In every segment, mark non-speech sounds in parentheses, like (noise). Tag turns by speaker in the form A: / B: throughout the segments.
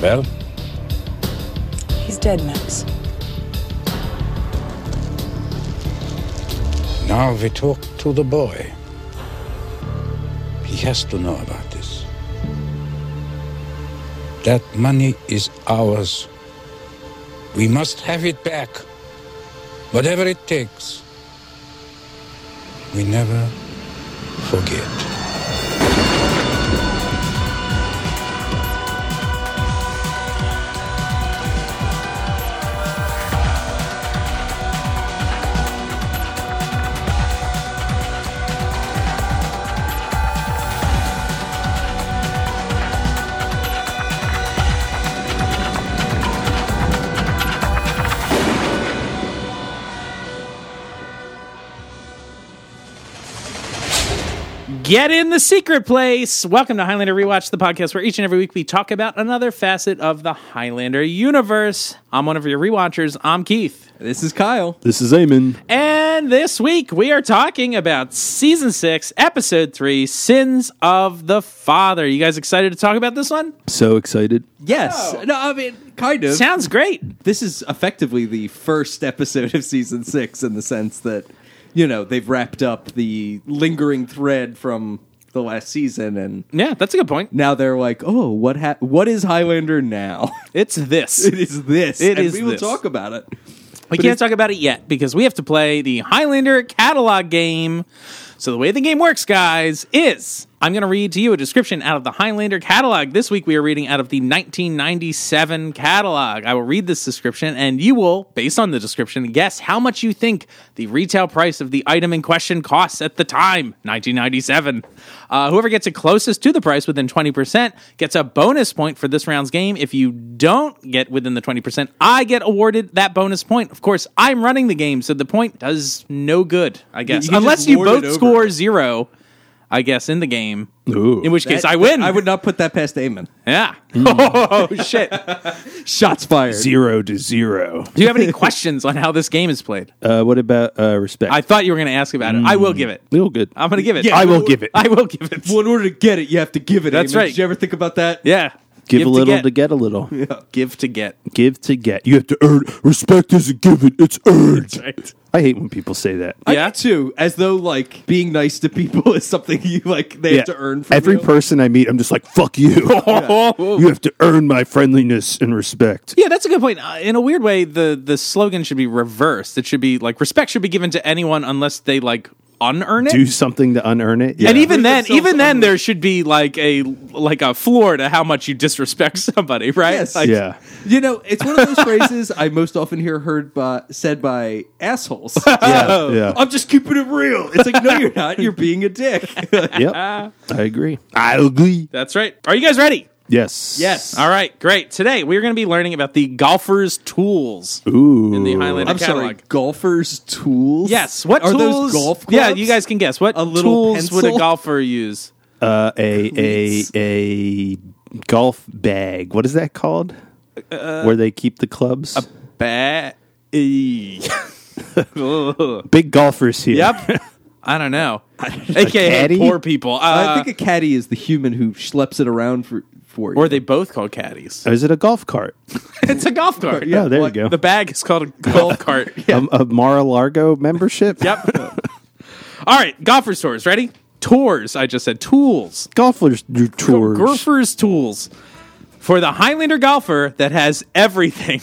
A: Well,
B: He's dead, Max.
A: now we talk to the boy. He has to know about this. That money is ours. We must have it back. Whatever it takes. We never forget.
C: Get in the secret place. Welcome to Highlander Rewatch, the podcast where each and every week we talk about another facet of the Highlander universe. I'm one of your rewatchers. I'm Keith.
D: This is Kyle.
E: This is Eamon.
C: And this week we are talking about season six, episode three, Sins of the Father. You guys excited to talk about this one?
E: So excited.
D: Yes. No, I mean, kind of.
C: Sounds great.
D: this is effectively the first episode of season six in the sense that, you know, they've wrapped up the lingering thread from the last season and.
C: Yeah, that's a good point.
D: Now they're like, oh, what ha- what is Highlander now? (laughs)
C: It's this.
D: it is this.
C: It
D: and
C: is
D: we will
C: this.
D: talk about it.
C: We can't talk about it yet because we have to play the Highlander catalog game. So, the way the game works, guys, is I'm going to read to you a description out of the Highlander catalog. This week, we are reading out of the 1997 catalog. I will read this description, and you will, based on the description, guess how much you think the retail price of the item in question costs at the time, 1997. Uh, whoever gets it closest to the price within 20% gets a bonus point for this round's game. If you don't get within the 20%, I get awarded that bonus point. Of course, I'm running the game, so the point does no good, I guess.
D: You- you
C: Unless
D: just
C: you
D: lord it
C: both
D: over.
C: score zero, I guess, in the game.
E: Ooh.
C: In which case,
D: That-
C: I win.
D: I would not put that past Eamon.
C: Yeah. (laughs) Oh, shit. Do
D: Shots fired.
E: Zero to zero.
C: you have any questions on how this game is played?
E: Uh, what about uh, respect?
C: I thought you were going to ask about it. I will give it.
E: Real good.
C: I'm going to give it.
E: Yeah, I will give it.
C: (laughs) I will give it.
D: Well, in order to get it, you have to give it.
C: That's
D: Eamon.
C: right.
D: Did you ever think about that?
C: Yeah.
E: give, a little
C: get.
E: to get a little.
C: Give to get.
E: Give to get. You have to earn. Respect isn't given. It's earned. I hate when people say that.
D: I
C: Yeah.
D: do too. As though like being nice to people (laughs) is something you like they have to earn from
E: Every
D: you.
E: person I meet, I'm just like, fuck you. (laughs) you have to earn my friendliness and respect.
C: Yeah, that's a good point. Uh, in a weird way, the the slogan should be reversed. It should be like respect should be given to anyone unless they like unearn it.
E: Do something to unearn it.
C: and
E: Yeah.
C: even then,
D: Prove themselves
C: even then, there should be like a like a floor to how much you disrespect (laughs) somebody, right?
D: Yes.
C: Like,
E: yeah.
D: You know, it's one of those phrases I most often hear heard by said by
C: (laughs)
D: assholes.
E: Yeah. yeah.
D: (laughs) I'm just keeping it real. It's like, no, you're not. You're being a dick.
E: yep. I agree. I agree.
C: that's right. Are you guys ready?
E: Yes.
D: Yes.
C: All right, great. Today we're going to be learning about the golfer's tools
E: Ooh.
C: in the Highlander
D: I'm
C: catalog.
D: sorry. Golfers' tools.
C: Yes. What
D: are
C: tools?
D: those golf clubs?
C: Yeah, you guys can guess. What
D: A little
C: tools would a
D: pencil?
C: golfer use?
E: Uh, a a a golf bag. What is that called?
C: Uh,
E: Where they keep the clubs?
C: Bat. yep.
E: Big golfers here.
C: I don't know. AKA
E: caddy?
C: poor people. Uh,
D: I think a caddy is the human who schleps it around for for you.
C: or they both call
E: (laughs)
C: caddies.
E: Is it a
C: (laughs)
E: golf cart?
C: it's a golf cart.
E: Yeah, there you go.
C: The bag is called a golf cart.
E: Um, a Mar-a-Largo membership?
C: Yep. (laughs) All right, golfers tours. Ready? Tours. I just said tools.
E: Golfers do tours.
C: Golfer's tools for the Highlander golfer that has everything.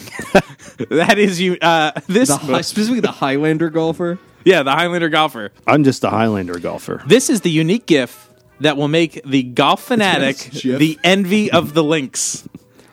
C: (laughs) that is you. Uh, this
D: the hi- specifically the Highlander golfer.
C: (laughs) yeah, the Highlander golfer.
E: I'm just a Highlander golfer.
C: This is the unique GIF that will make the golf fanatic
D: Yes, GIF.
C: the envy of the links.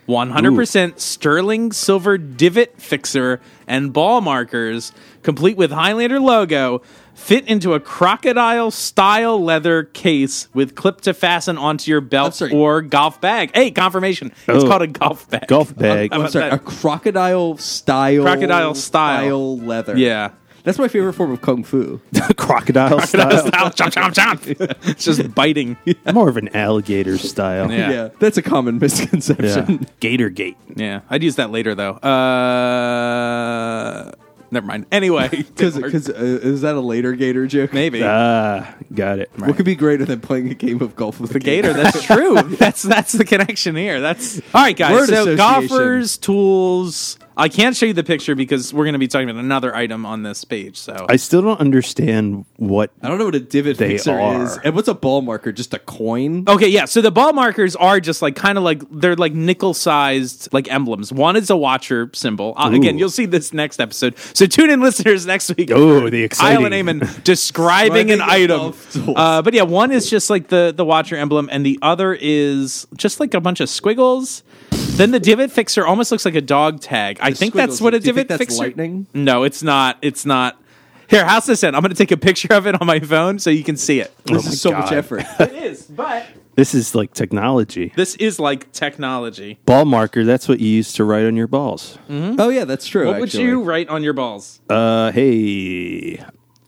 C: 100% sterling silver divot fixer and ball markers, complete with Highlander logo, fit into a crocodile style leather case with clip to fasten onto your belt
D: sorry.
C: or golf bag. Hey, confirmation. It's
E: Oh.
C: called a golf bag.
E: Golf bag.
C: I'm-
D: I'm sorry,
C: that-
D: a crocodile style
C: Crocodile style.
D: leather.
C: (laughs) Yeah.
D: That's my favorite form of kung fu. (laughs)
E: (laughs) crocodile style.
C: Chomp, chomp, chomp. (laughs) it's just biting.
E: (laughs) More of an alligator style.
C: Yeah.
D: That's a common misconception.
E: Gator gate.
C: Yeah, I'd use that later though. Uh, Never mind. Anyway, didn't (laughs) work.
D: Because uh, is that a later Gator joke?
C: maybe
E: Ah, got it.
D: What could be greater than playing a game of golf with a
C: the Gator. That's true. that's that's the connection here. That's all right, guys.
D: Word
C: so
D: association.
C: golfers, tools. I can't show you the picture because we're going to be talking about another item on this page. So
E: I still don't understand what.
D: I don't know what a divot
E: They
D: fixer
E: are.
D: is. And what's a ball marker? Just a coin?
C: Okay, yeah. So the ball markers are just like kind of like they're like nickel sized like emblems. One is a watcher symbol. Uh, again,
E: Ooh.
C: you'll see this next episode. So tune in, listeners, next week.
E: Oh,
C: for
E: the
C: Kyle and
E: exciting.
C: Eamon describing an
D: Describing
C: item.
D: of tools.
C: Uh, but yeah, one is just like the the watcher emblem, and the other is just like a bunch of squiggles. Then the divot fixer almost looks like a dog tag. I think that's
D: squiggles.
C: what a
D: Do you think
C: divot
D: that's
C: fixer.
D: lightning?
C: No, it's not. It's not. Here, how's this end? I'm going to take a picture of it on my phone so you can see it.
D: This
E: Oh
D: is
E: my
D: so much
C: (laughs)
E: God.
D: effort.
C: it is, but
E: This is like technology.
C: this is like technology.
E: Ball marker. That's what you used to write on your balls.
C: Mm.
D: oh, yeah, that's true.
C: Hmm? What would
D: actually.
C: you write on your balls?
E: Uh, hey.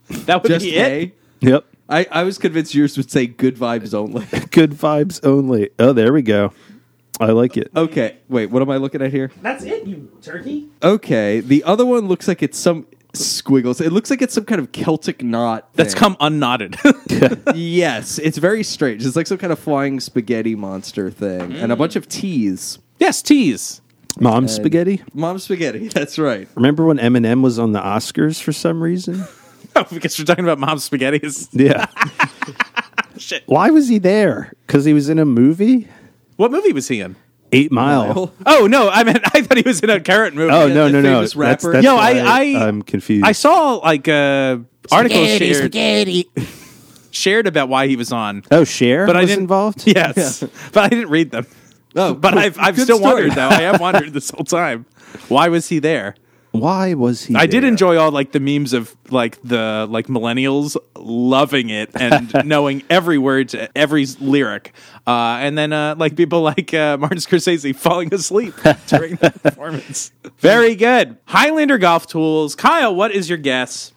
C: That would
D: Just
C: be it.
D: A?
E: Yep.
D: I, I was convinced yours would say good vibes only. (laughs)
E: Good vibes only. Oh, there we go. I like it.
D: okay, wait, what am I looking at here?
C: That's it, you turkey.
D: Okay, the other one looks like it's some squiggles. It looks like it's some kind of Celtic knot.
C: That's
D: thing.
C: come unknotted.
D: (laughs)
C: (laughs)
D: Yes, it's very strange. It's like some kind of flying spaghetti monster thing, and a bunch of T's.
C: yes, tease. (laughs)
E: Mom spaghetti.
D: Mom spaghetti. (laughs) That's right.
E: Remember when Eminem was on the Oscars for some (laughs) reason?
C: Oh, because we're talking about mom spaghettis.
E: Yeah.
C: Shit.
E: Why was he there? Because he was in a movie?
C: What movie was he in?
E: Eight Mile.
C: (laughs)
D: Mile.
C: Oh no, I mean I thought he was in a current movie.
E: Oh,
D: Yeah,
E: no,
D: the
E: no, no.
D: famous rapper.
E: That's, that's
C: Yo,
E: why
C: I- I-
E: I'm confused.
C: I saw like a article shared (laughs) shared about why he was on.
E: oh, Cher
C: But I
E: was
C: didn't-
E: involved?
C: (laughs) Yes, but I didn't read them.
D: (laughs) Oh,
C: But
D: cool.
C: I've I've
D: Good
C: still
D: story.
C: wondered though. I have wondered this whole time. Why was he there?
E: Why was he
C: I did
E: there?
C: enjoy all like the memes of like the like millennials loving it (laughs) and knowing every word to every s- lyric, uh, and then uh, like people like uh, Martin Scorsese falling (laughs) asleep during the performance. Very good. Highlander golf tools. Kyle, what is your guess?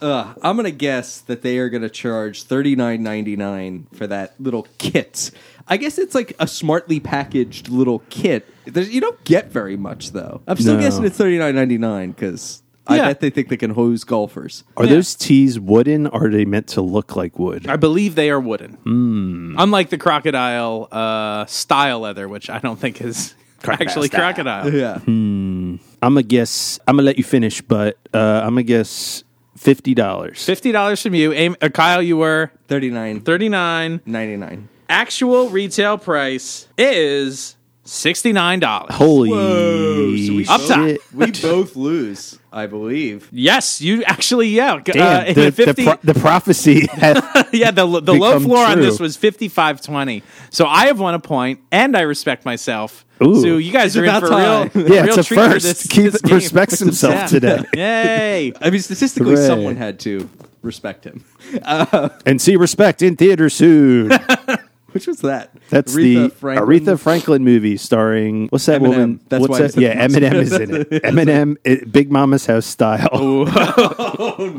D: Uh, I'm gonna guess that they are gonna charge thirty nine ninety nine for that little kit. I guess it's like a smartly packaged little kit. There's, you don't get very much though. I'm still
E: No.
D: guessing it's thirty nine ninety nine because I
C: Yeah.
D: bet they think they can hose golfers.
E: Are
C: Yeah.
E: those tees wooden or are they meant to look like wood?
C: I believe they are wooden, unlike the crocodile uh, style leather, which I don't think is actually
E: style.
C: crocodile.
D: Yeah,
E: I'm going to guess, I'm going to let you finish, but uh, I'm going to guess $50.
C: Fifty dollars from you, Aim, uh, Kyle. You were
D: thirty nine
C: thirty nine.
D: ninety nine.
C: actual retail price is sixty nine dollars.
E: Holy
C: Up top.
E: shit.
D: We both lose, I believe.
C: Yes, you actually yeah. g- uh,
E: Damn,
C: in
E: the,
C: the 50,
E: the, pro- the prophecy.
C: (laughs)
E: (laughs) had-
C: yeah, the the low
E: become
C: floor on
E: true.
C: this was fifty five twenty. So I have won a point, and I respect myself.
E: Ooh.
C: So you guys are in
D: about
C: for
D: time.
C: real.
E: yeah,
C: real
E: it's a
C: treat for
E: first.
C: This,
E: Keith
C: this game.
E: respects himself
C: Yeah.
E: today.
C: (laughs) Yay!
D: I mean, statistically,
E: Hooray.
D: someone had to respect him. (laughs)
E: and see respect in
C: (laughs)
E: theater soon.
D: Which was that?
E: That's the Aretha Franklin movie starring what's that
D: Eminem.
E: woman?
D: That's
E: what's
D: why I
E: that?
D: said
E: Yeah,
D: Monster.
E: Eminem is
C: (laughs)
E: in it. Eminem, it, Big Mama's House style.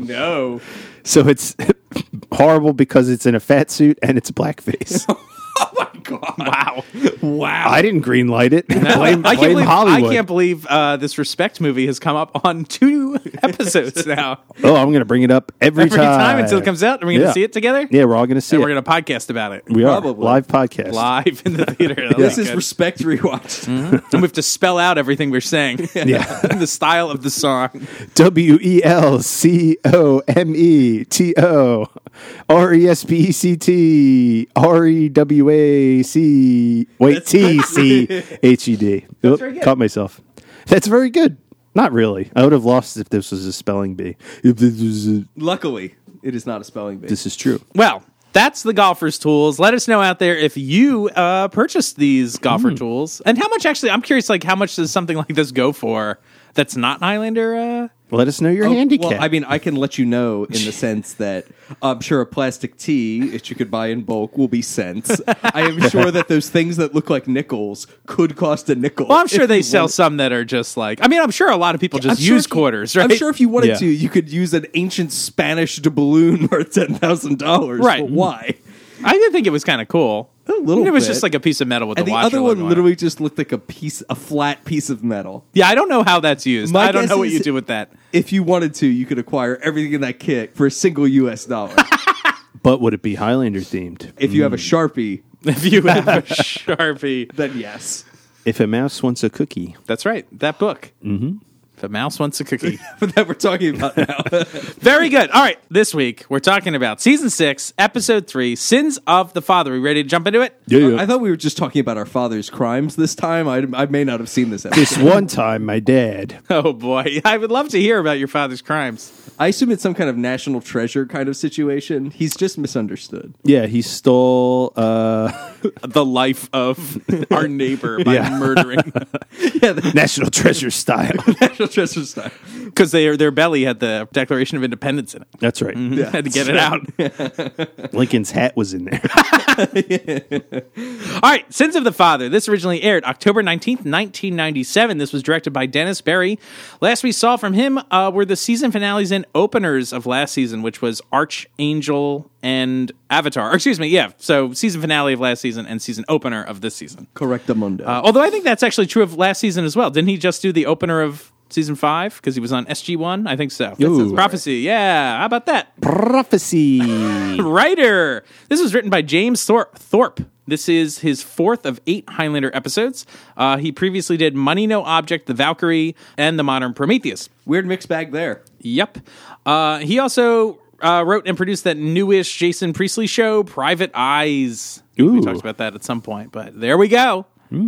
D: (laughs) No.
E: (laughs) So it's (laughs) horrible because it's in a fat suit and
C: (laughs)
E: it's blackface.
D: Oh
C: Wow! Wow!
E: I didn't greenlight it. blame
C: I can't
E: blame
C: believe,
E: Hollywood.
C: I can't believe uh, this respect movie has come up on (laughs)
E: (laughs)
C: two episodes now.
E: oh, I'm going to bring it up every,
C: Every time. until it comes out, are we going to
E: Yeah.
C: see it together?
E: Yeah, we're all going to see
C: and
E: it.
C: we're going to podcast about it.
E: we are
D: Probably.
E: live podcast.
C: live in the theater. (laughs) That'll be
D: This is
C: good.
D: respect rewatched.
C: and we have to spell out everything we're saying. (laughs)
E: Yeah.
C: the style of the song.
E: W E L C O M E T O R E S P E C T R E W A C wait T C H E D. Oop,
C: very good.
E: Caught myself. That's very good. Not really. I would have lost if this was a spelling bee. If this was a-
D: Luckily, it is not a spelling bee.
E: this is true.
C: Well, that's the golfer's tools. Let us know out there if you uh, purchased these
D: Hmm.
C: golfer tools and how much actually. I'm curious, like how much does something like this go for? That's not Highlander. Uh,
E: Let us know your
D: Oh,
E: handicap.
D: Well, I mean, I can let you know in the sense that I'm sure a plastic tea, if you could buy in bulk, will be cents. I am sure that those things that look like nickels could cost a nickel.
C: well, I'm sure
D: if
C: they
D: you
C: sell
D: wanted-
C: some that are just like. I mean, I'm sure a lot of people
D: I'm
C: just
D: sure
C: use
D: if you-
C: quarters, right?
D: I'm sure if you wanted
E: Yeah.
D: to, you could use an ancient Spanish doubloon (laughs) worth ten thousand dollars.
C: Right.
D: But why?
C: I did think it was kind of cool.
D: A little
C: It was
D: bit.
C: just like a piece of metal with
D: And
C: the
D: the
C: watch.
D: other
C: logo
D: one
C: on it.
D: literally just looked like a piece, a flat piece of metal.
C: Yeah, I don't know how that's used. I
D: My
C: don't
D: guess
C: know what
D: is-
C: you do with that.
D: if you wanted to, you could acquire everything in that kit for a single
C: (laughs)
D: U.S. dollar.
F: But would it be Highlander themed?
D: if you have a sharpie,
C: if you have
D: (laughs)
C: a sharpie,
D: then yes.
F: If a mouse wants a cookie,
C: that's right. That book. Mm-hmm. If a mouse wants a cookie.
D: But (laughs) that we're
C: (laughs)
D: talking about now.
C: Very good. All right. This week we're talking about season six, episode three, Sins of the Father. We ready to jump into it?
D: I thought we were just talking about our father's crimes this time. I, I may not have seen this episode.
F: This one time, my dad.
C: Oh boy. (laughs) I would love to hear about your father's crimes.
D: I assume it's some kind of national treasure kind of situation. He's just misunderstood.
F: Yeah, he stole. Uh,
C: The life of (laughs) our neighbor by
F: Yeah.
C: (laughs) murdering
D: yeah, the
F: National (laughs) Treasure style.
D: national
C: (laughs)
D: treasure style.
C: because their their belly had the Declaration of Independence in it.
F: That's right.
C: Mm-hmm. had to get it out.
F: Lincoln's hat was in there. (laughs)
C: All right, Sins of the Father. This originally aired October 19th, 1997. This was directed by Dennis Berry. Last we saw from him uh, were the season finales and openers of last season, which was Archangel and Avatar. (laughs) Or, excuse me, yeah. So, season finale of last season and season opener of this season.
D: Correct mundo.
C: Uh, although I think that's actually true of last season as well. Didn't he just do the opener of season five because he was on SG1? I think so.
F: sounds about
C: Prophecy, yeah. How about that?
F: Prophecy.
C: writer. This was written by James Thor- Thorpe. This is his fourth of eight Highlander episodes. Uh, he previously did Money No Object, The Valkyrie, and The Modern Prometheus.
D: Weird mixed bag there.
C: Yep. Uh, he also uh, wrote and produced that newish Jason Priestley show, Private Eyes. We
F: Ooh. Hmm.
C: talked about that at some point, but there we go.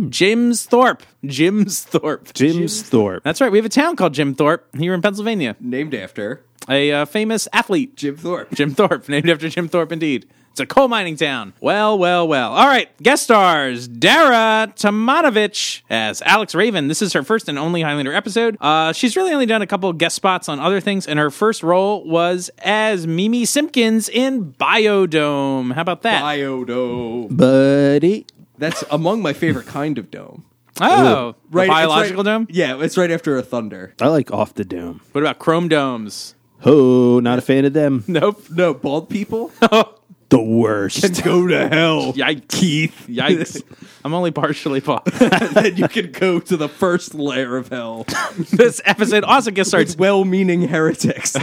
C: James Thorpe. James Thorpe.
F: Jim's Thorpe.
C: That's right. We have a town called Jim Thorpe here in Pennsylvania.
D: Named after
C: A uh, famous athlete.
D: Jim Thorpe.
C: Jim Thorpe, (laughs) named after Jim Thorpe, indeed. It's a coal mining town. Well, well, well. All right, guest stars Dara Tomanovich as Alex Raven. This is her first and only Highlander episode. Uh, she's really only done a couple of guest spots on other things, and her first role was as Mimi Simpkins in Biodome. How about that?
D: Biodome.
F: Buddy.
D: That's among my favorite kind of dome.
C: oh, the
D: it's
C: biological dome.
D: Yeah, it's right after a thunder.
F: I like Off the Dome.
C: What about chrome domes?
F: Oh, not a fan of them.
C: Nope.
D: No,
C: (laughs)
D: bald people
C: Oh,
F: The worst.
D: go to hell.
C: Yikes. Keith. Yikes. I'm only partially (laughs) bought.
D: then you can go to the first layer of
C: (laughs)
D: hell.
C: this episode also guest stars
D: It's well-meaning heretics.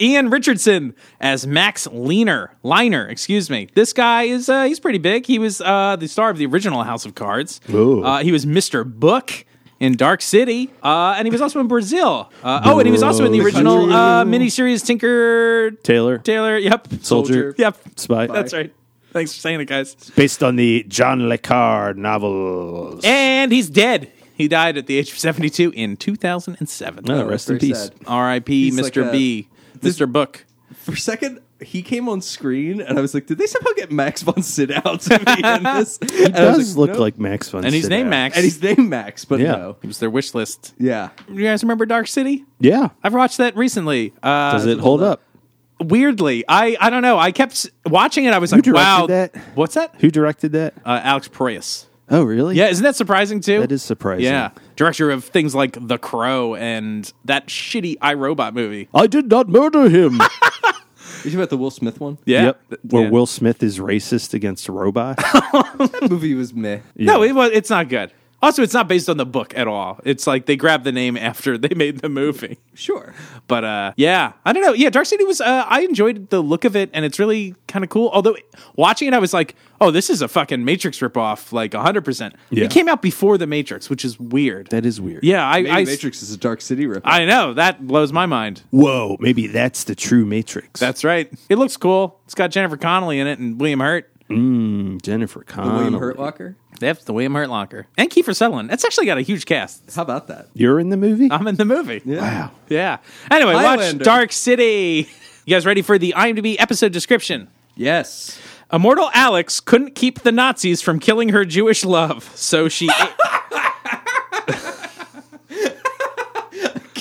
C: Ian Richardson as Max Leaner, Liner, excuse me. This guy is uh, he's pretty big. He was uh, the star of the original House of Cards.
F: Ooh.
C: Uh, he was Mister Book in Dark City, uh, and he was also in Brazil. Uh, oh, and he was also in the original uh, miniseries Tinker (laughs)
F: Taylor.
C: Taylor. Yep,
F: Soldier.
C: Yep,
F: Spy.
C: that's right. Thanks for saying it, guys.
F: Based on the John Le Carre novels.
C: And he's dead. He died at the age of seventy-two in two thousand and seven.
F: Oh, rest in
D: Very
F: peace.
D: sad.
C: R.I.P.
D: He's
C: Mister
D: like a-
C: B. Mister Book.
D: For a second, he came on screen, and I was like, "Did they somehow get Max von Sydow to
C: (laughs)
D: be in this?"
F: He does look
D: no.
F: like Max von
C: And he's
F: Sydow.
C: named Max.
D: And he's named Max, but
F: Yeah.
D: no,
C: It was their wish list.
D: yeah,
C: You guys remember Dark City?
F: Yeah.
C: I've watched that recently. Uh,
F: Does it hold up?
C: Weirdly, I I don't know. I kept s- watching it. I was like,
F: directed
C: wow,
F: that?
C: what's that?
F: Who directed that?
C: Uh, Alex Proyas.
F: Oh, really?
C: Yeah, isn't that surprising too?
F: That is surprising.
C: Yeah, director of things like The Crow and that shitty iRobot movie.
F: I did not murder
C: (laughs)
F: him.
D: you talking about the Will Smith one?
C: Yeah,
F: Yep.
C: Th-
F: Where
C: yeah.
F: Will Smith is racist against a
C: (laughs)
F: robot.
D: That movie was meh.
C: No, it was. It's not good. Also, it's not based on the book at all. It's like they grabbed the name after they made the movie.
D: Sure,
C: But uh, yeah, I don't know. Yeah, Dark City was. Uh, I enjoyed the look of it, and it's really kind of cool. Although watching it, I was like, "Oh, this is a fucking Matrix ripoff, like hundred percent."
F: Yeah.
C: It came out before the Matrix, which is weird.
F: that is weird.
C: yeah, I,
D: maybe
C: I,
D: Matrix is a Dark City rip.
C: I know that blows my mind.
F: Whoa, maybe that's the true Matrix.
C: That's right. It looks cool. It's got Jennifer Connelly in it and William Hurt.
F: Jennifer Connelly.
D: William Hurtlocker.
C: That's the William Hurt locker and Kiefer Sutherland. That's actually got a huge cast.
D: How about that?
F: You're in the movie?
C: I'm in the movie.
F: wow.
C: Uh, Yeah. Anyway, watch
D: Highlander.
C: Dark City. You guys ready for the IMDb episode description?
D: Yes,
C: Immortal Alex couldn't keep the Nazis from killing her Jewish love, so she ate-
D: (laughs)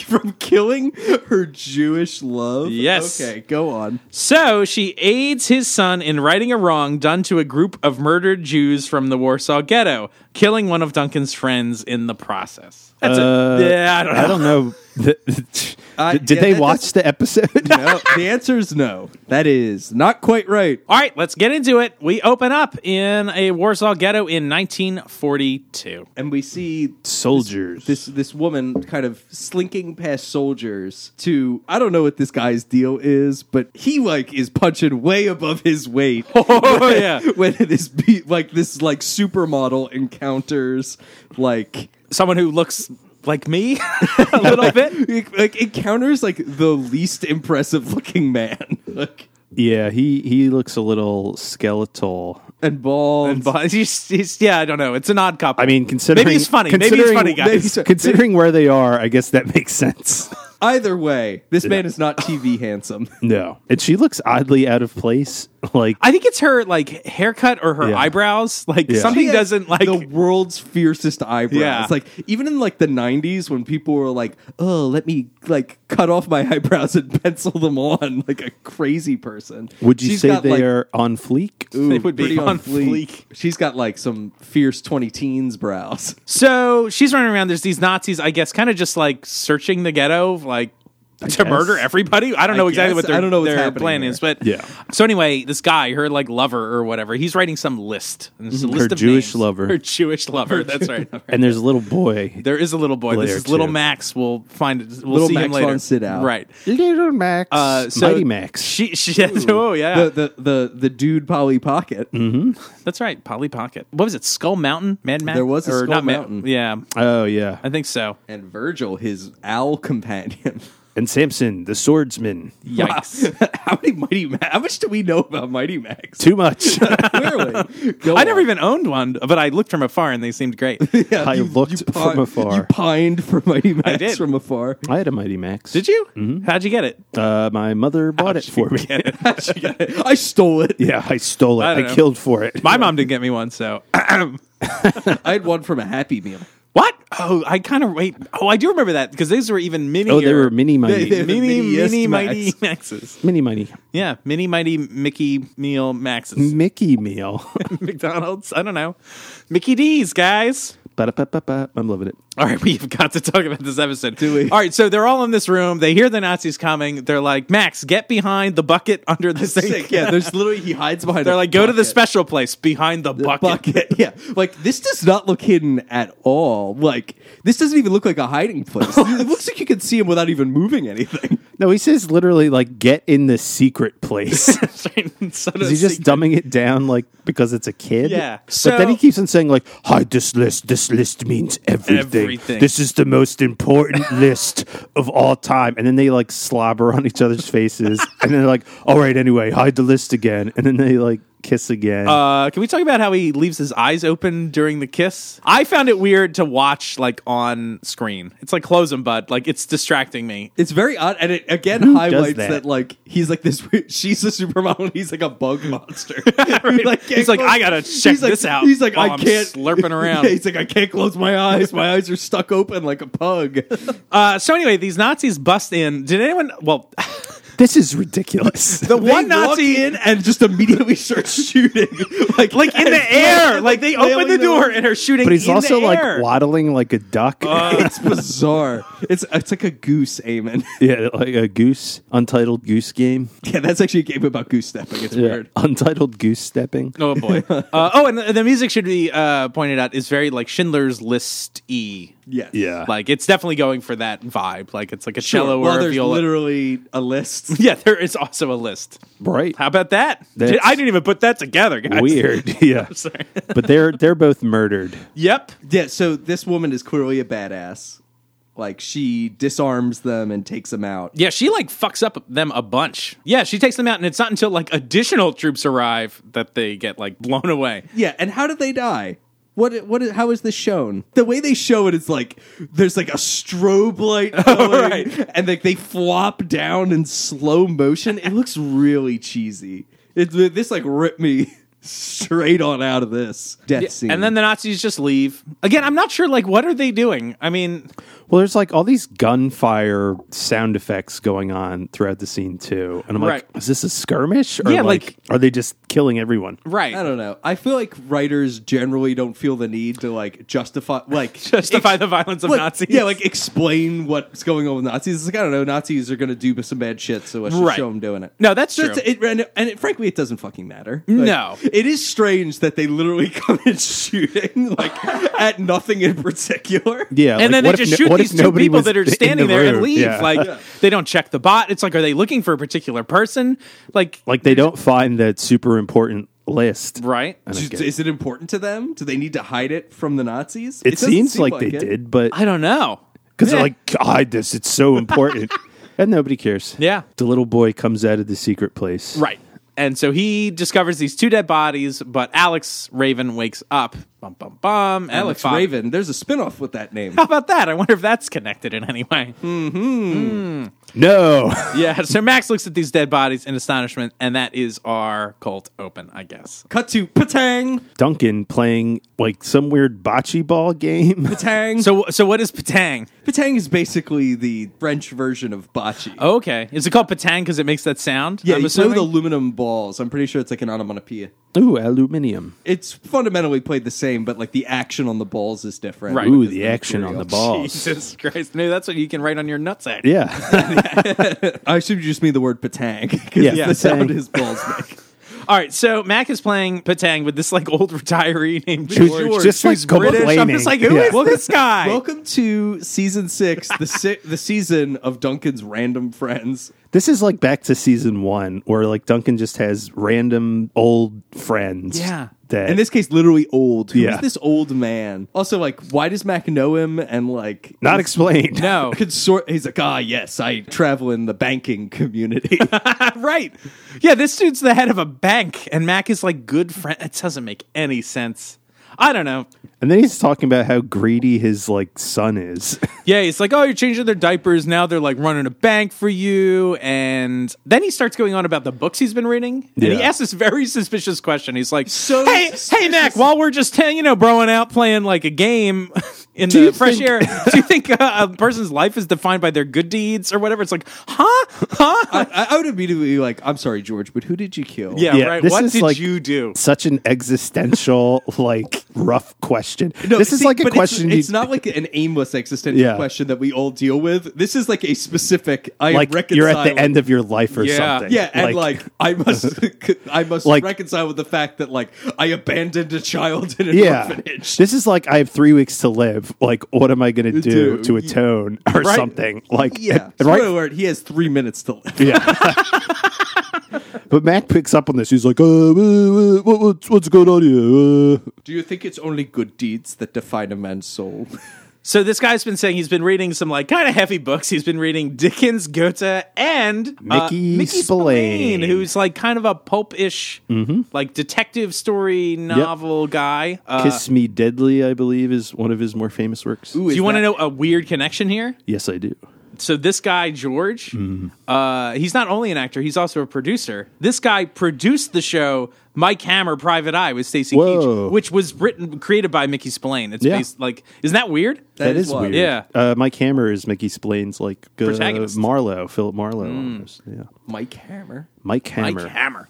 D: from killing her Jewish love.
C: Yes.
D: Okay, go on.
C: so she aids his son in righting a wrong done to a group of murdered Jews from the Warsaw Ghetto. killing one of Duncan's friends in the process. That's
E: Uh,
C: a, yeah, I don't know.
E: I don't know.
C: (laughs)
E: Did,
D: Uh,
E: did
D: yeah,
E: they
D: that
E: watch the episode?
D: no, (laughs) the answer is no. That is not quite right.
C: All right, let's get into it. We open up in a Warsaw ghetto in 1942.
D: And we see
E: (laughs) Soldiers.
D: this this woman kind of slinking past soldiers to I don't know what this guy's deal is, but he like is punching way above his weight.
C: (laughs) Oh, yeah.
D: (laughs) when this be like this like supermodel encounters like
C: Someone who looks like me (laughs) a
E: (laughs)
C: little bit.
D: like encounters like the least impressive looking man. (laughs) like
E: yeah, he he looks a little skeletal.
D: and bald
C: And bo- he's- he's- yeah, I don't know. It's an odd couple.
E: I mean, considering
C: maybe he's funny. Maybe he's
E: considering-
C: funny, guys.
D: maybe-
E: Considering where they are, I guess that (laughs) makes sense.
D: Either way, this man is not TV handsome. (laughs)
E: No, and she looks oddly out of place. Like
C: I think it's her like haircut or her
E: Yeah.
C: eyebrows. Like
E: Yeah.
C: something
D: He has
C: doesn't like.
D: the world's fiercest eyebrows.
C: Yeah.
D: Like even in like the '90s when people were like, "Oh, let me like cut off my (laughs) eyebrows and pencil them on," like a crazy person.
E: Would you
D: She's
E: say
D: got,
E: they
D: like,
E: are on fleek?
D: ooh,
C: They would be
D: pretty
C: on fleek.
D: She's got like some fierce twenty
C: (laughs)
D: teens brows.
C: (laughs) so she's running around. There's these Nazis, I guess, kind of just like searching the ghetto, like. to
E: guess.
C: murder everybody, I don't know exactly
D: guess.
C: what their,
D: I don't know what's
C: their
D: happening
C: plan
D: here.
C: is, but
E: Yeah.
C: So anyway, this guy, her like lover or whatever, he's writing some list. And
D: Mm-hmm.
C: it's a list
E: Her
C: of
E: Jewish
C: names.
E: lover.
C: (laughs) Her Jewish lover. that's right.
E: And there's a little boy.
C: There is a little boy. This
E: Later,
C: is little
E: too.
C: Max. We'll find it. We'll
D: Little
C: see him
D: Max
C: later.
D: von Sydow.
C: Right.
E: Little Max,
C: Uh, so
E: Mighty Max.
C: She. she (laughs) oh yeah.
D: The, the the the dude Polly Pocket.
E: Mm-hmm.
C: That's right, Polly Pocket. What was it? Skull Mountain, Mad Max.
D: There was a
C: Or
D: Skull
C: not Ma-
D: Mountain.
C: yeah,
E: oh yeah,
C: I think so.
D: And Virgil, his owl companion. (laughs)
E: and Samson, the swordsman.
C: Yikes!
D: how many Mighty Ma- How much do we know about Mighty Max?
C: (laughs)
E: Too much.
D: Clearly, Go
C: I never
D: on.
C: even owned one, but I looked from afar and they seemed great.
D: (laughs) Yeah,
E: (laughs) I looked from afar.
D: You pined for Mighty Max
C: did.
D: from afar. (laughs)
E: I had a Mighty Max.
C: Did you?
E: Mm-hmm.
C: How'd you get
E: (laughs)
C: it?
E: Uh, my mother bought it for me.
D: I stole it.
E: (laughs) Yeah, I stole it.
C: I
E: I,
C: don't know.
E: killed for
C: (laughs) (laughs)
E: it.
C: My mom didn't get me one, so (coughs)
D: I had one from a Happy (laughs) Meal.
C: what? Oh, I kind of wait. Oh, I do remember that because these were even mini.
E: oh, they were
C: (laughs)
E: mini mighty,
D: they-
C: mini,
D: Miniest
C: mini,
D: Max.
C: mighty maxes.
E: mini mighty,
C: Yeah, mini, mighty Mickey meal
E: (laughs)
C: maxes. (laughs)
E: Mickey meal.
C: McDonald's. I don't know. Mickey D's, guys.
E: Ba-da-ba-ba-ba. I'm loving it.
C: All right, (laughs) we've got to talk about this episode.
D: Do we?
C: All right, so they're all in this room. They hear the Nazis coming. They're like, Max, get behind the bucket under the sink.
D: Sick. Yeah,
C: (laughs)
D: there's literally he hides behind.
C: They're
D: a
C: like, go to the
D: bucket.
C: special place behind the, bucket. (laughs)
D: bucket. Yeah, like this does not look hidden at all. Like this doesn't even look like a hiding (laughs) place. it looks like you can see him without even moving anything.
E: No, he says literally like get in the secret
C: (laughs)
E: place.
C: so
E: Is he just dumbing it down like because it's a kid?
C: Yeah.
E: but then
C: So-
E: he keeps on saying like, "Hide this list. This list means everything.
C: Everything.
E: This is the
C: (laughs)
E: most important list of all time." And then they like slobber on each other's
C: (laughs)
E: faces, and then they're like, "All right, anyway, hide the list again." And then they like kiss again.
C: Uh, can we talk about how he leaves his eyes open during the kiss? I found it weird to watch like on screen. It's like close 'em, bud. Like it's distracting me.
D: It's very odd, and it again highlights that?
E: that?
D: like he's like this. weird- (laughs) She's a supermodel. and He's like a bug monster. (laughs) He, can't
C: He's like,
D: close-
C: "I gotta check
D: he's like-
C: this out
D: He's like,
C: while
D: I
C: I'm
D: can't (laughs)
C: slurping around."
D: Yeah, he's like, I can't close my eyes. My eyes are stuck open like
C: (laughs)
D: a pug.
C: Uh, so anyway, these Nazis bust in. Did anyone? Well, (laughs)
E: this is ridiculous.
C: the one
D: They walk
C: Nazi
D: in and just
C: (laughs)
D: immediately start shooting, like
C: like
D: (laughs)
C: in the air. Like they open the
D: nailing
C: door
D: them.
C: and are shooting.
E: but he's
C: in
E: also
C: the
E: like
C: air. Uh,
E: waddling like a duck.
D: It's bizarre. It's it's like a goose, Amen.
E: (laughs) yeah, like a goose. Untitled goose game.
D: (laughs) Yeah, that's actually a game about goose stepping. It's weird.
E: Untitled goose stepping.
C: Oh
D: (laughs)
C: boy! uh, oh, and the, the music should be uh, pointed out is very like Schindler's List e.
D: Yes.
E: Yeah.
C: Like it's definitely going for that vibe. Like it's like a cello
D: well,
C: or a
D: there's
C: viola.
D: literally a list.
C: (laughs) yeah, there is also a list.
E: Right.
C: How about that?
E: That's-
C: I didn't even put that together, (laughs) guys.
E: Weird. (laughs) Yeah.
C: Sorry.
E: but they're they're both murdered.
C: (laughs) yep.
D: Yeah, so this woman is clearly a badass. Like she disarms them and takes them out.
C: Yeah, she like fucks up them a bunch. Yeah, she takes them out, and it's not until like additional troops arrive that they get like blown away.
D: Yeah, and how did they die? What what is how is this shown? The way they show it is like there's like a strobe light going,
C: (laughs) right.
D: and like they flop down in slow motion. It looks really cheesy. It, this like ripped me (laughs) straight on out of this death scene.
C: And then the Nazis just leave. Again, I'm not sure like what are they doing? I mean,
E: Well, there's like all these gunfire sound effects going on throughout the scene too, and I'm
C: Right.
E: like, is this a skirmish? Or
C: Yeah, like-
E: like, are they just killing everyone?
C: right.
D: I don't know. I feel like writers generally don't feel the need to like justify like
C: (laughs) (laughs) Justify the violence of
D: like,
C: Nazis.
D: Yeah, like explain what's going on with Nazis. It's like I don't know, Nazis are going to do some bad shit, so let's
C: Right.
D: just show them doing it.
C: No, that's
D: So
C: true.
D: it's- It, and, and it, frankly, it doesn't fucking matter.
C: No.
D: Like, it is strange that they literally (laughs) come in shooting like at nothing in particular.
E: Yeah,
C: and
E: like,
C: then they
E: what if
C: just
E: no-
C: shoot
E: what if
C: these two
E: nobody
C: people
E: was
C: that are
E: in the
C: standing there and
E: room?
C: leave.
E: Yeah.
C: Like they don't check the bot. It's like, are they looking for a particular person? Like,
E: (laughs) like they don't find that super important list.
C: right?
E: I don't
D: Is,
E: get it.
D: is it important to them? Do they need to hide it from the Nazis?
E: It,
D: doesn't
E: seems
D: seem
E: like, they
D: it.
E: did, but
C: I don't know.
E: because
C: Yeah.
E: they're like, God, this it's
C: (laughs)
E: so important, and nobody cares.
C: Yeah.
E: the little boy comes out of the secret place.
C: Right. And so he discovers these two dead bodies, but Alex Raven wakes up. Bum bum bum.
D: Alex
C: Elephant.
D: Raven. There's a spinoff with that name.
C: How about that? I wonder if that's connected in any way.
D: Hmm.
E: No, (laughs)
C: Yeah. So Max looks at these dead bodies in astonishment, and that is our cult open, I guess.
D: Cut to Patang.
E: Duncan playing like some weird bocce ball game. (laughs)
D: Patang. So
C: So so what is patang?
D: Patang is basically the French version of bocce.
C: Okay. Is it called patang because it makes that sound?
D: yeah,
C: I'm
D: you play
C: assuming?
D: with aluminum balls. I'm pretty sure it's like an onomatopoeia.
E: Ooh, aluminium.
D: It's fundamentally played the same, but like the action on the balls is different.
C: Right.
E: Ooh, the action on the
C: (laughs)
E: balls.
C: Jesus Christ. No, that's what you can write on your nutsack.
E: Yeah, (laughs)
D: I assume you just mean the word patang because
E: Yeah,
D: the
E: patang.
D: sound his balls
C: (laughs)
D: make.
C: All right. So Mac is playing patang with this like old (laughs) retiree named
E: Who's
C: George.
E: just, like,
C: who's British. I'm just
E: complaining.
C: like, who is
E: Yeah.
C: this guy?
D: Welcome to season six, the si- the season of Duncan's random friends.
E: this is like back to season one, where like Duncan just has random old friends.
C: Yeah.
E: that
D: In this case, literally old. Who is
E: Yeah.
D: this old man? Also, like, why does Mac know him? And like,
E: not explained.
D: (laughs)
C: no.
D: consort. He's like, ah, yes, I travel in the
C: (laughs)
D: banking community.
C: right. Yeah, this dude's the head of a bank, and Mac is like good friend. It doesn't make any sense. I don't know.
E: And then he's talking about how greedy his like son is.
C: Yeah, it's like, oh, you're changing their diapers. Now they're like running a bank for you. And then he starts going on about the books he's been reading. And he
E: Yeah.
C: asks this very suspicious question. He's like,
D: So
C: hey, hey,
D: suspicious.
C: Mac, while we're just, you know, broing out playing like a game (laughs) in the
E: you
C: fresh
E: think-
C: air, do you think uh, a person's life is defined by their good deeds or whatever? It's like, huh? Huh?
D: I, I would immediately be like, I'm sorry, George, but who did you kill?
C: yeah,
E: Yeah,
C: right.
E: this
C: What
E: is
C: did
E: like-
C: you do?
E: Such an existential, (laughs) like rough question.
D: No,
E: this is
D: see,
E: like a
D: but it's-
E: question.
D: It's,
E: you-
D: not like an aimless existential
E: Yeah.
D: question that we all deal with. This is like a specific. I am
E: like you're at
D: reconciling-
E: the end of your life or
C: Yeah.
E: something.
D: Yeah, and like, I
E: (laughs)
D: must, I must
E: Like-
D: reconcile with the fact that like I abandoned a child in an
E: yeah. (laughs)
D: orphanage.
E: This is like I have three weeks to live. Like, what am I going to do
D: Dude,
E: to
D: y-
E: atone or
C: Right.
E: something? Like,
D: yeah,
E: and-
D: spoiler
E: (laughs) right?
D: alert, he has three minutes to live.
E: Yeah. but Mac picks up on this. He's like, uh, uh, uh, what, what's, what's going on here? Uh,
D: Do you think it's only good deeds that define a man's soul? (laughs)
C: So this guy's been saying he's been reading some like kind of heavy books. He's been reading Dickens, Goethe, and uh,
E: Mickey Spillane. Mm-hmm.
C: who's like kind of a pope-ish, like detective story novel guy. Uh,
E: Kiss Me Deadly, I believe, is one of his more famous works.
C: do you want to know a weird connection here?
E: Yes, I do.
C: So this guy George,
E: Mm-hmm.
C: uh, he's not only an actor, he's also a producer. This guy produced the show My Hammer, Private Eye with Stacey
E: Whoa.
C: Keach, which was written created by Mickey Spillane. It's
E: Yeah.
C: based like isn't that weird?
E: that is,
D: wild.
E: weird.
C: Yeah.
E: Uh, Mike Hammer is Mickey Splain's like uh,
C: Protagonist.
E: Marlowe, Philip Marlowe. almost, Yeah.
D: Mike Hammer.
E: Hmm. Mike Hammer.
C: Mike Hammer.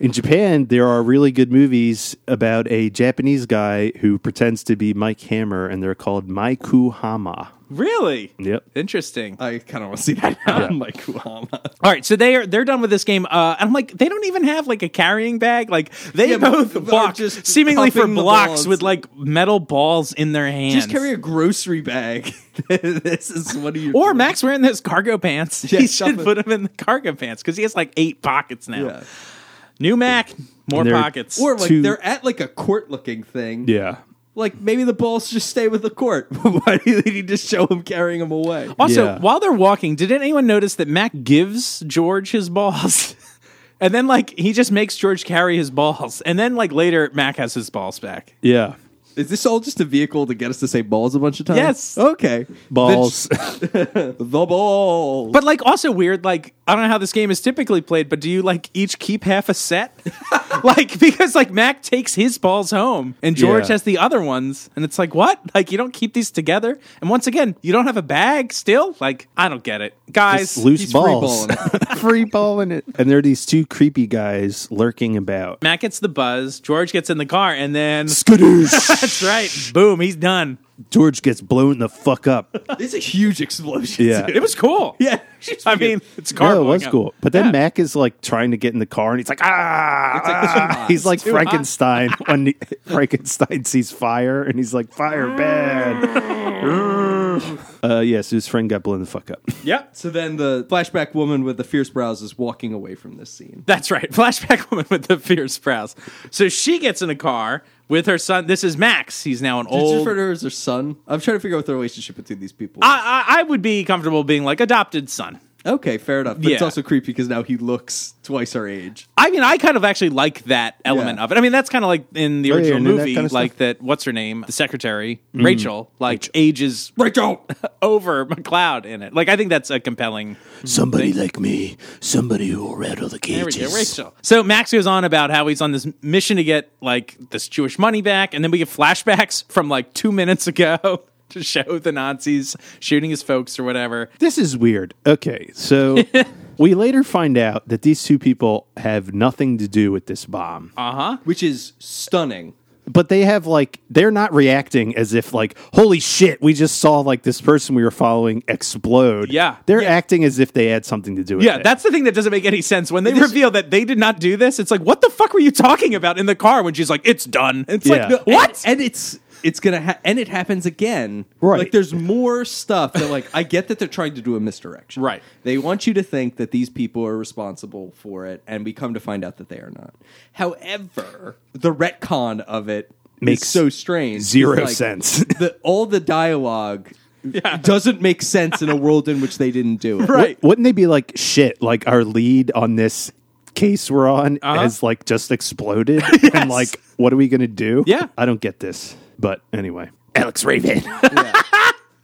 E: In Japan, there are really good movies about a Japanese guy who pretends to be Mike Hammer, and they're called Maiku Hama.
C: Really?
E: Yep.
C: Interesting.
D: I kind of want to see that. (laughs) Mike Kuhama.
C: All right, so they are they're done with this game, uh, and I'm like, they don't even have like a carrying bag. Like they
D: Yeah, but
C: both
D: they're
C: walk
D: just
C: seemingly for
D: huffing the
C: blocks
D: balls.
C: with like metal balls in their hands.
D: Just carry a grocery bag. (laughs) this is one of your
C: or Max wearing those cargo pants. (laughs)
D: Yeah,
C: he
D: shove
C: should
D: it.
C: put them in the cargo pants because he has like eight pockets now.
D: Yeah.
C: New Mac, more
E: And they're-
C: pockets.
D: Or like
E: Two-
D: they're at like a court looking thing.
E: Yeah.
D: Like maybe the balls just stay with the court. (laughs) Why do they need to show him carrying them away?
C: also,
E: Yeah.
C: while they're walking, did anyone notice that Mac gives George his balls? (laughs) And then, like, he just makes George carry his balls. And then, like, later, Mac has his balls back.
E: Yeah.
D: Is this all just a vehicle to get us to say balls a bunch of times?
C: Yes.
D: Okay.
E: Balls.
D: The, the balls.
C: But like also weird, like I don't know how this game is typically played, but do you like each keep half a
E: (laughs)
C: set? like because like Mac takes his balls home and George
E: Yeah.
C: has the other ones, and it's like what? Like you don't keep these together? And once again, you don't have a bag still? Like I don't get it, guys.
E: Just loose
D: He's free
E: balls, (laughs) free balling it, and there are these two creepy guys lurking about.
C: Mac gets the buzz, George gets in the car, and then
E: Scooters.
C: that's right, boom, he's done.
E: (laughs) George gets blown the fuck up.
D: It's a huge explosion. (laughs)
E: (laughs) Yeah.
C: It was cool.
D: Yeah.
C: I mean, it's a car.
E: No, it
C: blowing
E: was
C: up.
E: cool. But then
C: Yeah.
E: Mac is like trying to get in the car, and he's like, ah, ah." he's like
C: too hot.
E: Frankenstein when he- (laughs) Frankenstein sees fire, and he's like, fire
C: (laughs)
E: bad. uh, yeah, so his friend got blown the fuck up.
C: Yep.
D: So then the flashback woman with the fierce brows is walking away from this scene.
C: That's right. (laughs) Flashback woman with the fierce brows. So she gets in a car with her son. This is Max. He's now an
D: Did you
C: old.
D: refer to her as her son? I'm trying to figure out what the relationship between these people. is.
C: I, I, I would be comfortable being like adopted son.
D: okay, fair enough. But it's
C: Yeah.
D: also creepy because now he looks twice our age.
C: I mean, I kind of actually like that element
D: Yeah.
C: of it. I mean, that's kind of like in the
E: yeah,
C: original
E: and then that
C: movie,
E: kind of
C: like
E: stuff.
C: that. What's her name? The secretary, Rachel. Like ages
D: Rachel.
C: (laughs) over McLeod in it. Like I think that's a compelling.
E: Somebody like me, somebody who will rattle the
C: There we go, Rachel. So Max goes on about how he's on this mission to get like this Jewish money back, and then we get flashbacks (laughs) from like two minutes ago (laughs) to show the Nazis shooting his folks or whatever.
E: This is weird. Okay, so
C: (laughs)
E: we later find out that these two people have nothing to do with this bomb.
C: Uh.
D: Which is stunning.
E: but they have like they're not reacting as if like holy shit we just saw like this person we were following explode
C: Yeah.
E: they're acting as if they had something to do with
C: Yeah,
E: it
C: that's the thing that doesn't make any sense. When they reveal that they did not do this, it's like, what the fuck were you talking about in the car when she's like, it's done? It's
E: Yeah.
C: like, no, what?
D: And, and it's it's gonna ha- and it happens again.
E: Right.
D: Like there's more stuff that like I get that they're trying to do a misdirection.
C: Right.
D: They want you to think that these people are responsible for it, and we come to find out that they are not. However, the retcon of it makes
E: Makes
D: so strange.
E: zero
D: Like, (laughs)
E: sense.
D: the, all the dialogue doesn't make sense in a world in which they didn't do it.
C: Right.
E: wouldn't they be like shit like our lead on this case we're on
C: Uh-huh.
E: has like just exploded
C: (laughs)
E: and like what are we gonna do
C: Yeah.
E: i don't get this but anyway alex raven
C: (laughs)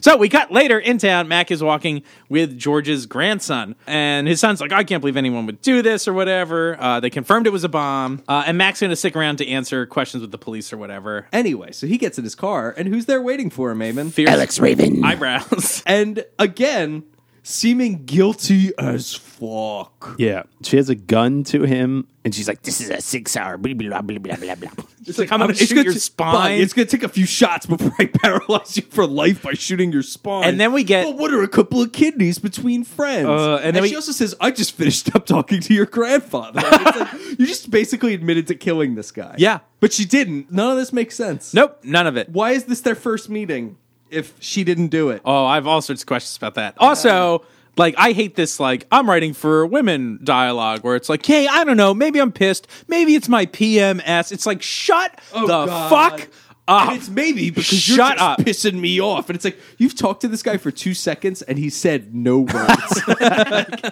C: So we cut later in town. Mac is walking with George's grandson, and his son's like, "I can't believe anyone would do this or whatever." Uh, they confirmed it was a bomb, uh, and Mac's going to stick around to answer questions with the police or whatever.
D: Anyway, so he gets in his car, and who's there waiting for him, Eamon?
C: Fierce
D: (laughs)
E: raven
C: eyebrows.
D: and again, seeming guilty as fuck.
E: yeah she has a gun to him and she's like this is a six hour blah blah blah blah blah blah
C: It's like, I'm going to shoot your spine.
D: It's gonna take a few shots before I (laughs) paralyze you for life by shooting your spine.
C: And then we get-
D: But what are a couple of kidneys between friends?
C: Uh, and then we-
D: she also says, "I just finished up talking to your grandfather." And it's
C: (laughs)
D: like, you just basically admitted to killing this guy.
C: Yeah.
D: but she didn't. None of this makes sense.
C: nope, none of it.
D: Why is this their first meeting if she didn't do it?
C: Oh, I have all sorts of questions about that. Also, like I hate this like I'm writing for women dialogue where it's like, "Hey, I don't know, maybe I'm pissed, maybe it's my PMS." It's like, "Shut
D: Oh,
C: the
D: God.
C: fuck up."
D: And it's maybe because you're
C: Shut
D: just
C: up.
D: pissing me off. And it's like, you've talked to this guy for two seconds and he said
C: (laughs)
D: no words. (laughs)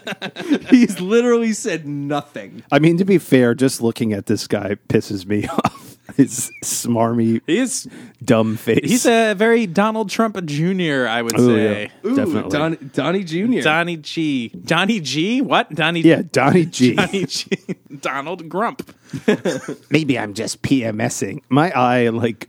D: he's literally said nothing.
E: I mean, to be fair, just looking at this guy pisses me (laughs) off. His smarmy,
C: He is
E: dumb face.
C: he's a very Donald Trump Jr., I would
E: Ooh,
C: say.
E: Oh, yeah, definitely.
D: Don, Donnie Jr.
C: Donnie G. Donnie G? What? Donnie
E: yeah, Donnie G.
C: Donnie G. (laughs) Donald Grump.
E: (laughs) Maybe I'm just PMSing. My eye, like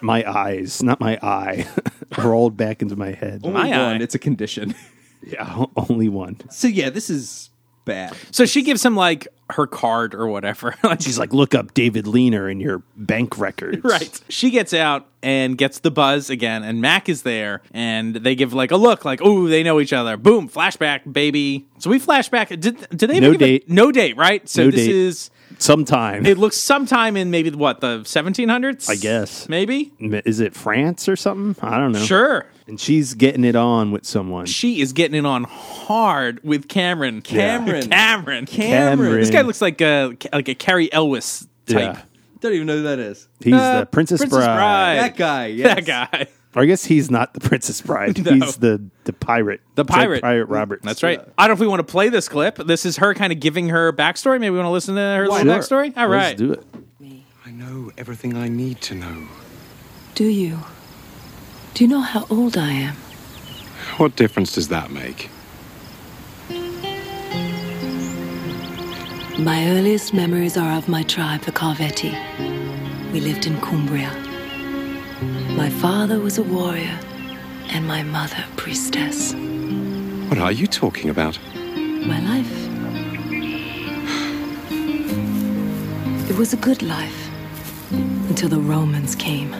E: my eyes, not my eye, (laughs) rolled back into my head.
D: Only
C: Oh, My eye.
D: one, it's a condition. (laughs)
E: Yeah, o- only one.
D: So yeah, this is bad.
C: So she gives him like her card or whatever. (laughs) like
E: She's like, look up David Leaner in your bank records.
C: Right. She gets out and gets the buzz again, and Mac is there, and they give like a look, like, oh, they know each other. Boom, flashback, baby. So we flashback. Did, did they
E: No
C: even give a-
E: date.
C: no date, right? So
E: No
C: this
E: date.
C: is,
E: Sometime.
C: it looks sometime in maybe what, the 1700s?
E: I guess.
C: Maybe?
E: Is it France or something? I don't know.
C: Sure.
E: And she's getting it on with someone.
C: She is getting it on hard with Cameron.
D: Cameron.
C: Cameron.
E: Cameron.
C: This guy looks like a, like a Carrie Elwes type.
E: Yeah.
D: Don't even know who that is.
E: He's
C: Uh,
E: the Princess,
C: Princess Bride.
D: That guy.
C: That
D: Yes.
C: guy.
E: Or I guess he's not the (laughs) Princess Bride.
C: No.
E: He's the the pirate.
C: The
E: It's like
C: pirate.
E: pirate Roberts.
C: That's right. I don't know if we want to play this clip. This is her kind of giving her backstory. Maybe we want to listen to her
E: Sure.
C: little backstory. All right.
E: Let's do it.
G: I know everything I need to know.
B: Do you? Do you know how old I am?
G: What difference does that make?
B: My earliest memories are of my tribe, the Carvetti. We lived in Cumbria. My father was a warrior, and my mother, a priestess.
G: What are you talking about?
B: My life. It was a good life until the Romans came.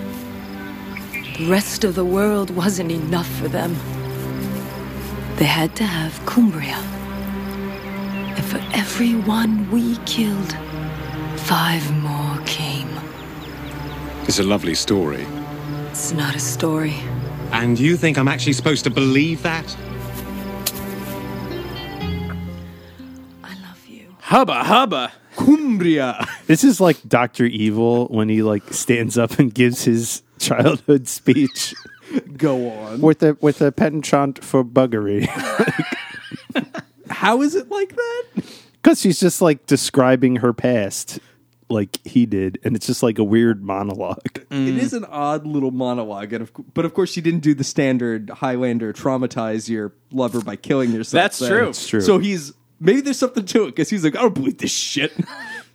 B: The rest of the world wasn't enough for them. They had to have Cumbria. And for every one we killed, five more came.
G: It's a lovely story.
B: It's not a story.
G: And you think I'm actually supposed to believe that?
B: I love you.
C: Hubba hubba.
D: Cumbria.
E: This is like Doctor Evil when he like stands up and gives his (laughs) childhood speech
D: Go on.
E: with a with a penchant for (laughs) buggery
D: How is it like that?
E: because she's just like describing her past like he did, and it's just like a weird monologue.
C: Mm.
E: Uh,
D: It is an odd little monologue, and of, cou- but of course she didn't do the standard Highlander traumatize your lover by killing yourself.
C: That's
D: thing.
C: true. That's
E: true.
D: So he's maybe there's something to it because he's like, I don't believe this
C: (laughs)
D: shit.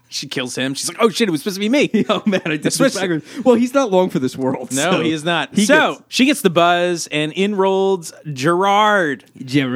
C: She kills him. She's like, oh shit, it was supposed to be
D: (laughs)
C: me.
D: oh man, I did
C: Switch-
D: switch backwards. Well, he's not long for this world.
C: No,
D: so
C: he is not.
D: he
C: so
D: gets-
C: she gets the buzz and in rolls Gerard.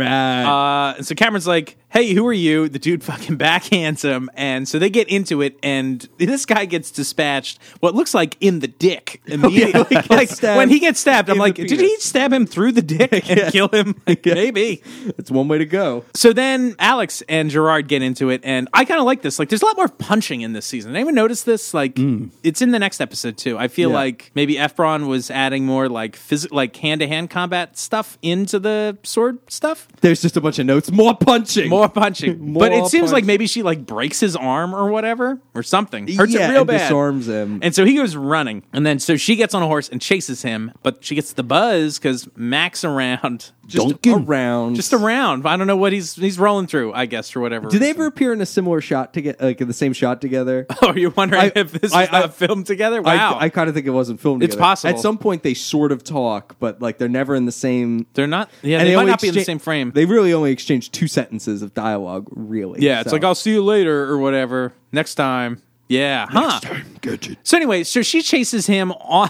C: Uh, and so Cameron's like, hey, who are you? The dude fucking backhands him. And so they get into it, and this guy gets dispatched what looks like in the
D: (laughs)
C: dick immediately. like,
D: stabbed
C: when he gets stabbed, I'm
D: in
C: like,
D: the
C: did he
D: penis."
C: stab him through the dick
D: (laughs)
C: and kill him? Like, Maybe.
D: That's one way to go.
C: So then Alex and Gerard get into it, and I kind of like this. Like, there's a lot more punching in this season. Anyone notice this? Like, it's in the next episode too. I feel
D: Hmm. Yeah.
C: like maybe Efron was adding more like phys- like hand to hand combat stuff into the sword stuff.
D: There's just a bunch of notes. More punching.
C: More punching,
D: (laughs) More
C: but it seems like
D: punch.
C: maybe she like breaks his arm or whatever or something. Hurts
D: Yeah,
C: it real
D: and
C: bad.
D: disarms him.
C: and so he goes running, and then so she gets on a horse and chases him, but she gets the buzz because Max around. (laughs)
D: just
E: Duncan.
D: around.
C: Just around. I don't know what he's he's rolling through. I guess for whatever.
D: Do they
C: reason.
D: ever appear in a similar shot together? Like in the same shot together?
C: (laughs) Oh, you're wondering
D: I-
C: if this
D: I-
C: was not
D: I-
C: filmed together?
D: I-
C: Wow.
D: I, kind of think it wasn't filmed.
C: It's
D: together.
C: possible.
D: At some point, they sort of talk, but like they're never in the same.
C: They're not. Yeah, they, might
D: only
C: not be in the same
D: exchange-
C: frame.
D: They really only exchange two sentences of dialogue. Really?
C: yeah, it's
D: So-
C: like
D: (laughs)
C: I'll see you later or whatever next time. Yeah, huh? So anyway, so she chases him (laughs) on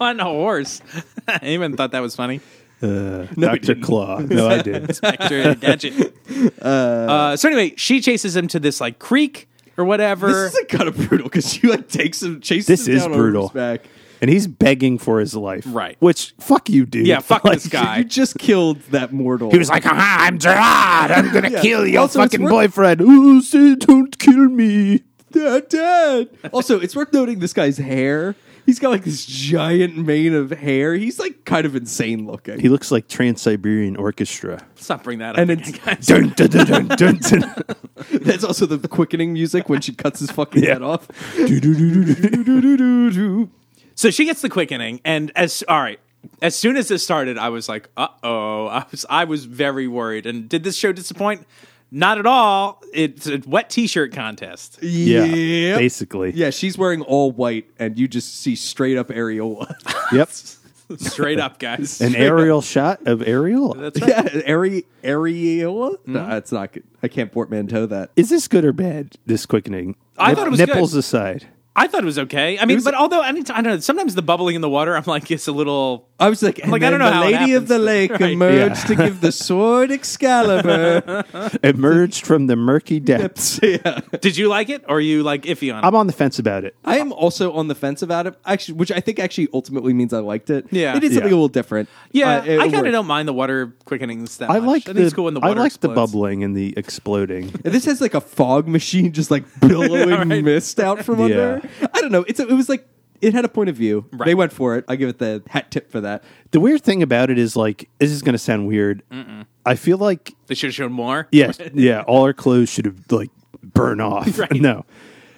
C: on a horse. (laughs) I even thought that was funny.
E: Doctor
C: (laughs)
E: Claw. No, I did.
C: Spectre and
D: (laughs)
C: Gadget. Uh, so anyway, she chases him to this like creek or whatever.
D: This is like, kind of brutal because she like takes him, chases
E: This
D: him
E: is
D: down
E: brutal.
D: on his back.
E: And he's begging for his life,
C: Right.
E: Which fuck you, dude.
C: yeah,
E: (laughs)
C: fuck
E: (laughs) Like,
C: this guy.
D: You just killed that mortal.
E: He was like, "Aha, I'm Gerard. I'm gonna kill your
D: Also, it's
E: fucking
D: worth-
E: boyfriend. (laughs) Ooh, say don't kill me.
D: (laughs) Dad, Dad. also, it's worth noting this guy's hair. He's got like this giant mane of hair. He's like kind of insane looking.
E: He looks like Trans Siberian Orchestra.
C: Let's not bring that up.
D: (laughs) and
C: again,
D: it's- (laughs)
C: guys.
E: (laughs) Dun, dun, dun, dun, dun, dun.
D: That's also the quickening music when she cuts his fucking head
E: (laughs)
D: off.
C: So she gets the quickening, and as all right, as soon as this started, I was like, "Uh oh!" I was I was very worried. And did this show disappoint? Not at all. It's a wet T-shirt contest.
E: (laughs) Yeah,
D: Yep.
E: basically.
D: Yeah, she's wearing all white, and you just see straight up areola. (laughs)
E: (laughs) Yep.
C: Straight up,
E: (laughs)
C: guys.
E: An aerial shot of Ariel.
C: That's right.
D: yeah, are- areola.
C: Hmm?
D: No, that's not good. I can't portmanteau that.
E: Is this good or bad? This quickening.
C: I thought it was
E: nipples
C: good.
E: aside.
C: I thought it was okay. I mean, but although anytime, I don't know, sometimes the bubbling in the water, I'm like, it's a little.
D: I was like, and
C: Like, I
D: then
C: don't know
D: The
C: how it
D: lady of
C: happens,
D: the
C: but- (laughs)
D: lake
C: right.
D: emerged
E: Yeah.
D: to give the
C: (laughs)
D: sword Excalibur.
E: Emerged from the (laughs) murky depths.
C: Did you like it, or are you like iffy on it?
E: I'm on the fence about it.
D: I am also on the fence about it, actually, which I think actually ultimately means I liked it.
C: Yeah.
D: it is something a
E: Yeah.
D: little different.
C: yeah,
D: Uh, it-
C: I
D: it
C: kind of
D: worked.
C: don't mind the water quickenings that
E: I
C: much.
E: like
C: I
E: the,
C: think it's cool when the
E: I
C: water
E: like the
C: explodes.
E: bubbling and the exploding.
D: And This has like a fog machine just like
C: (laughs)
D: billowing mist out from under. I don't know. It's a, it was like it had a point of view. They went for it. I give it the hat tip for that.
E: The weird thing about it is like this is going to sound weird. I feel like
C: They should have shown more. (laughs)
E: yes, yeah, all our clothes should have like burn off.
C: Right.
E: (laughs) No.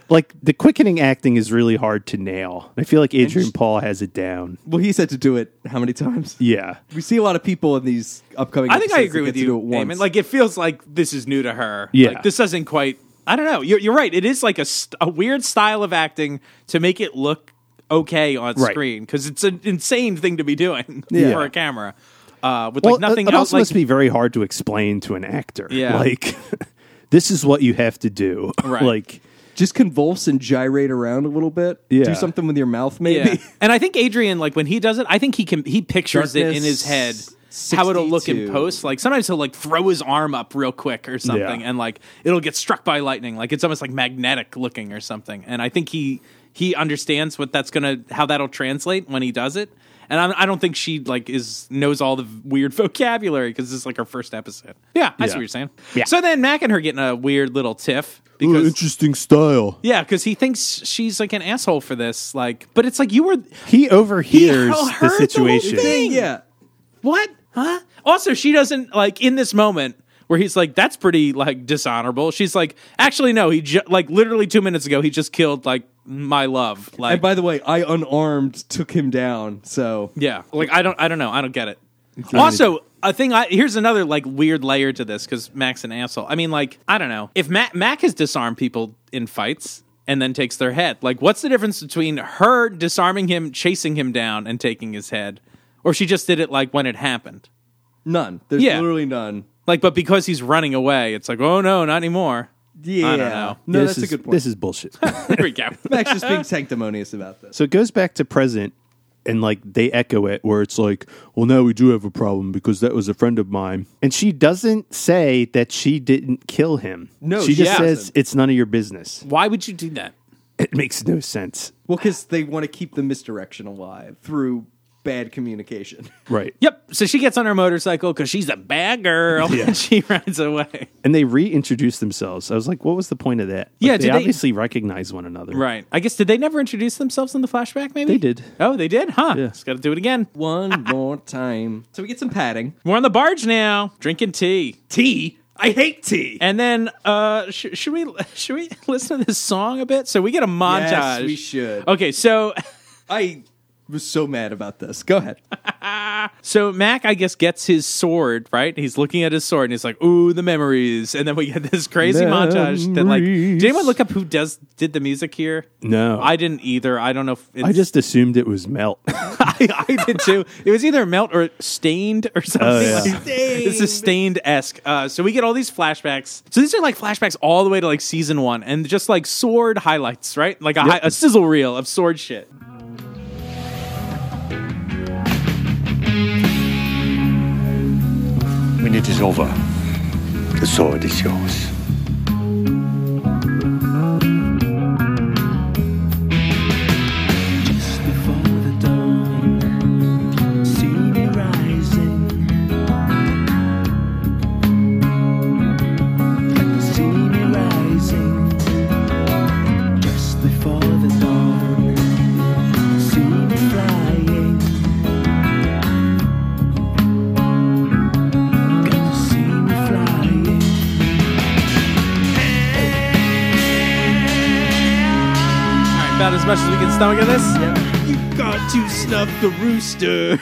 E: Like the quickening acting is really hard to nail. I feel like Adrian Paul has it down.
D: Well, he said to do it how many times?
E: Yeah.
D: We see a lot of people in these upcoming.
C: I think I
D: episodes
C: agree
D: that
C: with
D: get
C: you,
D: to do it once.
C: Eamon. Like it feels like this is new to her.
E: Yeah.
C: like, this doesn't quite. I don't know. You're, you're right. It is like a, st- a weird style of acting to make it look okay on
E: Right.
C: screen because it's an insane thing to be doing (laughs) for a camera uh, with
E: Well,
C: like nothing
E: it
C: else.
E: also
C: Like,
E: must be very hard to explain to an actor.
C: Yeah.
E: Like (laughs) this is what you have to do.
C: Right.
E: (laughs) like
D: Just convulse and gyrate around a little bit.
E: Yeah.
D: Do something with your mouth, maybe. (laughs)
C: Yeah. (laughs) and I think Adrian, like when he does it, I think he can he pictures it in his head
D: Darkness
C: how it'll look in
D: 62.
C: post. Like sometimes he'll like throw his arm up real quick or something,
E: Yeah.
C: and like it'll get struck by lightning. Like it's almost like magnetic looking or something. And I think he he understands what that's gonna how that'll translate when he does it. And I, I don't think she like is knows all the weird (laughs) vocabulary because this is like her first episode. Yeah, I see what you're saying. Yeah. So then Mac and her getting a weird little tiff because
E: interesting style.
C: yeah, because he thinks she's like an asshole for this. Like, but it's like you were
E: He overhears
C: He (laughs)
E: the
C: heard the
E: situation.
C: whole thing.
D: Yeah.
C: What? Huh? Also, she doesn't like in this moment where he's like, "That's pretty like dishonorable." She's like, "Actually, no. He ju- like literally two minutes ago, he just killed like my love." Like,
D: And by the way, I unarmed took him down. So
C: yeah, like I don't, I don't know, I don't get it. Also, a thing. I here's another like weird layer to this because Mac's an asshole. I mean, like I don't know if Mac Mac has disarmed people in fights. And then takes their head. Like, what's the difference between her disarming him, chasing him down, and taking his head, or she just did it like when it happened?
D: none. There's
C: Yeah.
D: literally none.
C: Like, but because he's running away, it's like, oh no, not anymore.
D: Yeah.
C: know.
D: No,
E: this
D: that's
E: is,
D: a good point.
E: This is bullshit.
C: (laughs) There we go.
D: Max just being sanctimonious about this.
E: So it goes back to present and like they echo it where it's like, well, now we do have a problem because that was a friend of mine. And she doesn't say that she didn't kill him.
D: No,
E: she just
C: she
E: says
D: doesn't.
E: it's none of your business.
C: Why would you do that?
E: It makes no sense.
D: Well, because they want to keep the misdirection alive through bad communication. (laughs)
E: Right.
C: Yep. So she gets on her motorcycle because she's a bad girl. and (laughs) she rides away.
E: And they reintroduce themselves. I was like, what was the point of that? Like,
C: Yeah, did
E: they
C: they-
E: obviously recognize one another.
C: Right. I guess did they never introduce themselves in the flashback? Maybe
E: They did.
C: Oh, they did, huh?
E: Yeah.
C: Just got to do it again.
D: One more time. So we get some padding.
C: We're on the barge now, drinking tea,
D: Tea. I hate tea.
C: and then uh, sh- should we (laughs) should we listen to this song a bit? So we get a montage.
D: Yes, we should.
C: Okay, so
D: I was so mad about this. Go ahead.
C: So Mac, I guess, gets his sword, right? He's looking at his sword and he's like, ooh, the memories. And then we get this crazy montage that like did anyone look up who does did the music here?
E: No.
C: I didn't either. I don't know if it's,
E: I just assumed it was Melt.
C: (laughs) I, I did too. It was either melt or stained or something.
E: Oh, yeah.
C: like- (laughs) This is stained esque. Uh, so we get all these flashbacks. So these are like flashbacks all the way to like season one, and just like sword highlights, right? Like a, hi- a sizzle reel of sword shit.
H: When it is over, the sword is yours.
I: Just before the dawn, see me rising. See me rising. Just before the dawn, see me flying. Can you see me flying?
C: All right, about as much as we can stomach of this. You got to snuff the rooster.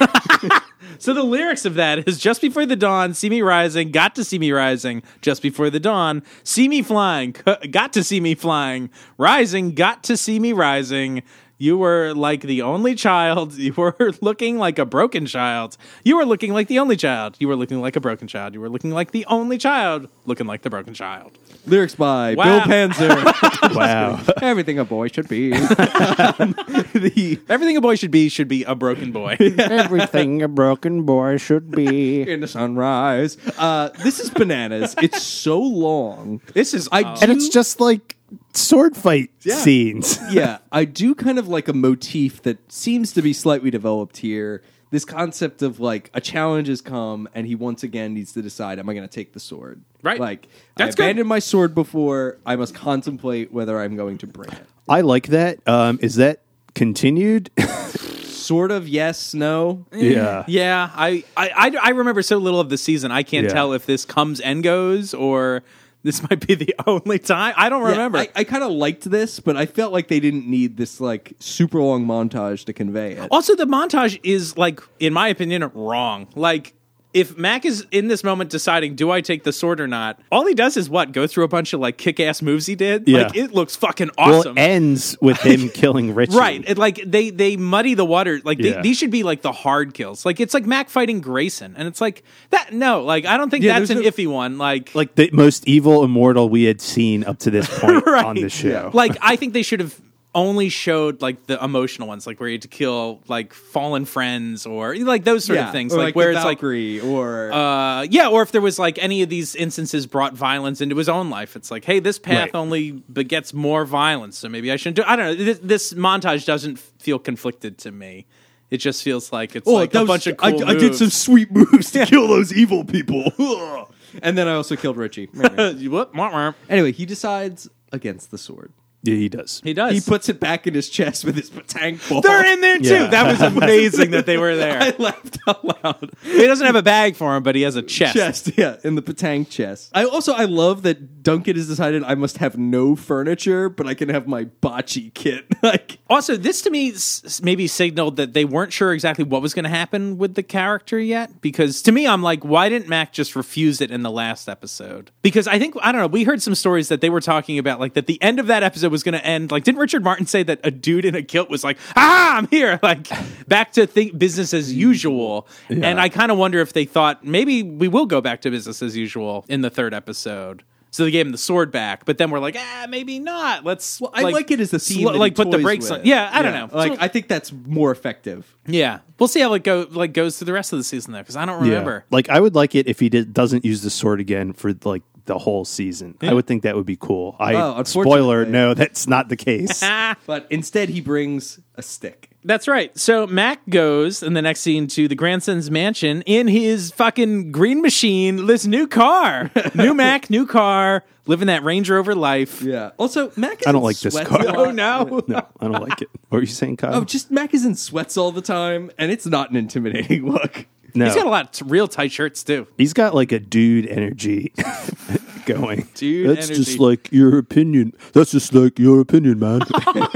C: (laughs) so the lyrics of that is just before the dawn, see me rising, got to see me rising, just before the dawn, see me flying, (laughs) c- got to see me flying, rising, got to see me rising. You were like the only child. (laughs) You were looking like a broken child. You were looking like the only child. You were looking like a broken child. You were looking like the only child, looking like the broken child.
D: Lyrics by
C: Wow.
D: Bill
C: (laughs)
D: Panzer.
E: wow.
D: Everything a boy should be. the
C: Everything a boy should be should be a broken (laughs) boy.
E: (laughs) Everything a broken boy should be.
C: (laughs)
D: in the sunrise. Uh, this is (laughs) bananas. (laughs) It's so long.
C: this is I.
E: And it's just like sword fight scenes.
D: yeah, I do kind of like a motif that seems to be slightly developed here. This concept of like a challenge has come, and he once again needs to decide: Am I going to take the sword?
C: Right.
D: Like
C: That's
D: I
C: good.
D: abandoned my sword before. I must contemplate whether I'm going to bring it.
E: I like that. Um, is that continued? (laughs)
D: Sort of yes, no.
E: yeah.
C: Yeah, I, I, I, I remember so little of the season. I can't
E: Yeah.
C: tell if this comes and goes or this might be the (laughs) only time. I don't
D: Yeah,
C: remember.
D: I, I kind of liked this, but I felt like they didn't need this like super long montage to convey it.
C: also, the montage is like, in my opinion, wrong. Like, if Mac is in this moment deciding, do I take the sword or not? All he does is what go through a bunch of like kick ass moves he did.
E: Yeah.
C: Like it looks fucking
E: Well,
C: awesome.
E: it ends with
C: (laughs)
E: him killing Richie.
C: Right, it, like they they muddy the water. Like they,
E: Yeah.
C: these should be like the hard kills. Like it's like Mac fighting Grayson, and it's like that. No, like I don't think
D: Yeah,
C: that's an
D: there's no-
C: iffy one. Like
E: Like the most evil immortal we had seen up to this
C: (laughs)
E: point on the show.
C: (laughs) like I think they should have only showed like the emotional ones, like where you had to kill like fallen friends or like those sort of things,
D: or
C: like,
D: like
C: where
D: the
C: it's like
D: Valkyrie or
C: uh, yeah, or if there was like any of these instances brought violence into his own life, it's like, hey, this path
E: Right.
C: only begets more violence, so maybe I shouldn't do. I don't know. This, this montage doesn't feel conflicted to me. It just feels like it's like
D: Oh, that
C: a
D: was-
C: bunch of cool
D: I, I did
C: moves.
D: some sweet moves (laughs) to kill those evil people. (laughs) and then I also killed Richie. (laughs)
C: Whoop, womp, womp.
D: anyway, he decides against the sword.
E: Yeah, he does.
C: He does.
D: He puts it back in his chest with his tank ball.
C: They're in there too.
E: Yeah.
C: That
D: (laughs)
C: was amazing that they were there.
D: I laughed out loud.
C: He doesn't have a bag for him, but he has a chest.
D: Chest, yeah, in the Patang chest. I also I love that Duncan has decided I must have no furniture, but I can have my bocce kit. (laughs) like
C: Also, this to me s- s- maybe signaled that they weren't sure exactly what was going to happen with the character yet. Because to me, I'm like, why didn't Mac just refuse it in the last episode? Because I think I don't know. We heard some stories that they were talking about, like that the end of that episode was going to end. Like, didn't Richard Martin say that a dude in a kilt was like, "Ah, I'm here," (laughs) like back to think business as usual? And I kind of wonder if they thought maybe we will go back to business as usual in the third episode. So they gave him the sword back, but then we're like, ah, maybe not. Let's.
D: I like, it as a
C: sl-
D: theme. that he
C: like put the
D: toys
C: brakes
D: with.
C: on. Yeah, I don't know.
D: Like
C: So-
D: I think that's more effective.
C: yeah, we'll see how it go like goes through the rest of the season though, because I don't remember.
E: Like I would like it if he did, doesn't use the sword again for like the whole season. I would think that would be cool. I
D: Oh,
E: spoiler,
D: unfortunately.
E: no, that's not
C: (laughs)
E: the case.
C: Ah,
D: But instead he brings a stick.
C: that's right. So Mac goes in the next scene to the grandson's mansion in his fucking green machine, this new
D: (laughs)
C: car, new Mac, new car, living that Range Rover life.
D: Yeah. Also, Mac is
E: I don't
D: in
E: like this
D: sweats
E: car.
D: a lot.
C: Oh no!
D: (laughs)
E: no, I don't like it. What were you saying, Kyle?
D: Oh, just Mac is in sweats all the time, and it's not an intimidating (laughs) look.
E: no,
C: He's got a lot of t- real tight shirts too.
E: he's got like a dude energy (laughs) going.
C: Dude
E: that's just
C: energy.
E: like your opinion. That's just like your opinion, man.
C: (laughs)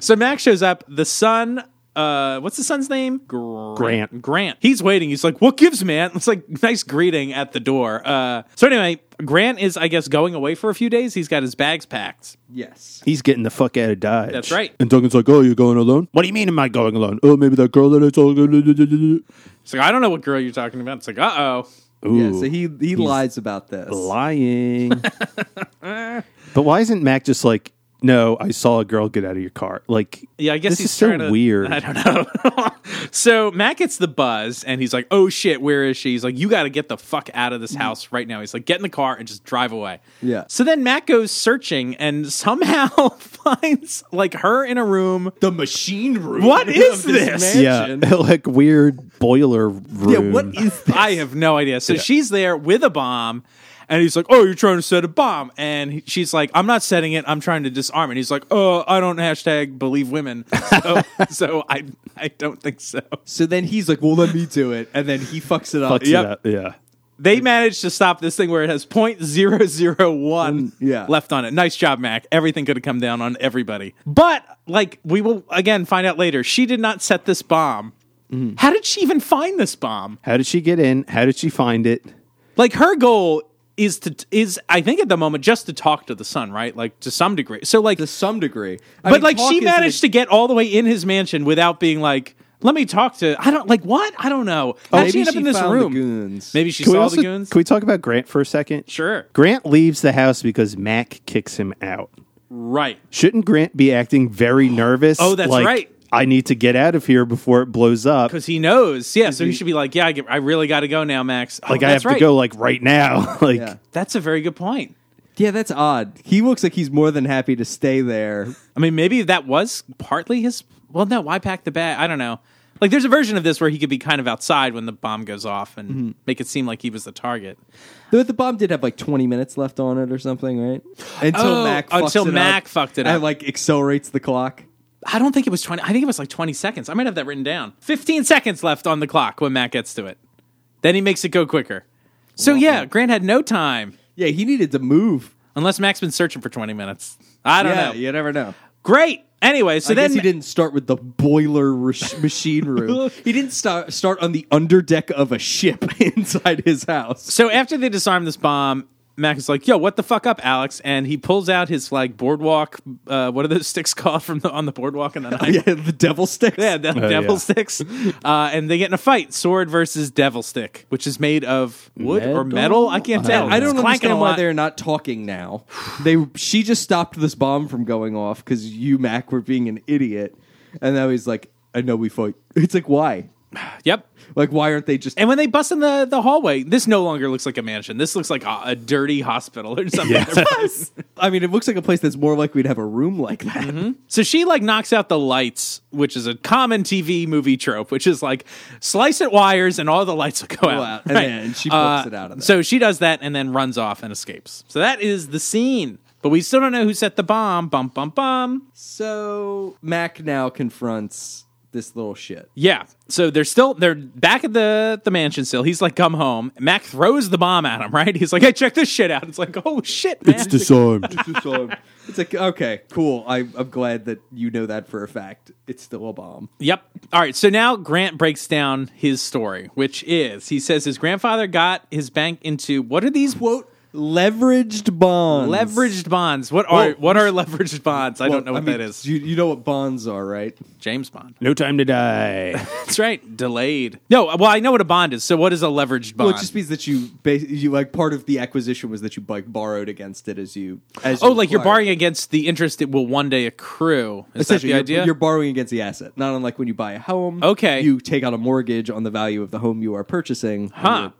C: So Mac shows up. The son, uh, what's the son's name? Grant.
E: Grant.
C: Grant. He's waiting. He's like, "What gives, man?" It's like nice greeting at the door. Uh, so anyway, Grant is, I guess, going away for a few days. He's got his bags packed.
D: Yes.
E: He's getting the fuck out of Dodge.
C: That's right.
E: And Duncan's like, "Oh, you're going alone? What do you mean? Am I going alone? Oh, maybe that girl that I told." Ooh,
C: It's like, I don't know what girl you're talking about. It's like, uh oh.
D: Yeah, so he he lies about
C: (laughs)
D: this.
E: lying. but why isn't Mac just like, no, I saw a girl get out of your car? Like,
C: Yeah, I guess
E: this
C: he's
E: is so
C: trying to-
E: weird.
C: I don't know. so Matt gets the buzz and he's like, oh shit, where is she? He's like, you got to get the fuck out of this house right now. He's like, get in the car and just drive away.
D: Yeah.
C: So then Matt goes searching and somehow (laughs) finds like her in a room.
D: The machine room.
C: What is
D: (laughs) of this?
C: this?
E: yeah,
D: mansion.
E: (laughs) like weird boiler room.
D: Yeah, what is this?
C: I have no idea. So she's there with a bomb. And he's like, "Oh, you're trying to set a bomb," and he- she's like, "I'm not setting it. I'm trying to disarm it." He's like, "Oh, I don't hashtag believe
D: (laughs)
C: women, so, so I I don't think so."
D: So then he's like, "Well, let me do it," and then he fucks it up.
E: Fucks it
C: Yep.
E: up, Yeah.
C: They managed to stop this thing where it has 0.001
D: Mm, yeah.
C: left on it. Nice job, Mac. Everything could have come down on everybody. But, like, we will again find out later, she did not set this bomb.
D: Mm-hmm.
C: How did she even find this bomb?
E: How did she get in? How did she find it?
C: Like, her goal is to, is, I think at the moment, just to talk to the sun, right? Like, to some degree. So, like,
D: (laughs) to some degree. I
C: but,
D: mean,
C: like,
D: talk
C: she
D: is
C: managed
D: a-
C: to get all the way in his mansion without being like, let me talk to, I don't, like, what? I don't know. How'd she
D: Oh, maybe
C: end up
D: she
C: in this
D: found the
C: room?
D: goons.
C: Maybe she
E: Can we,
C: saw
E: also-
C: the goons?
E: can we talk about Grant for a second?
C: Sure.
E: Grant leaves the house because Mac kicks him out.
C: Right.
E: Shouldn't Grant be acting very nervous?
C: Oh, that's
E: like,
C: right.
E: I need to get out of here before it blows up.
C: because he knows. Yeah, so he should be like, "Yeah, I, get, I really got to go now, Max. Oh,
E: Like I
C: that's
E: have
C: right.
E: to go like right now. (laughs) like
D: Yeah.
C: That's a very good point.
D: Yeah, that's odd. He looks like he's more than happy to stay there. (laughs)
C: I mean, maybe that was partly his. Well, no, why pack the bag? I don't know. Like, there's a version of this where he could be kind of outside when the bomb goes off and
D: Mm-hmm.
C: make it seem like he was the target.
D: Though the bomb did have like 20 minutes left on it or something, right? Until
C: Oh,
D: Mac fucks
C: until
D: it up
C: Mac fucked it up.
D: And like accelerates the clock.
C: I don't think it was 20. I think it was like 20 seconds. I might have that written down. 15 seconds left on the clock when Mac gets to it. Then he makes it go quicker. So, yeah, Grant had no time.
D: Yeah, he needed to move.
C: Unless Mac's been searching for 20 minutes. I don't
D: yeah,
C: know.
D: you never know.
C: Great. Anyway, so
D: I
C: then
D: guess he didn't start with the boiler rush
C: (laughs)
D: machine room. he didn't start start on the underdeck of a ship (laughs) inside his house.
C: So after they disarm this bomb, Mac is like, "Yo, what the fuck up, Alex?" And he pulls out his like boardwalk. Uh, what are those (laughs) sticks called from the on the boardwalk in the night?
D: (laughs) yeah, the devil sticks.
C: Yeah, the devil
E: yeah.
C: sticks. Uh, and they get in a fight, sword versus devil stick, which is made of wood or metal.
E: Metal?
C: I can't tell.
D: I don't
C: It's clanking a
D: understand why
C: lot.
D: they're not talking now. They she just stopped this bomb from going off because you Mac were being an idiot, and now he's like, "I know we fought." (laughs) It's like why?
C: Yep.
D: Like why aren't they just?
C: And when they bust in the, the hallway, this no longer looks like a mansion. This looks like a, a dirty hospital or something. (laughs)
D: (laughs) I mean, it looks like a place that's more likely to have a room like that. (laughs)
C: So she like knocks out the lights, which is a common TV movie trope, which is like slice at wires and all the lights will go out.
D: out, and then she books it out of there.
C: Uh, So she does that and then runs off and escapes. So that is the scene. But we still don't know who set the bomb. Bum bum bum.
D: So Mac now confronts this little shit.
C: Yeah. So they're still they're back at the the mansion still. He's like, come home. Mac throws the bomb at him, right? He's like, hey, check this shit out. It's like, oh shit, man.
E: It's disarmed.
D: it's like okay, cool. I, I'm glad that you know that for a fact. It's still a bomb.
C: Yep. All right. So now Grant breaks down his story, which is he says his grandfather got his bank into what are these
D: Quote leveraged bonds.
C: leveraged bonds? What are
D: Well,
C: what are leveraged bonds? I
D: Well,
C: don't know what that is.
D: You, you know what bonds are, right?
C: James Bond.
E: no time
C: (laughs)
E: to die.
C: That's right. Delayed. No. Well, I know what a bond is. So what is a leveraged
D: Well,
C: bond?
D: it just means that you ba- you like part of the acquisition was that you like borrowed against it as you as
C: oh,
D: you
C: like you're
D: acquired.
C: borrowing against the interest it will one day accrue. Is that
D: Essentially,
C: the
D: you're,
C: idea?
D: you're borrowing against the asset, not unlike when you buy a home.
C: Okay.
D: you take out a mortgage on the value of the home you are purchasing. and
C: Huh.
D: you're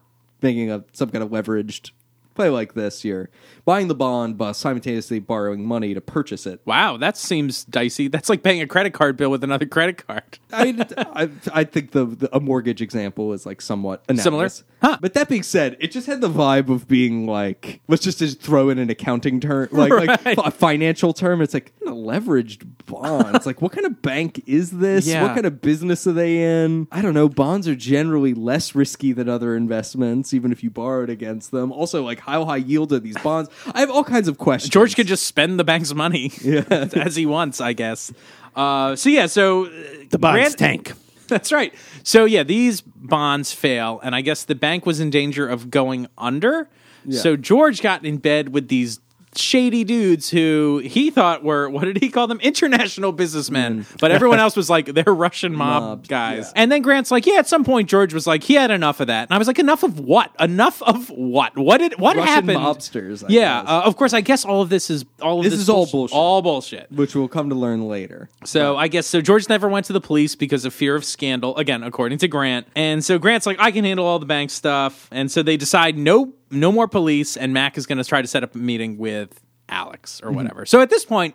D: making a some kind of leveraged play like this. You're buying the bond, but simultaneously borrowing money to purchase it.
C: wow, that seems dicey. That's like paying a credit card bill with another credit card.
D: I mean, it- I, I think the, the a mortgage example is like somewhat analogous.
C: Similar? Huh.
D: But that being said, it just had the vibe of being like, let's just, just throw in an accounting (laughs) term, like, like
C: Right.
D: fi- a financial term. It's like a leveraged bond. It's like, what kind of bank is this?
C: Yeah.
D: What kind of business are they in? I don't know. Bonds are generally less risky than other investments, even if you borrowed against them. Also, like, how high yield are these bonds? I have all kinds of questions.
C: George could just spend the bank's
D: (laughs)
C: money (laughs) as he wants, I guess. Uh, so yeah, so
E: The bonds tank.
C: (laughs) That's right. So yeah, these bonds fail, and I guess the bank was in danger of going under. So George got in bed with these shady dudes who he thought were what did he call them international
D: Mm.
C: businessmen but everyone
D: (laughs)
C: else was like they're russian mob
D: Mobs,
C: guys and then grant's like yeah at some point george was like he had enough of that and i was like enough of what enough of what what did what
D: Russian
C: happened
D: mobsters, I
C: yeah
D: guess.
C: uh, of course i guess all of this is all of
D: This
C: this,
D: is all bullshit.
C: all bullshit
D: which we'll come to learn later.
C: so I guess so. George never went to the police because of fear of scandal. Again, according to Grant. And so Grant's like, I can handle all the bank stuff. And so they decide no, no more police. And Mac is going to try to set up a meeting with Alex
D: Mm-hmm.
C: or whatever. So at this point,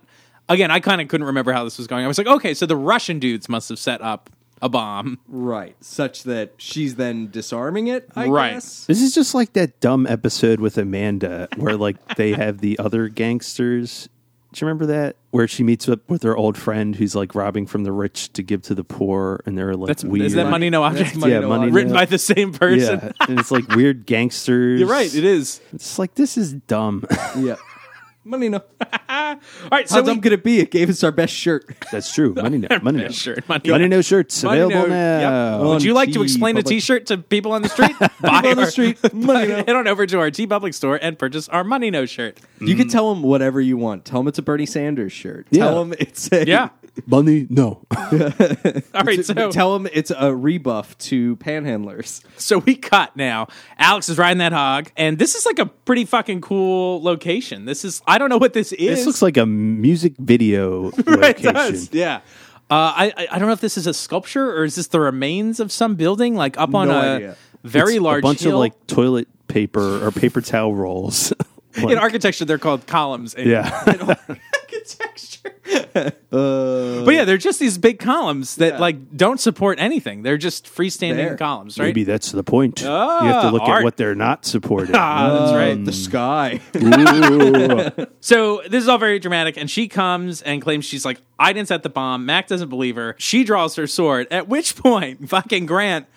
C: again, I kind of couldn't remember how this was going. I was like, okay, so the Russian dudes must have set up a bomb.
D: Right. Such that she's then disarming it, I
C: Right.
D: guess.
E: This is just like that dumb episode with Amanda where like they have the other gangsters. Do you remember that? Where she meets up with her old friend who's like robbing from the rich to give to the poor and they're like
C: That's
E: weird.
C: is that money no object?
D: That's Money
E: Yeah,
D: No
E: Money
D: Object.
C: written
E: No-
C: by the same person.
E: Yeah. and it's like weird gangsters.
C: You're right. It is.
E: It's like this is dumb. (laughs)
D: Yeah. Money no.
C: (laughs) All right.
D: How
C: So
D: dumb
C: we,
D: could it be? It gave us our best shirt.
F: Mm-hmm.
E: That's
C: (laughs)
E: true. Money no money no.
C: shirt, money
E: Money,
C: no.
E: no shirts
C: Money
E: available
C: no- yep.
E: now.
C: Would you like to
D: Gee,
C: explain a
D: public-
C: T-shirt to people on the street? Buy
D: on the
C: our-
D: street. Money no.
C: (laughs) Head on over to our T Public store and purchase our Money No shirt.
D: You can tell him whatever you want. Tell him it's a Bernie Sanders shirt. Tell him it's a
C: Yeah.
E: Money no.
C: All right. So
D: Tell him it's a rebuff to panhandlers.
C: so we cut now. Alex is riding that hog, and this is like a pretty fucking cool location. This is I don't know what this is.
E: this looks like a music
C: (laughs)
E: video
C: Right, it
E: location.
C: does. (laughs) Yeah. Uh, I I- I don't know if this is a sculpture or is this the remains of some building like up on
D: No
C: a
D: idea.
C: very
E: It's
C: large
E: a bunch
C: hill.
E: of like toilet paper or paper towel rolls.
C: (laughs) in architecture they're called columns. in-
E: yeah.
C: architecture. but yeah, they're just these big columns that like don't support anything. They're just freestanding
D: There.
C: columns, right?
E: (laughs)
C: Ah,
E: Maybe that's the point. you have to look
C: art.
E: at what they're not
C: (laughs)
E: supporting.
C: Ah, that's right.
D: The
F: Mm.
D: sky. (laughs)
E: Ooh.
C: So this is all very dramatic, and she comes and claims she's like, (laughs) I didn't set the bomb. Mac doesn't believe her. She draws her sword, at which point, fucking Grant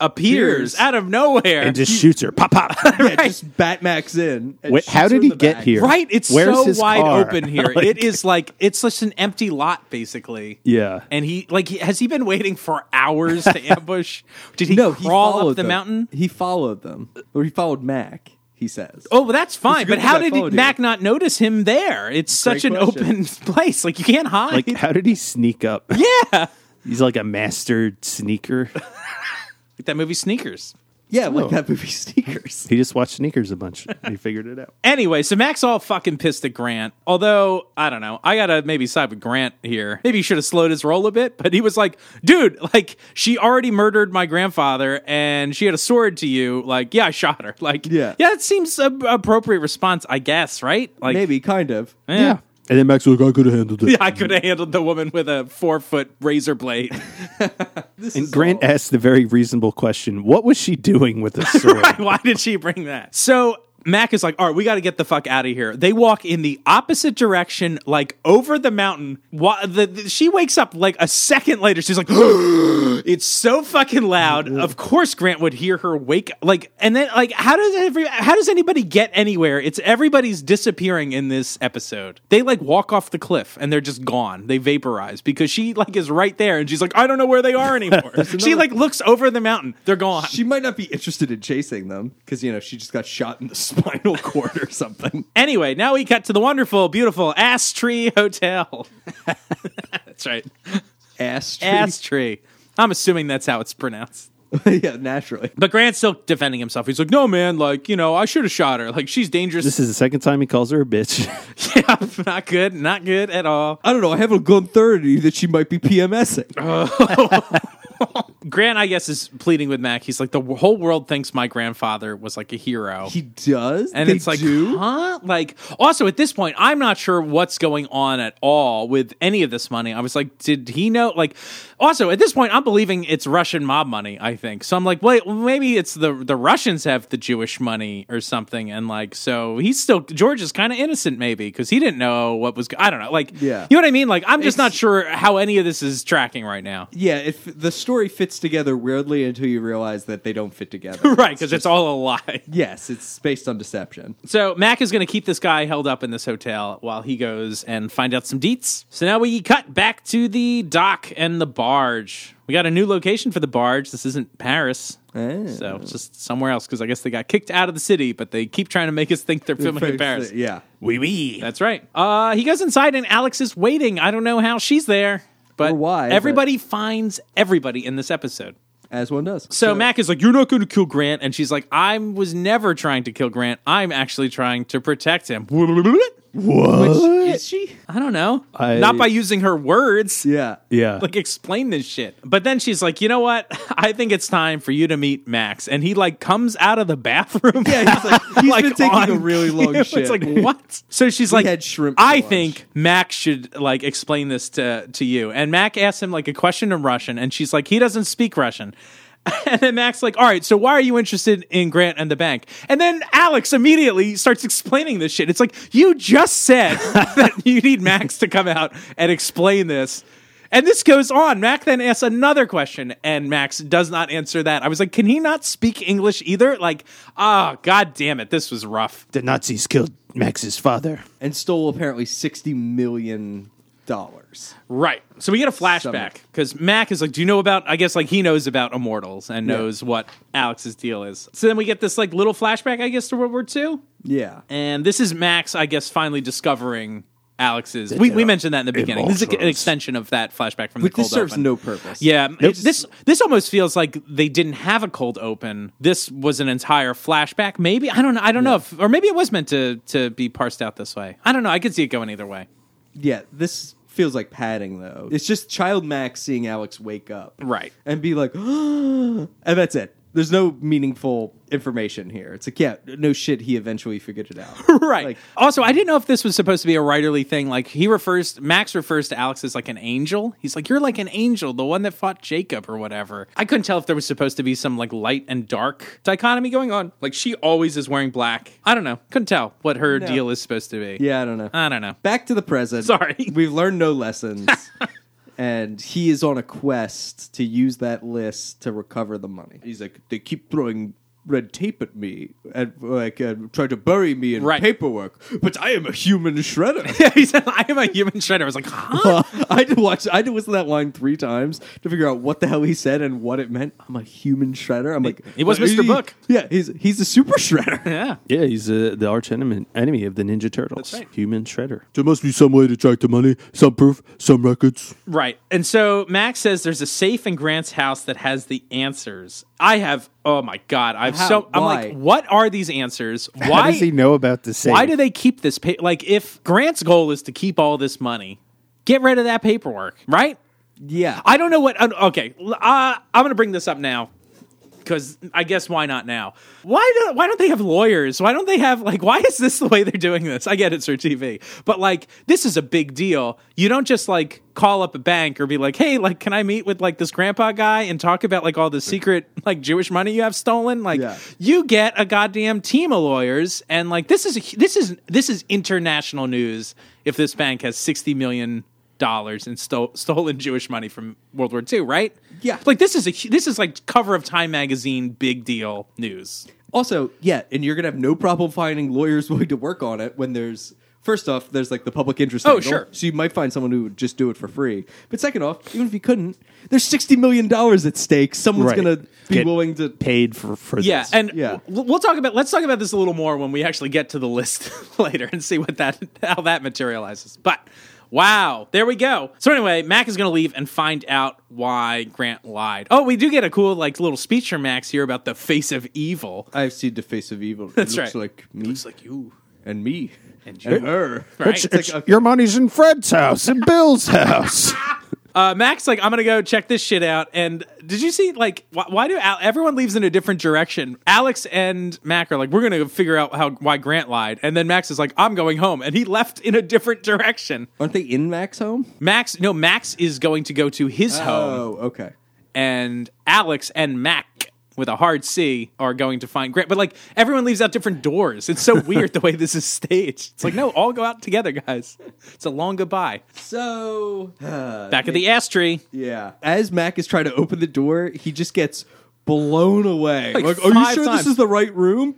C: appears
D: Appears.
C: out of nowhere.
F: and just shoots her. Pop pop.
D: Yeah, just Batmax in. and
F: Wait, how
D: shoots
F: did
D: her in
F: he
D: the
F: get
D: back.
F: here?
C: Right, it's
F: Where's
C: so
F: his
C: wide
F: car?
C: open here.
D: (laughs)
F: Like-
C: it is like it's just an empty lot, basically.
E: Yeah.
C: and he like he- has he been waiting for hours
D: (laughs)
C: to ambush? Did he
D: No, he
C: crawl
D: followed
C: up the
D: them.
C: mountain?
D: He followed them, or he followed Mac. He says.
C: Oh, well, that's fine.
D: good
C: But
D: that
C: how
D: I
C: did
D: followed you.
C: Mac not notice him there? It's such
D: Great
C: an open (laughs)
D: question.
C: place. Like you can't hide.
E: (laughs) Like, how did he sneak up?
C: (laughs) yeah,
E: He's like a master sneaker.
C: like that movie Sneakers.
D: yeah, like that movie (laughs) Sneakers.
E: He just watched sneakers a bunch. He figured it out.
C: Anyway, so Mac's all fucking pissed at Grant. Although, I don't know. I gotta maybe side with Grant here. Maybe he should have slowed his roll a bit, but he was like, dude, like, she already murdered my grandfather and she had a sword to you. Like, yeah, I shot her. Like,
D: Yeah.
C: Yeah, that seems a appropriate response, I guess, right? Like,
D: Maybe, kind of.
C: eh.
E: And then Max was like, I could have handled it.
C: Yeah, (laughs) I could have handled the woman with a four foot razor blade.
E: And Grant asked the very reasonable question What was she doing with a
C: (laughs)
E: sword?
C: Why did she bring that? So Mac is like, all right, we got to get the fuck out of here. They walk in the opposite direction, like over the mountain. Wa- the, the- she wakes up like a second later. She's like, (gasps) it's so fucking loud. Of course, Grant would hear her wake like, and then like, how does every how does anybody get anywhere? It's everybody's disappearing in this episode. They like walk off the cliff and they're just gone. They vaporize because she like is right there and she's like, I don't know where they are anymore. (laughs) she like looks over the mountain. They're gone.
D: She might not be interested in chasing them because you know she just got shot in the (laughs) spinal cord or something.
C: Anyway, now we cut to the wonderful, beautiful Ass Tree (laughs) Hotel. that's right.
D: Ass. tree.
C: (laughs) Ass Tree. I'm assuming that's how it's pronounced.
D: (laughs) yeah, naturally.
C: But Grant's still defending himself. He's like, no, man, like, you know, I should have shot her. Like, she's dangerous. (laughs)
E: This is the second time he calls her a bitch.
C: yeah, not good. Not good at all.
D: I don't know. I have a gun thirty that she might be
C: Uh-huh.
D: PMSing.
C: Grant, I guess, is pleading with Mac. He's like, the whole world thinks my grandfather was like a hero.
D: He does,
C: and
D: They
C: it's like,
D: do?
C: huh? Like, also at this point, I'm not sure what's going on at all with any of this money. I was like, did he know? Like, also at this point, I'm believing it's Russian mob money. I think so. I'm like, wait, well, maybe it's the the Russians have the Jewish money or something, and like, so he's still George is kind of innocent, maybe because he didn't know what was. I don't know, like,
D: Yeah.
C: you know what I mean? Like, I'm just
D: It's-
C: not sure how any of this is tracking right now. (laughs)
D: yeah, it, f- the story fits together weirdly until you realize that they don't fit
C: (laughs)
D: together.
C: Right, because it's all a lie.
D: Yes, it's based on deception.
C: So Mac is going to keep this guy held up in this hotel while he goes and find out some deets. So now we cut back to the dock and the barge. We got a new location for the barge. This isn't Paris.
D: Oh.
C: So it's just somewhere else because I guess they got kicked out of the city, but they keep trying to make us think they're filming in Paris.
D: Yeah.
C: Oui,
E: (laughs)
C: oui. That's right. Uh, he goes inside and Alex is waiting. I don't know how she's there, but
D: Or why, but-
C: everybody finds everybody in this episode.
D: As one does.
C: So Mac is like, "You're not going to kill Grant," and she's like, "I was never trying to kill Grant. I'm actually trying to protect him."
D: Which, is she?
C: I don't know,
E: I-
C: not by using her words. (laughs)
D: Yeah.
E: yeah.
C: Like explain this shit. But then she's like, "You know what? (laughs) I think it's time for you to meet Max." And he like comes out of the bathroom.
D: Yeah, he's like,
C: (laughs)
D: he's
C: like,
D: been taking
C: on (laughs)
D: a really long
C: cue.
D: shit.
C: It's like what? So she's
D: He
C: like,
D: had shrimp for
C: I
D: lunch."
C: think Max should like explain this to to you. And Mac asks him like a question in Russian, and she's like, he doesn't speak Russian. (laughs) And then Max like, all right, so why are you interested in Grant and the bank? And then Alex immediately starts explaining this shit. It's like you just said (laughs) that you need Max to come out and explain this. And this goes on. Mac then asks another question, and Max does not answer that. I was like, can he not speak English either? Like, ah, god damn it, this was rough.
E: the Nazis killed Max's father.
D: and stole apparently sixty million dollars.
C: Right. So we get a flashback
D: Stomach.
C: because Mac is like, "Do you know about?" I guess like he knows about immortals and
D: Yeah.
C: knows what Alex's deal is. So then we get this like little flashback, I guess, to World War II,
D: Yeah.
C: and this is Max, I guess, finally discovering Alex's. We, we mentioned that in the beginning. This is an extension of that flashback from the
D: But
C: cold
D: this serves
C: open.
D: no purpose.
C: Yeah, this this almost feels like they didn't have a cold open. This was an entire flashback. Maybe I don't know. I don't know if, or maybe it was meant to to be parsed out this way. I don't know. I could see it going either way.
D: Yeah. This feels like padding though. It's just child Max seeing Alex wake up.
C: Right.
D: And be like, (gasps) and that's it. There's no meaningful information here. It's like, yeah, no shit, he eventually figured it out. (laughs)
C: right.
D: Like-
C: also, I didn't know if this was supposed to be a writerly thing. Like he refers, Max refers to Alex as like an angel. He's like, "You're like an angel, the one that fought Jacob or whatever." I couldn't tell if there was supposed to be some like light and dark dichotomy going on. Like she always is wearing black. I don't know. Couldn't tell what her deal is supposed to be.
D: Yeah, I don't know.
C: I don't know.
D: (laughs) Back to the present.
C: Sorry.
D: (laughs) We've learned no lessons. and he is on a quest to use that list to recover the money. He's like, they keep throwing red tape at me and like uh, try to bury me in
C: Right.
D: paperwork, but I am a human (laughs) shredder.
C: he said, (laughs) "I am a human shredder." I was like, "Huh?"
D: (laughs) I had to watch. I had to listen to that line three times to figure out what the hell he said and what it meant. I'm a human shredder. I'm like,
C: He was
D: "What
C: Mr.
D: is he?"
C: Book.
D: Yeah, he's he's a super shredder.
C: (laughs) yeah.
E: Yeah, he's uh, the arch enemy, enemy of the Ninja Turtles,
C: That's right.
E: Human Shredder.
F: There must be some way to track the money, some proof, some records.
C: Right. And so Max says there's a safe in Grant's house that has the answers. I have oh my god. I've
D: How?
C: so I'm
D: Why?
C: like, what are these answers? Why
F: How does he know about the safe?
C: why do they keep this pa- like if Grant's goal is to keep all this money, get rid of that paperwork, right?
D: Yeah,
C: I don't know what uh, okay, l- uh, I'm going to bring this up now. Because I guess why not now? Why do why don't they have lawyers? Why don't they have like why is this the way they're doing this? I get it's for TV, but like this is a big deal. You don't just like call up a bank or be like, hey, like can I meet with like this grandpa guy and talk about like all the secret like Jewish money you have stolen? Like
D: Yeah.
C: you get a goddamn team of lawyers, and like this is a, this is this is international news. If this bank has sixty million dollars in sto- stolen Jewish money from World War II, right?
D: Yeah.
C: like this is a hu- this is like cover of Time magazine, big deal news.
D: Also, yeah, and you're gonna have no problem finding lawyers (laughs) willing to work on it when there's first off, there's like the public interest.
C: Oh,
D: angle,
C: sure.
D: So you might find someone who would just do it for free. But second off, even if you couldn't, there's sixty million dollars at stake. Someone's
E: Right.
D: gonna be
E: Get
D: willing to.
E: Paid for for
C: Yeah,
E: this.
C: and
D: Yeah.
C: w- we'll talk about let's talk about this a little more when we actually get to the list (laughs) later and see what that how that materializes. But wow, there we go. So anyway, Mac is going to leave and find out why Grant lied. Oh, we do get a cool like little speech from Max here about the face of evil.
D: I've seen the face of evil.
C: That's
D: it looks
C: right.
D: like me
C: like you.
D: and me and, her.
C: Right?
D: It's like, okay,
F: Your money's in Fred's house and Bill's house.
C: Uh, Max, like, I'm gonna go check this shit out. And did you see, like, wh- why do Al- everyone leaves in a different direction? Alex and Mac are like, we're gonna go figure out how why Grant lied, and then Max is like, I'm going home, and he left in a different direction.
D: aren't they in Max home?
C: Max, no, Max is going to go to his home,
D: Oh, okay.
C: and Alex and Mac with a hard C are going to find Grant. But like, everyone leaves out different doors. It's
D: (laughs)
C: so weird the way this is staged. It's like, no, all go out together, guys. It's a long goodbye.
D: So uh,
C: Back at the ass tree.
D: yeah, as Mac is trying to open the door, he just gets blown away.
C: Like
D: Like, are you
C: five
D: sure
C: times.
D: this is the right room?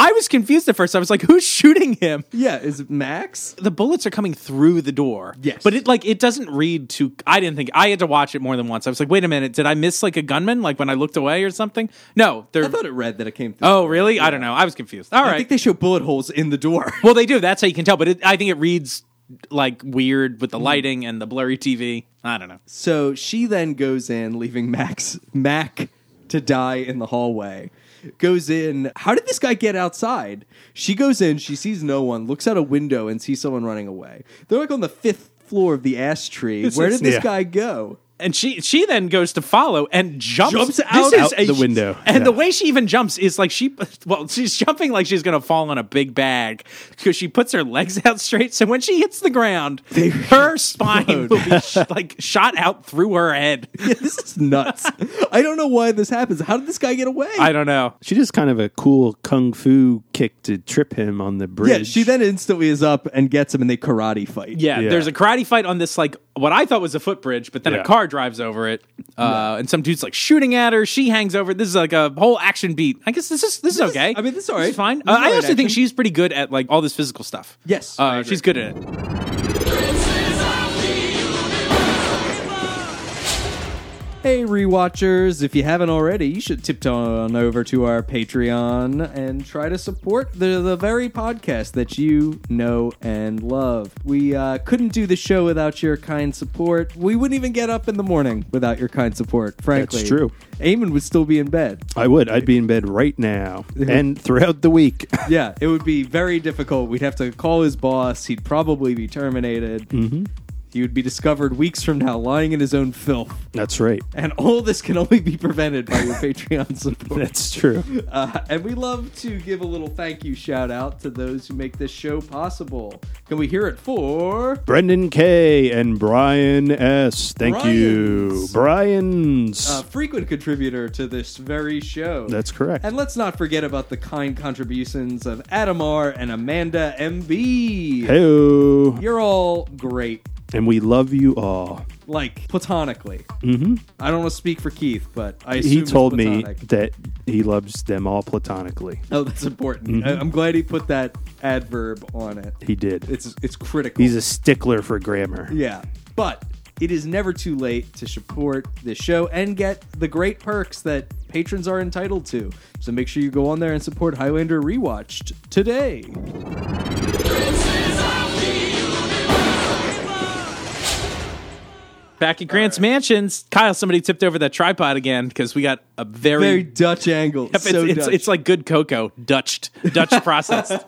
C: I was confused at first. I was like, who's shooting him?
D: Yeah, is it Max?
C: the bullets are coming through the door.
D: Yes.
C: But it like it doesn't read to I didn't think I had to watch it more than once. I was like, wait a minute, did I miss like a gunman like when I looked away or something? No, they're
D: I thought it read that it came through.
C: Oh really? I don't know. I was confused. All right.
D: I think they show bullet holes in the door. (laughs)
C: well they do, that's how you can tell, but it, I think it reads like weird with the lighting and the blurry TV. I don't know.
D: so she then goes in, leaving Max Mac to die in the hallway. Goes in. How did this guy get outside? She goes in. She sees no one. Looks out a window and sees someone running away. They're like on the fifth floor of the ash tree. Where did this
F: yeah.
D: guy go?
C: And she she then goes to follow and jumps,
D: Jumps
C: This
D: out-
C: is
E: out the window.
C: And
E: Yeah.
C: the way she even jumps is like she (laughs) well she's jumping like she's gonna fall on a big bag because she puts her legs out straight. So when she hits the ground, her spine will be sh- like shot out through her head.
D: (laughs) Yeah, this is nuts. I don't know why this happens. How did this guy get away?
C: I don't know.
E: (laughs) She does kind of a cool kung fu kick to trip him on the bridge.
D: yeah, she then instantly is up and gets him, and they karate fight.
C: Yeah,
E: Yeah.
C: there's a karate fight on this like what I thought was a footbridge, but then a
E: Yeah.
C: car drives over it, uh, and some dude's like shooting at her. She hangs over. This is like a whole action beat. I guess this is this, is okay.
D: I mean, this is all
C: alright.
D: right.
C: fine.
D: This
C: Uh,
D: is all
C: I
D: right
C: actually think
D: action.
C: she's pretty good at like all this physical stuff.
D: Yes, I
C: uh,
D: agree.
C: she's good at it.
D: Hey, rewatchers, if you haven't already, you should tiptoe on over to our Patreon and try to support the, the very podcast that you know and love. We uh, couldn't do the show without your kind support. We wouldn't even get up in the morning without your kind support, frankly.
E: true.
D: Eamon would still be in bed.
E: I would. I'd be in bed right now and throughout the week. (laughs)
D: Yeah, it would be very difficult. We'd have to call his boss. He'd probably be terminated. Mm-hmm. He would be discovered weeks from now lying in his own filth.
E: That's right.
D: And all this can only be prevented by
E: (laughs)
D: your Patreon support.
E: That's true.
D: Uh, and we love to give a little thank you shout out to those who make this show possible. Can we hear it for?
E: Brendan K and Brian S. Thank you.
D: Bryans.
E: Brian's.
C: Uh,
D: A frequent contributor to this very show.
E: That's correct.
D: And let's not forget about the kind contributions of Adamar and Amanda MB.
E: Heyo.
D: You're all great.
E: And we love you all.
D: like platonically.
E: Mm-hmm.
D: I don't want to speak for Keith, but I assume
E: He
D: it's
E: told me
D: platonic. (laughs)
E: that he loves them all platonically.
D: Oh, that's important. I- I'm glad he put that adverb on it.
E: Mm-hmm. He did.
D: It's it's critical.
E: He's a stickler for grammar.
D: yeah, but it is never too late to support this show and get the great perks that patrons are entitled to. So make sure you go on there and support Highlander Rewatched today.
C: Back at Grant's mansions, Kyle, somebody tipped over that tripod again because we got a very,
D: Very Dutch angle.
C: (laughs) it's,
D: so
C: it's,
D: Dutch.
C: it's like good cocoa, Dutched, Dutch
D: (laughs)
C: processed,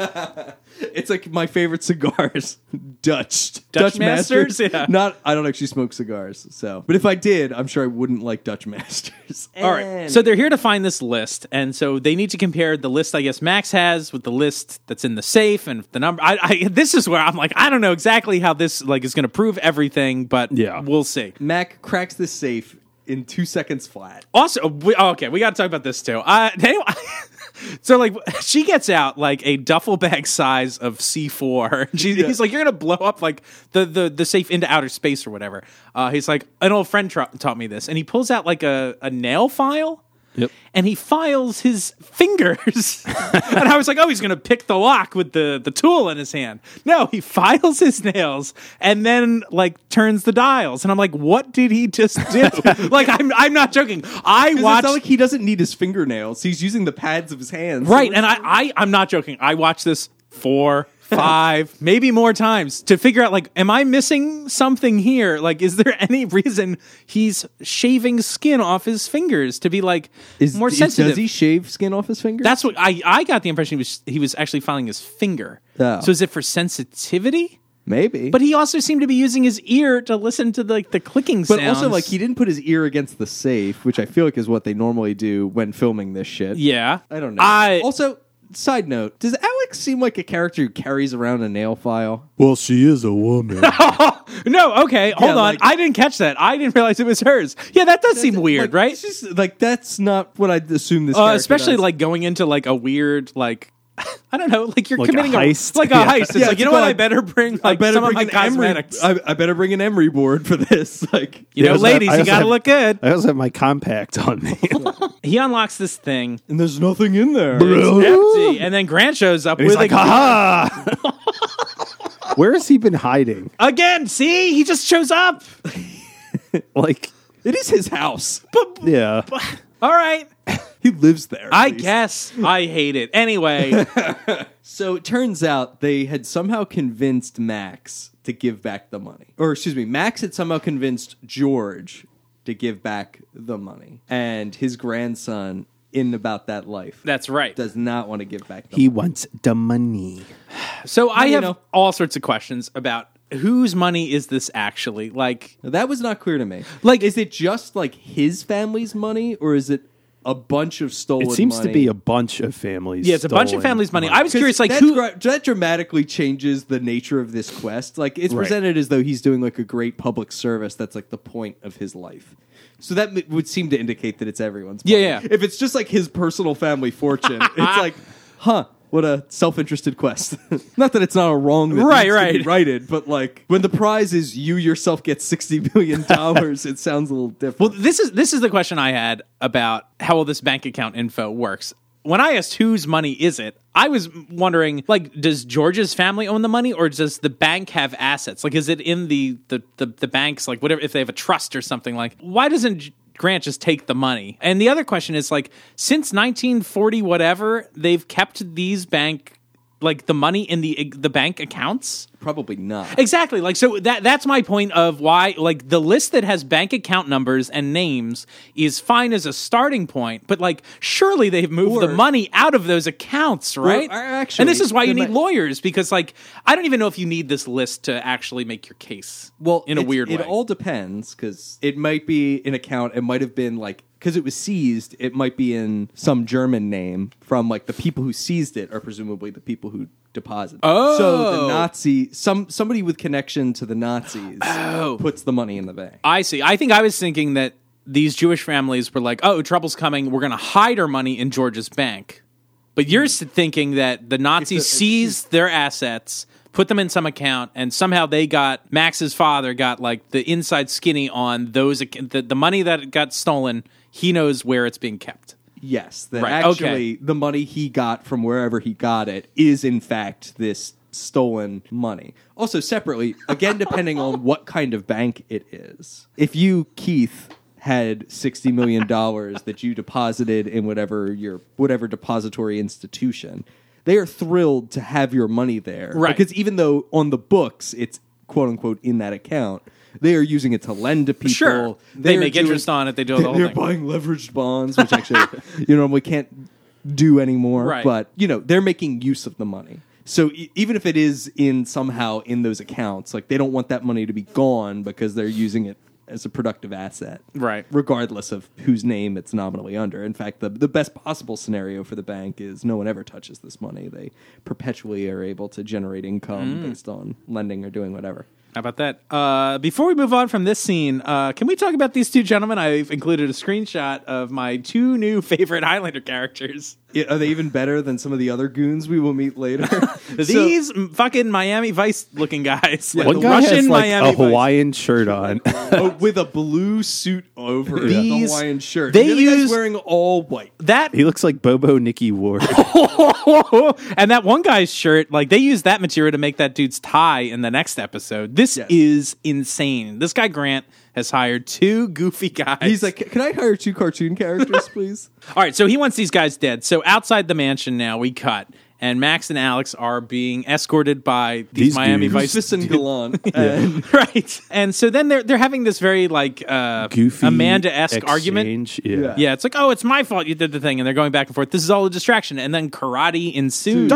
D: It's like my favorite cigars, (laughs) Dutch.
C: Dutch Masters? (laughs) Yeah.
D: Not I don't actually smoke cigars, so but if I did, I'm sure I wouldn't like Dutch (laughs) Masters.
C: All right. So they're here to find this list, and so they need to compare the list I guess Max has with the list that's in the safe and the number. I, I this is where I'm like, I don't know exactly how this like is going to prove everything, but
E: Yeah.
C: we'll see.
D: Mac cracks the safe in two seconds flat.
C: Also, we, oh, okay, we got to talk about this too. Uh, (laughs) they, so like she gets out like a duffel bag size of C four. (laughs) He's like, you're gonna blow up like the the the safe into outer space or whatever. Uh, he's like, an old friend tra- taught me this, and he pulls out like a a nail file.
E: Yep.
C: and he files his fingers. (laughs) and I was like, oh, he's going to pick the lock with the, the tool in his hand. No, he files his nails and then like turns the dials. And I'm like, what did he just
D: (laughs)
C: do? like, I'm, I'm not joking. I
D: Because it's
C: watched.
D: not like he doesn't need his fingernails. He's using the pads of his hands.
C: right. And I, I, I'm not joking. I watched this
D: (laughs)
C: four, five, maybe more times to figure out like, am I missing something here? Like, is there (laughs) any reason he's shaving skin off his fingers to be like more sensitive?
D: Does he shave skin off his fingers?
C: That's what I, I got the impression he was he was actually filing his finger.
D: Oh.
C: So is it for sensitivity?
D: maybe.
C: But he also seemed to be using his ear to listen to like the clicking
D: but
C: sounds.
D: also like he didn't put his ear against the safe, which I feel like is what they normally do when filming this shit.
C: yeah.
D: I don't know.
C: I
D: also, side note, does Alex seem like a character who carries around a nail file?
E: Well, she is a (laughs) woman.
C: no. Okay, hold on.
D: like-
C: I didn't catch that. I didn't (laughs) realize it was hers. Yeah, that does seem weird,
D: Like,
C: right?
D: it's just, like that's not what I'd assume this.
C: uh,
D: character
C: especially
D: does.
C: like going into like a weird like. (laughs) I don't know, like you're
E: Like a
C: committing
E: heist?
C: like a
E: Yeah.
C: heist. It's
D: Yeah,
C: like
D: it's
C: you know what?
D: like,
C: I better bring like
D: I better
C: some
D: bring
C: of
D: an
C: my cosmetics.
D: Emery. I, I better bring an Emery board for this. (laughs) Like
C: you know,
E: also have-
C: ladies,
E: I
C: you
E: also
C: gotta
E: have-
C: look good.
E: I also have my compact on
C: (laughs)
E: me.
C: He unlocks this thing,
D: and there's nothing in there.
E: Oh.
C: empty, and then Grant shows up
E: He's
C: with
E: like,
C: a (laughs)
E: haha. Where has he been hiding?
C: Again, see, he just shows up.
E: Like,
D: It is his house.
C: (laughs)
E: yeah.
C: All right,
D: He lives there. at
C: I
D: least.
C: guess I hate it. Anyway,
D: So it turns out they had somehow convinced Max to give back the money. Or excuse me, Max had somehow convinced George to give back the money. And his grandson in about that life
C: that's right.
D: does not want to give back the
E: He wants the money.
C: So I
D: you
C: have
D: know.
C: all sorts of questions about whose money is this actually? Like,
D: money. That was not clear to me.
C: Like-
D: is it just like his family's money or is it a bunch of stolen
E: It seems to
D: money?
E: be a bunch of families.
C: yeah, it's a bunch of
E: stolen
C: families' money. I was curious, like,
D: that,
C: who?
D: gra- that dramatically changes the nature of this quest. Like it's
E: Right.
D: presented as though he's doing like a great public service. That's like the point of his life. So that m- would seem to indicate that it's everyone's.
C: Yeah,
D: money.
C: yeah.
D: If it's just like his personal
C: (laughs)
D: family fortune, it's like, huh. What a self-interested quest! (laughs) not that it's not a wrong that
C: Right,
D: needs to be
C: right.
D: righted, but like when the prize is you yourself get sixty million
C: (laughs)
D: dollars, it sounds a little different.
C: Well, this is this is the question I had about how all this bank account info works. When I asked whose money is it, I was wondering like, does George's family own the money, or does the bank have assets? Like, is it in the the the, the bank's like whatever if they have a trust or something? Like, why doesn't G- Grant just take the money? And the other question is like, since 1940 whatever, they've kept these bank like the money in the the bank accounts.
D: probably not.
C: Exactly. Like so that that's my point of why like the list that has bank account numbers and names is fine as a starting point, but like surely they've moved
D: Or-
C: the money out of those accounts, right?
D: or actually,
C: and this is why you
D: they
C: need
D: might-
C: lawyers because like I don't even know if you need this list to actually make your case.
D: Well,
C: in a
D: it's-
C: weird
D: it
C: way.
D: all depends because it might be an account. It might have been like because it was seized. It might be in some German name from like the people who seized it are presumably the people who deposited. it. so
C: Oh.
D: the Nazi, some somebody with connection to the Nazis puts the money in the bank.
C: I see. I think I was thinking that these Jewish families were like, "Oh, trouble's coming. We're going to hide our money in George's bank." But you're s- thinking that the Nazis seized their assets, put them in some account, and somehow they got Max's father got like the inside skinny on those acc- the, the money that got stolen. He knows where it's being kept.
D: Yes, that
C: Right,
D: actually
C: okay.
D: the money he got from wherever he got it is in fact this stolen money. Also separately, again
C: (laughs)
D: depending on what kind of bank it is. If you Keith had 60
C: (laughs)
D: million dollars that you deposited in whatever your whatever depository institution, they are thrilled to have your money there.
C: Right.
D: Because even though on the books it's quote unquote in that account, they are using it to lend to people.
C: Sure. They
D: They're
C: make
D: doing-
C: interest on it. They do the whole
D: (laughs) they're
C: thing.
D: buying leveraged bonds,
C: (laughs)
D: which actually you normally can't do anymore.
C: Right.
D: But you know they're making use of the money. So e- even if it is in somehow in those accounts, like they don't want that money to be gone because they're using it as a productive asset,
C: Right.
D: Regardless of whose name it's nominally under. In fact, the the best possible scenario for the bank is no one ever touches this money. They perpetually are able to generate
C: Mm.
D: income based on lending or doing whatever.
C: How about that? Uh, before we move on from this scene, uh, can we talk about these two gentlemen? I've included a screenshot of my two new (laughs) favorite Highlander characters.
D: Yeah, are they even better than some of the other goons we will meet later? (laughs) So-
C: (laughs) These m- fucking Miami Vice looking guys. Like
E: One
C: the
E: guy
C: Russian
E: has like
C: Miami
E: a Hawaiian shirt on. (laughs)
D: (laughs) Oh, with a blue suit over it, the
C: These-
D: Hawaiian shirt.
C: they
D: The other guy's
C: use-
D: wearing all white.
C: Vice. That
E: he looks like Bobo Nikki
C: (laughs)
E: Ward. (laughs)
C: and that one guy's shirt, like they used that material to make that dude's tie in the next episode. This
D: Yes.
C: is insane. This guy Grant has hired two goofy guys.
D: He's like, can I hire two cartoon (laughs) characters, please?
C: All right, so he wants these guys dead. So outside the mansion now, we cut, and Max and Alex are being escorted by these,
E: These
C: Miami
E: dudes. (laughs)
C: Vice. (laughs)
D: Fist and Galan. And
C: right. And so then they're they're having this very like uh
E: Goofy
C: Amanda esque argument.
E: exchange. Yeah.
D: Yeah.
C: Yeah, it's like, oh, it's my fault you did the thing, and they're going back and forth. This is all a distraction, and then karate ensues.
D: They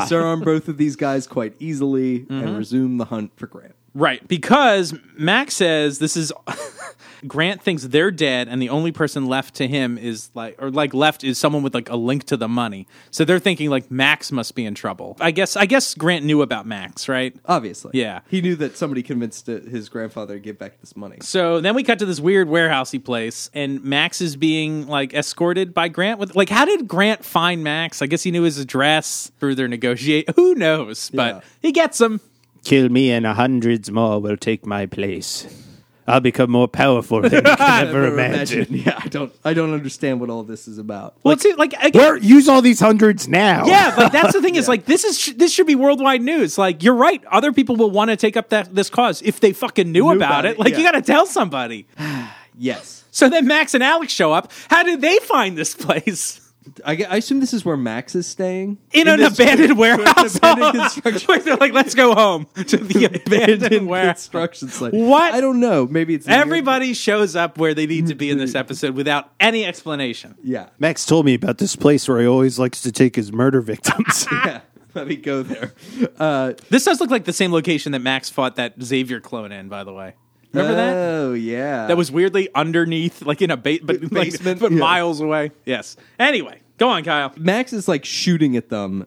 D: disarm both of these guys quite easily and resume the hunt for Grant.
C: Right, because Max says this is (laughs) Grant thinks they're dead, and the only person left to him is like, or like left is someone with like a link to the money. So they're thinking like Max must be in trouble. I guess, I guess Grant knew about Max, right?
D: Obviously.
C: Yeah.
D: He knew that somebody convinced uh, his grandfather to give back this money.
C: So then we cut to this weird warehousey place, and Max is being like escorted by Grant. With like, how did Grant find Max? I guess he knew his address through their negotiate. Who knows? But
D: Yeah.
C: he gets him.
E: Kill me and a hundreds more will take my place. I'll become more powerful
C: (laughs)
E: than you can ever imagine.
D: (laughs) Yeah, I don't I don't understand what all this is about.
C: Well, it's like I guess,
E: Where use all these hundreds now?
C: Yeah, but that's the thing is like this is sh- this should be worldwide news. Like you're right, other people will want to take up that this cause if they fucking knew, about,
D: about
C: it.
D: it,
C: Like you
D: yeah.
C: got to tell somebody.
D: Yes.
C: So then Max and Alex show up. How did they find this place?
D: I, gu- I assume this is where Max is staying.
C: In, an
D: this- (laughs)
C: abandoned warehouse.
D: abandoned construction-
C: (laughs) Where they're like, let's go home to
D: (laughs)
C: the abandoned warehouse.
D: construction site.
C: What?
D: I don't know. Maybe it's near-
C: Everybody shows up where they need to be in this episode without any explanation.
D: Yeah.
E: Max told me about this place where he always likes to take his murder victims. (laughs)
C: (laughs)
D: yeah, let me go there. Uh,
C: This does look like the same location that Max fought that Xavier clone in, by the way. Remember that?
D: Oh yeah,
C: that was weirdly underneath, like in a ba- but like,
D: basement,
C: but
D: yeah.
C: miles away. Yes. Anyway, go on, Kyle.
D: Max is like shooting at them,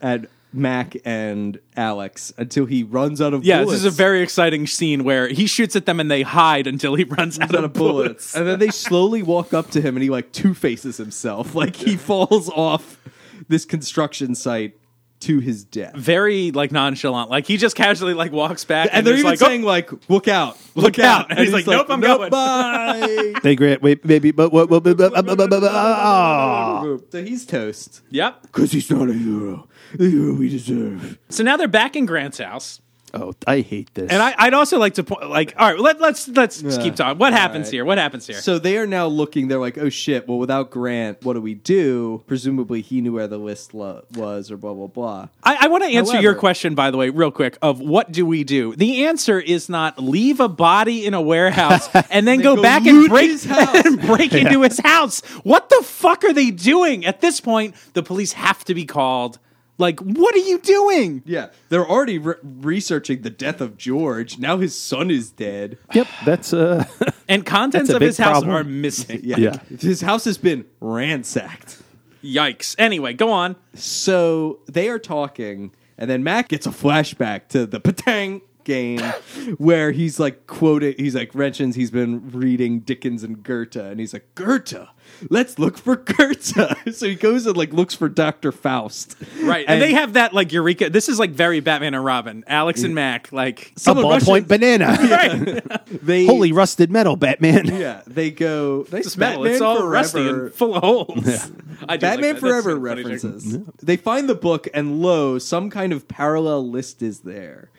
D: at Mac and Alex until he runs out of
C: Yeah,
D: bullets.
C: this is a very exciting scene where he shoots at them and they hide until he runs out,
D: Runs out
C: of
D: of
C: bullets.
D: and then they slowly walk up to him and he like two faces himself, (laughs) like he falls off this construction site to his death.
C: Very like nonchalant, like he just casually like walks back,
D: And they're
C: is
D: even
C: like, "Oh,
D: saying like, "Look out, look,
C: out." And he's like, "Nope, I'm going." (laughs)
D: bye."
E: they grant wait maybe but what what but, but, but, but, but, ah.
D: So he's toast.
C: oh, "Yep."
D: Because he's not a hero. The hero we deserve.
C: So now they're back in Grant's house,
E: Oh, I hate this.
C: and I, I'd also like to point, like, all right, let, let's let's just
D: Yeah.
C: keep talking. What happens
D: right.
C: here? What happens here?
D: So they are now looking, they're like, oh shit, well, without Grant, what do we do? Presumably he knew where the list lo- was or blah, blah, blah.
C: I, I want to answer your
D: However-
C: question, by the way, real quick. Of what do we do? The answer is not leave a body in a
E: (laughs)
C: warehouse and then go,
D: go
C: back
D: loot
C: and break
D: his house.
C: (laughs) and break into his house. What the fuck are they doing at this point? The police have to be called. Like, what are you doing?
D: Yeah, they're already re- researching the death of George. Now his son is dead.
E: yep,
C: (laughs)
E: that's uh
C: And contents
E: That's
C: of
E: a
C: his
E: big
C: house
E: problem.
C: are missing.
E: (laughs) Yeah.
D: His house has been ransacked.
C: Yikes. Anyway, go on.
D: So they are talking, and then Mac gets a flashback to the patang
C: (laughs)
D: game where he's like quoted he's like Renchins he's been reading Dickens and Goethe and he's like Goethe let's look for Goethe (laughs) so he goes and like looks for Dr. Faust
C: Right. And, they have that like Eureka. This is like very Batman and Robin. Alex and Mac, like
E: A
C: someone
E: ballpoint
C: rushes- (laughs)
E: banana.
C: Right.
D: they
E: Holy rusted metal, Batman.
D: yeah they go they
C: It's metal. It's all rusty and full of holes. (laughs) I do
D: Batman
C: like that. That's
D: Forever
C: a funny joke.
D: references. They find the book, and lo, some kind of parallel list is there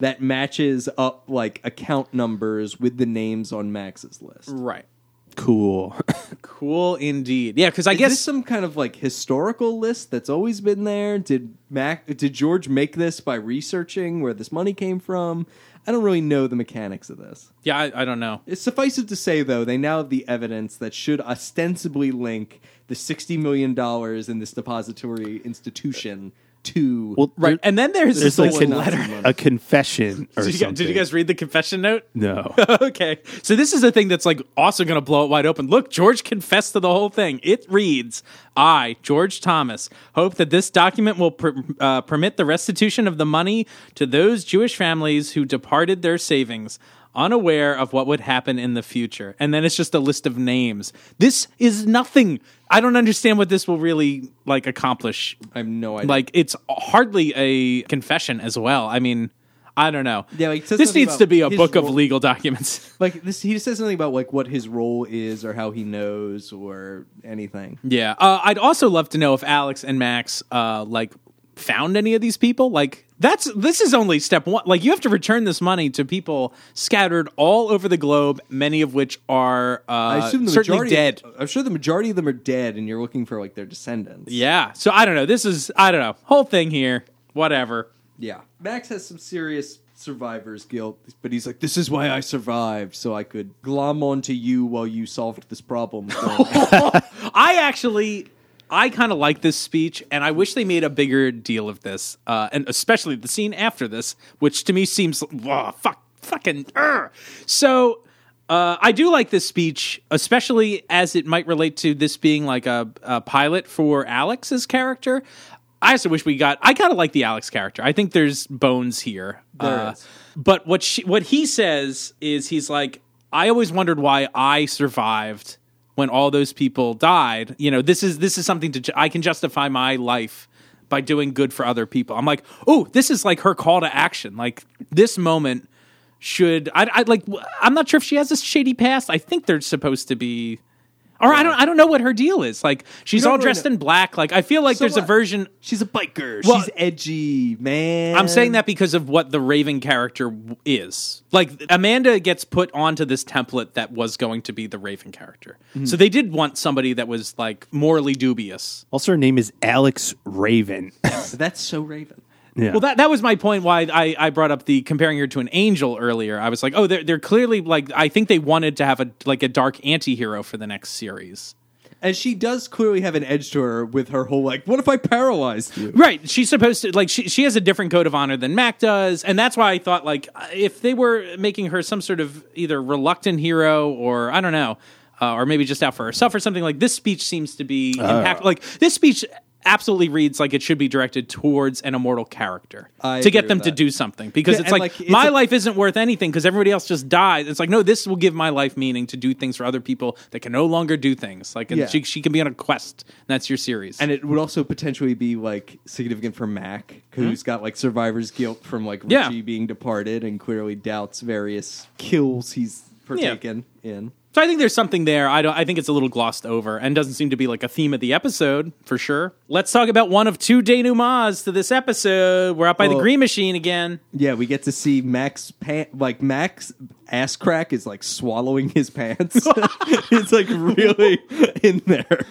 D: that matches up like account numbers with the names on Max's list.
C: Right.
E: (laughs) Cool.
C: Cool indeed. Yeah, because I
D: Is
C: guess
D: this some kind of like historical list that's always been there? Did Mac? Did George make this by researching where this money came from? I don't really know the mechanics of this.
C: yeah, I, I don't know.
D: It's suffice it to say, though, they now have the evidence that should ostensibly link the $60 million in this depository institution to.
E: Well,
C: Right.
E: there-
C: And then there's,
E: there's
C: the
E: like
C: one
E: a,
C: letter.
E: a confession
C: (laughs)
E: or
C: Did you, guys,
E: something.
C: did you guys read the confession note? (laughs)
E: No.
C: okay. So this is the thing that's like also going to blow it wide open. Look, George confessed to the whole thing. It reads, "I, George Thomas, hope that this document will per- uh, permit the restitution of the money to those Jewish families who departed their savings." Unaware of what would happen in the future. And then it's just a list of names. This is nothing. I don't understand what this will really like accomplish.
D: I have no idea.
C: Like it's hardly a confession as well. I mean, I don't know.
D: Yeah, like, it says
C: this
D: something
C: needs to
D: about
C: be a
D: his
C: book of
D: role-
C: legal
D: (laughs)
C: documents.
D: like this, he says something about like what his role is or how he knows or anything.
C: yeah, uh, I'd also love to know if Alex and Max uh, like found any of these people. Like that's this is only step one. Like you have to return this money to people scattered all over the globe, many of which are uh,
D: I assume the
C: certainly
D: majority,
C: dead.
D: I'm sure the majority of them are dead, and you're looking for like their descendants.
C: yeah, so I don't know. This is I don't know whole thing here. Whatever.
D: Yeah. Max has some serious survivor's guilt, but he's like, this is why I survived, so I could glom onto you while you solved
C: (laughs)
D: this problem. for me."
C: I actually, I kind of like this speech, and I wish they made a bigger deal of this, uh, and especially the scene after this, which to me seems wow, fuck, fucking. Urgh. So. Uh, I do like this speech, especially as it might relate to this being like a, a pilot for Alex's character. I also wish we got. I kind of like the Alex character. I think there's bones here.
D: There
C: Uh,
D: is.
C: But what she, what he says is he's like, I always wondered why I survived when all those people died. You know, this is this is something to ju- I can justify my life by doing good for other people. I'm like, oh, this is like her call to action. Like this moment should I, I like w- I'm not sure if she has a shady past. I think they're supposed to be. Or I don't I don't know what her deal is. Like she's
D: don't
C: all
D: really
C: dressed
D: know.
C: in black. Like I feel like
D: So
C: there's a
D: what?
C: version
D: She's a biker.
C: Well-
D: She's edgy, man.
C: I'm saying that because of what the Raven character w- is. Like Amanda gets put onto this template that was going to be the Raven character. So they did want somebody that was like morally dubious.
E: Also, her name is Alex Raven. (laughs)
D: That's so Raven.
E: yeah.
C: Well, that that was my point. Why I, I brought up the comparing her to an angel earlier. I was like, oh, they're they're clearly like I think they wanted to have a like a dark anti-hero for the next series.
D: And she does clearly have an edge to her with her whole like, what if I paralyzed you?
C: Right. She's supposed to like she she has a different code of honor than Mac does, and that's why I thought like if they were making her some sort of either reluctant hero or I don't know, uh, or maybe just out for herself or something like this speech seems to be
D: Oh.
C: impact- like this speech absolutely reads like it should be directed towards an immortal character
D: I
C: to get
D: agree
C: them
D: with
C: to
D: that.
C: do something because
D: Yeah,
C: it's
D: and,
C: like,
D: like, it's
C: my
D: a-
C: life isn't worth anything because everybody else just dies it's like no this will give my life meaning to do things for other people that can no longer do things like and
D: Yeah.
C: she, she can be on a quest and that's your series
D: And it would also potentially be like significant for Mac, who's got like survivor's guilt from like Richie
C: Hmm? Yeah.
D: being departed and clearly doubts various kills he's partaken in.
C: So I think there's something there. I don't. I think it's a little glossed over and doesn't seem to be like a theme of the episode for sure. Let's talk about one of two denouements to this episode. We're out by the
D: Well-
C: green machine again.
D: Yeah, we get to see Max pant like Max ass crack is like swallowing
C: (laughs)
D: his pants. (laughs) it's like really in there.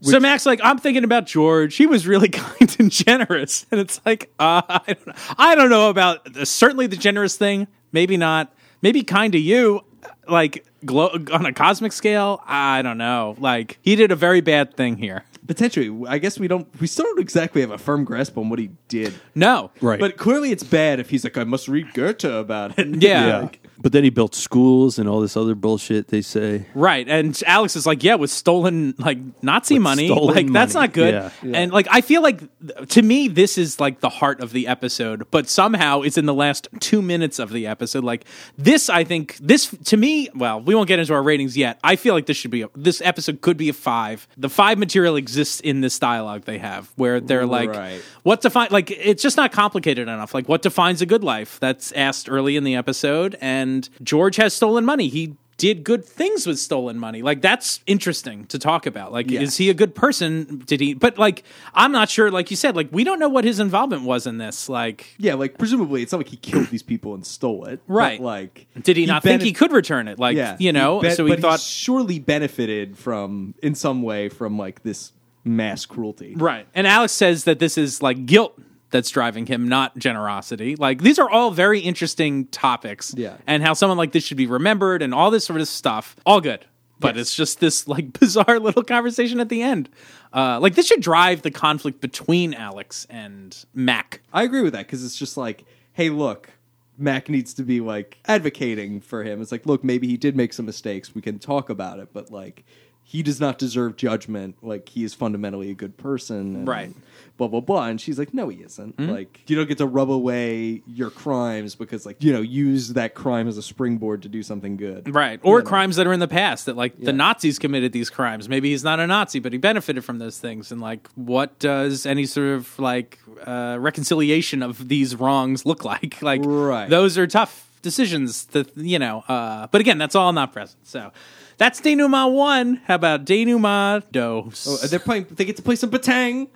C: so Max, like, I'm thinking about George. He was really (laughs) kind and generous, and it's like, uh, I don't know. I don't know about certainly the generous thing. Maybe not. Maybe kind to you, like glo- on a cosmic scale. I don't know. Like he did a very bad thing here.
D: Potentially, I guess we don't. We still don't exactly have a firm grasp on what he did.
C: No,
E: Right.
D: But clearly, it's bad if he's like, I must read Goethe about it.
C: Yeah.
E: Yeah. But then he built schools and all this other bullshit.
C: (laughs)
E: They say
C: Right. And Alex is like, yeah, with stolen like Nazi
E: With
C: money.
E: stolen
C: Like that's
E: money.
C: not good.
E: Yeah. Yeah.
C: And like I feel like th- to me this is like the heart of the episode, but somehow it's in the last 2 minutes of the episode. Like this I think this to me, well, we won't get into our ratings yet. I feel like this should be a, this episode could be a 5. The 5 material exists in this dialogue they have where they're like
D: Right.
C: what defines like it's just not complicated enough like what defines a good life that's asked early in the episode and george has stolen money he did good things with stolen money like that's interesting to talk about like is he a good person did he but like i'm not sure like you said like we don't know what his involvement was in this like
D: Yeah, like presumably it's not like he killed these people and stole it. but,
C: Right.
D: like
C: did he, not think
D: benef-
C: he could return it like
D: Yeah,
C: you know
D: he ben-
C: so he
D: but
C: thought
D: surely benefited from in some way from like this mass cruelty.
C: Right. And Alex says that this is like guilt that's driving him, not generosity. Like these are all very interesting topics.
D: Yeah.
C: And how someone like this should be remembered and all this sort of stuff. All good. But it's just this like (laughs) bizarre little conversation at the end. Uh, like this should drive the conflict between Alex and Mac.
D: I agree with that because it's just like, hey, look, Mac needs to be like advocating for him. It's like, look, maybe he did make some mistakes. We can talk about it, but like, he does not deserve judgment. Like, he is fundamentally a good person, and
C: Right.
D: Blah blah blah. And she's like, no, he isn't. Like, you don't get to rub away your crimes because, like, you know, use that crime as a springboard to do something good,
C: Right. Or crimes that are in the past that like the Nazis committed these crimes. Maybe he's not a Nazi, but he benefited from those things. And like, what does any sort of like uh, reconciliation of these wrongs look (laughs) like? Like,
D: Right.
C: those are tough decisions that, you know, uh, but again, that's all not present. So that's denouement one. How about denouement dos?
D: Oh, they're playing. They get to play some batang,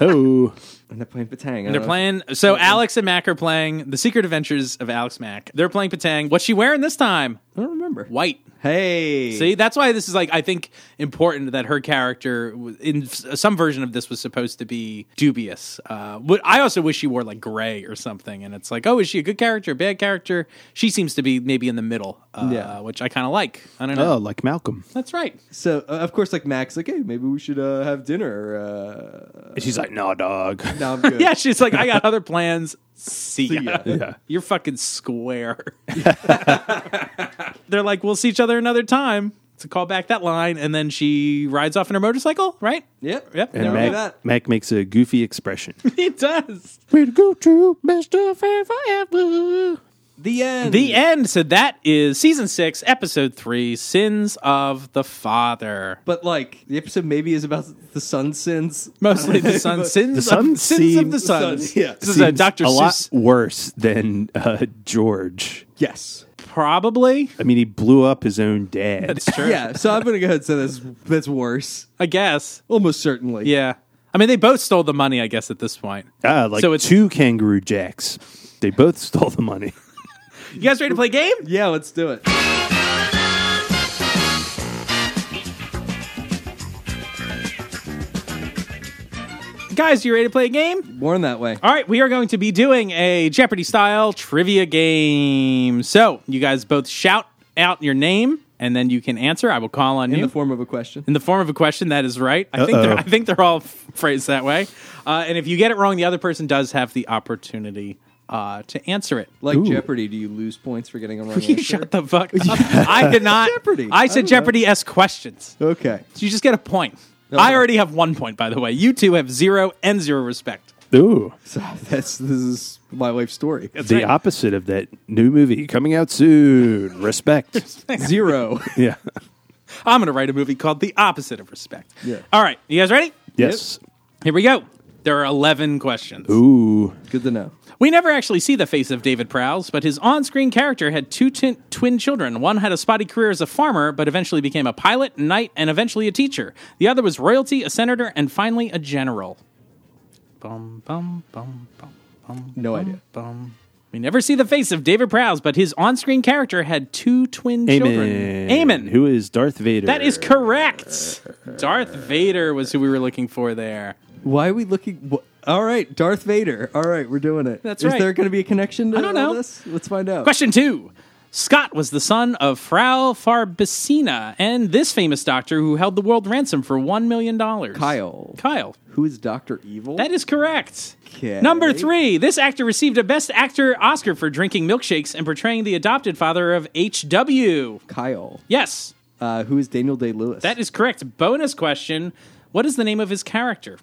E: oh
D: and they're playing batang. I
C: They're
D: don't-
C: playing. So
D: Mm-hmm.
C: Alex and Mac are playing The Secret Adventures of Alex Mac. They're playing Patang. What's she wearing this time?
D: I don't remember.
C: White.
D: Hey,
C: See, that's why this is like I think important that her character w- in s- uh, some version of this was supposed to be dubious. Uh, what I also wish she wore like gray or something, and it's like, oh, is she a good character, bad character? She seems to be maybe in the middle, uh,
D: Yeah.
C: which I kind of like. I don't know.
E: oh like Malcolm.
C: That's right.
D: So uh, of course, like Max, like, hey, maybe we should uh, have dinner. Uh,
E: And she's like
C: (laughs)
E: nah dog. (laughs)
D: no, I'm good.
C: Yeah, she's like, I got other plans. See ya.
D: ya.
E: Yeah.
C: You're fucking (laughs) square. They're like, we'll see each other another time. To call back that line, and then she rides off in her motorcycle, right?
D: Yep.
C: Yep.
E: And
D: Never
C: Mac-
D: mind
E: Mac,
D: that.
E: Mac makes a
C: (laughs)
E: goofy expression. (laughs)
C: It does.
E: Way to go, true, best of forever.
D: The end.
C: The end. So that is season six, episode three, Sins of the Father.
D: But like the episode maybe is about the sun sins.
C: Mostly the sun sins,
E: The sun
C: of, sins of the
E: seems-
C: sun.
D: The sun, yeah.
C: This is a
E: Seems
C: Dr.
E: a lot
C: Seuss,
E: worse than uh, George.
D: Yes.
C: probably.
E: I mean, he blew up his own dad.
C: That's true.
D: Yeah. So I'm gonna go ahead and say that's that's worse.
C: I guess.
D: Almost certainly.
C: Yeah. I mean, they both stole the money, I guess, at this point.
E: Ah, like
C: So it's-
E: two kangaroo jacks.
C: (laughs)
E: They both stole the money.
C: You guys ready to play game?
D: Yeah. Let's do it.
C: Guys, you ready to play a game?
D: Born that way.
C: All right, we are going to be doing a Jeopardy style trivia game. So you guys both shout out your name, and then you can answer. I will call on
D: In
C: you.
D: the form of a question.
C: in the form of a question. That is right. I think
E: Uh-oh.
C: they're, I think they're all phrased that way. Uh, and if you get it wrong, the other person does have the opportunity uh, to answer it.
D: Like Jeopardy, do you lose points for getting a wrong
C: You (laughs)
D: answer?
C: shut the fuck up.
D: (laughs)
C: I did not.
D: Jeopardy.
C: I
D: I
C: said
D: don't
C: Jeopardy s questions.
D: Okay.
C: You just get a point. I already have one point, by the way. You two have zero and zero respect.
E: Ooh,
D: So (laughs) that's this is my life's story.
C: That's
E: the
C: right.
E: opposite of that new movie coming out soon. Respect.
C: (laughs)
D: Zero. (laughs)
E: yeah.
C: I'm going to write a movie called The Opposite of Respect.
D: Yeah.
C: All right. You guys ready?
E: Yes.
C: Here we go. There are 11 questions.
E: Ooh.
D: Good to know.
C: We never actually see the face of David Prowse, but his on screen character had two tin twin children. One had a spotty career as a farmer, but eventually became a pilot, knight, and eventually a teacher. The other was royalty, a senator, and finally a general. Bum, bum, bum, bum, bum,
D: No idea.
C: bum. We never see the face of David Prowse, but his on screen character had two twin children.
E: Amen.
C: Amen.
E: Who is Darth Vader?
C: That is correct. Darth Vader was who we were looking for there.
D: Why are we looking? wh- All right, Darth Vader. All right, we're doing it.
C: That's
D: Is
C: right.
D: there going to be a connection to
C: I don't
D: all
C: know.
D: this? Let's find out.
C: Question two. Scott was the son of Frau Farbissina and this famous doctor who held the world ransom for $1 million.
D: Kyle.
C: Kyle.
D: Who is Doctor Evil?
C: That is correct.
D: Okay.
C: Number three, this actor received a Best Actor Oscar for drinking milkshakes and portraying the adopted father of H.W.
D: Kyle.
C: Yes,
D: Uh, who is Daniel Day Lewis?
C: that is correct. Bonus question What is the name of his character?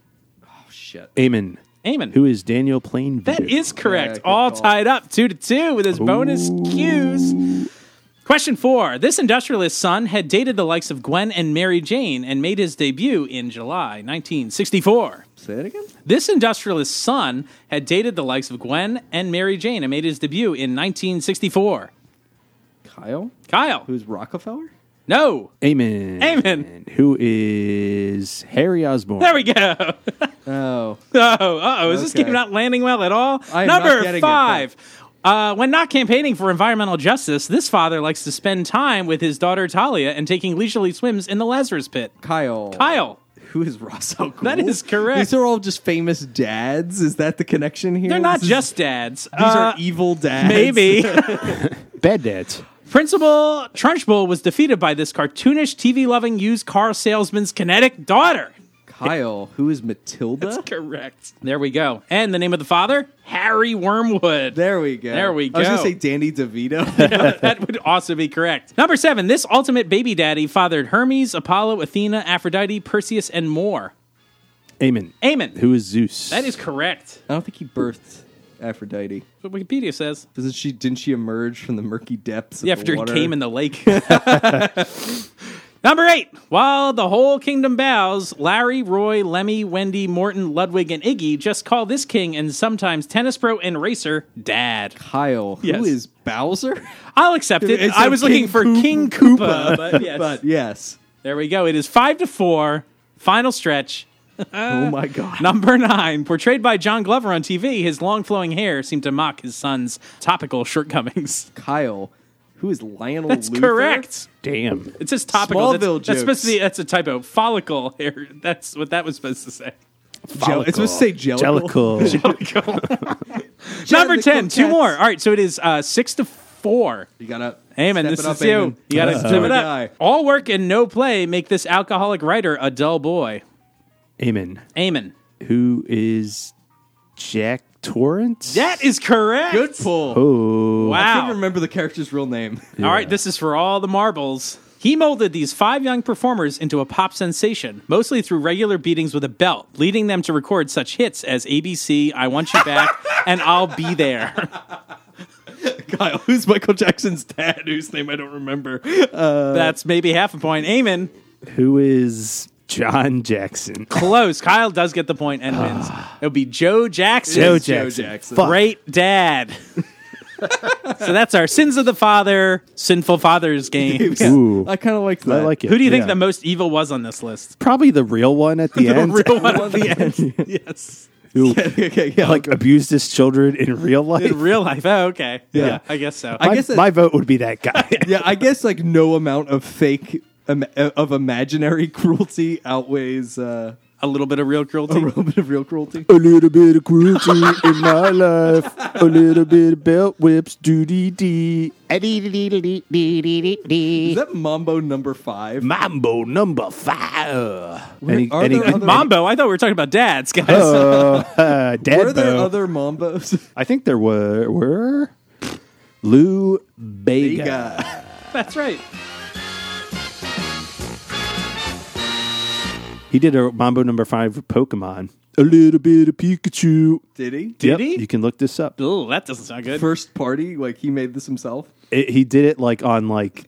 D: shit.
E: Amen.
C: Amen.
E: Who is Daniel Plainview?
C: That is correct.
D: Yeah, good
C: All
D: call.
C: tied up, two to two, with his bonus cues. Question four. This industrialist's son had dated the likes of Gwen and Mary Jane and made his debut in July 1964.
D: Say that again.
C: This industrialist's son had dated the likes of Gwen and Mary Jane and made his debut in 1964.
D: Kyle.
C: Kyle.
D: Who's Rockefeller?
C: No.
E: Amen.
C: Amen.
E: Who is Harry Osborne?
C: There we go. Oh,
D: Oh,
C: (laughs) uh-oh. Is this
D: Okay.
C: game not landing well at all?
D: I am not
C: Number
D: getting it,
C: five. uh, when not campaigning for environmental justice, this father likes to spend time with his daughter Talia and taking leisurely swims in the Lazarus Pit.
D: Kyle.
C: Kyle.
D: Who is Ross Al Ghul?
C: That is correct.
D: These are all just famous dads. Is that the connection here?
C: They're not
D: This is-
C: just dads.
D: These
C: Uh,
D: are evil dads. (laughs)
C: Maybe.
E: Bad dads.
C: Principal Trunchbull was defeated by this cartoonish, TV loving used car salesman's kinetic daughter.
D: Kyle. Who is Matilda?
C: That's correct. There we go. And the name of the father? Harry Wormwood.
D: There we go.
C: There we
D: I was
C: go.
D: gonna say
C: (laughs)
D: Danny DeVito.
C: that would also be correct. Number seven, this ultimate baby daddy fathered Hermes, Apollo, Athena, Aphrodite, Perseus, and more.
E: Amen.
C: Amen.
E: Who is Zeus?
C: That is correct.
D: I don't think he birthed Aphrodite.
C: That's what Wikipedia says.
D: Doesn't she? Didn't she emerge from the murky depths? Of
C: Yeah, after
D: the water?
C: he came in the lake. (laughs) Number eight, while the whole kingdom bows, Larry, Roy, Lemmy, Wendy, Morton, Ludwig, and Iggy just call this king and sometimes tennis pro and racer dad.
D: Kyle.
C: Yes.
D: Who is Bowser?
C: I'll accept it.
D: It's
C: I
D: a
C: was
D: King
C: looking for
D: Koop-
C: King Koopa, but (laughs) yes.
D: (laughs) But yes.
C: there we go. It is five to four. Final stretch.
D: oh my God.
C: Number nine, portrayed by John Glover on TV, his long flowing hair seemed to mock his son's topical shortcomings. (laughs)
D: Kyle. Who is Lionel?
C: That's
D: Luther?
C: correct.
E: Damn.
C: It says topical. That's,
D: Smallville
C: that's supposed to be
D: jokes.
C: that's a typo. Follicle hair. (laughs) That's what that was supposed to say.
D: Jell- it's supposed to say Jellicle. (laughs)
E: Jellicle.
C: Number ten,
D: cats.
C: two more. All right, so it is uh, six to four.
D: You gotta
C: Amen.
D: step
C: This
D: it up,
C: is you.
D: Amen.
C: You gotta
D: That's
C: step
D: our
C: it up.
D: guy.
C: All work and no play make this alcoholic writer a dull boy.
E: Amen.
C: Amen.
E: Who is Jack Torrance?
C: That is correct.
D: Good pull.
E: Oh.
D: I can't
C: Wow.
D: remember the character's real
C: (laughs)
D: name.
C: All right, this is for all the marbles. He molded these five young performers into a pop sensation, mostly through regular beatings with a belt, leading them to record such hits as ABC, I Want You
E: (laughs)
C: Back, and I'll Be There.
D: Kyle, who's Michael Jackson's dad? Whose name I don't remember.
E: Uh,
C: That's maybe half a point. Amen.
E: Who is John Jackson?
C: Close. Kyle does get the point and
E: (sighs)
C: wins. It would be Joe Jackson.
E: Joe
D: Joe
E: Jackson.
D: Jackson.
E: Fuck.
C: Great
E: (laughs)
C: dad. so that's our Sins of the Father, Sinful
E: (laughs)
C: Fathers game.
E: Ooh.
D: I kind of like
E: I
D: that.
E: like it.
C: Who do you think
E: Yeah.
C: the most evil was on this list?
E: Probably the real one at the, end. (laughs)
C: Real one at the end. (laughs) Yes.
D: (laughs)
E: who
D: okay, yeah.
E: like abused his children in real life.
C: (laughs) In real life. Oh, okay. Yeah.
D: Yeah.
C: I guess so.
D: I
E: my,
D: guess that-
E: my vote would be that guy.
D: yeah, I guess like no amount of fake um, uh, of imaginary (laughs) cruelty outweighs uh,
C: a little bit of real
D: a
C: cruelty.
D: little bit of real cruelty.
E: (laughs) A little bit of cruelty in my life. A little bit of belt whips. Doo dee dee.
D: Is that Mambo number five?
E: Mambo number five. Any,
D: are
E: any,
D: there other-
C: Mambo, I thought we were talking about dads, guys. (laughs)
D: Oh.
E: uh,
D: Were
E: dad
D: there
E: bow.
D: other Mambos? (laughs)
E: I think there were were Lou Bega.
D: Yeah.
C: That's right.
E: He did a Mambo number five for Pokemon. A little bit of Pikachu.
D: Did he?
C: Did he?
E: You can look this up.
C: Ooh, that doesn't sound good.
D: First party, like he made this himself.
E: It, he did it like on like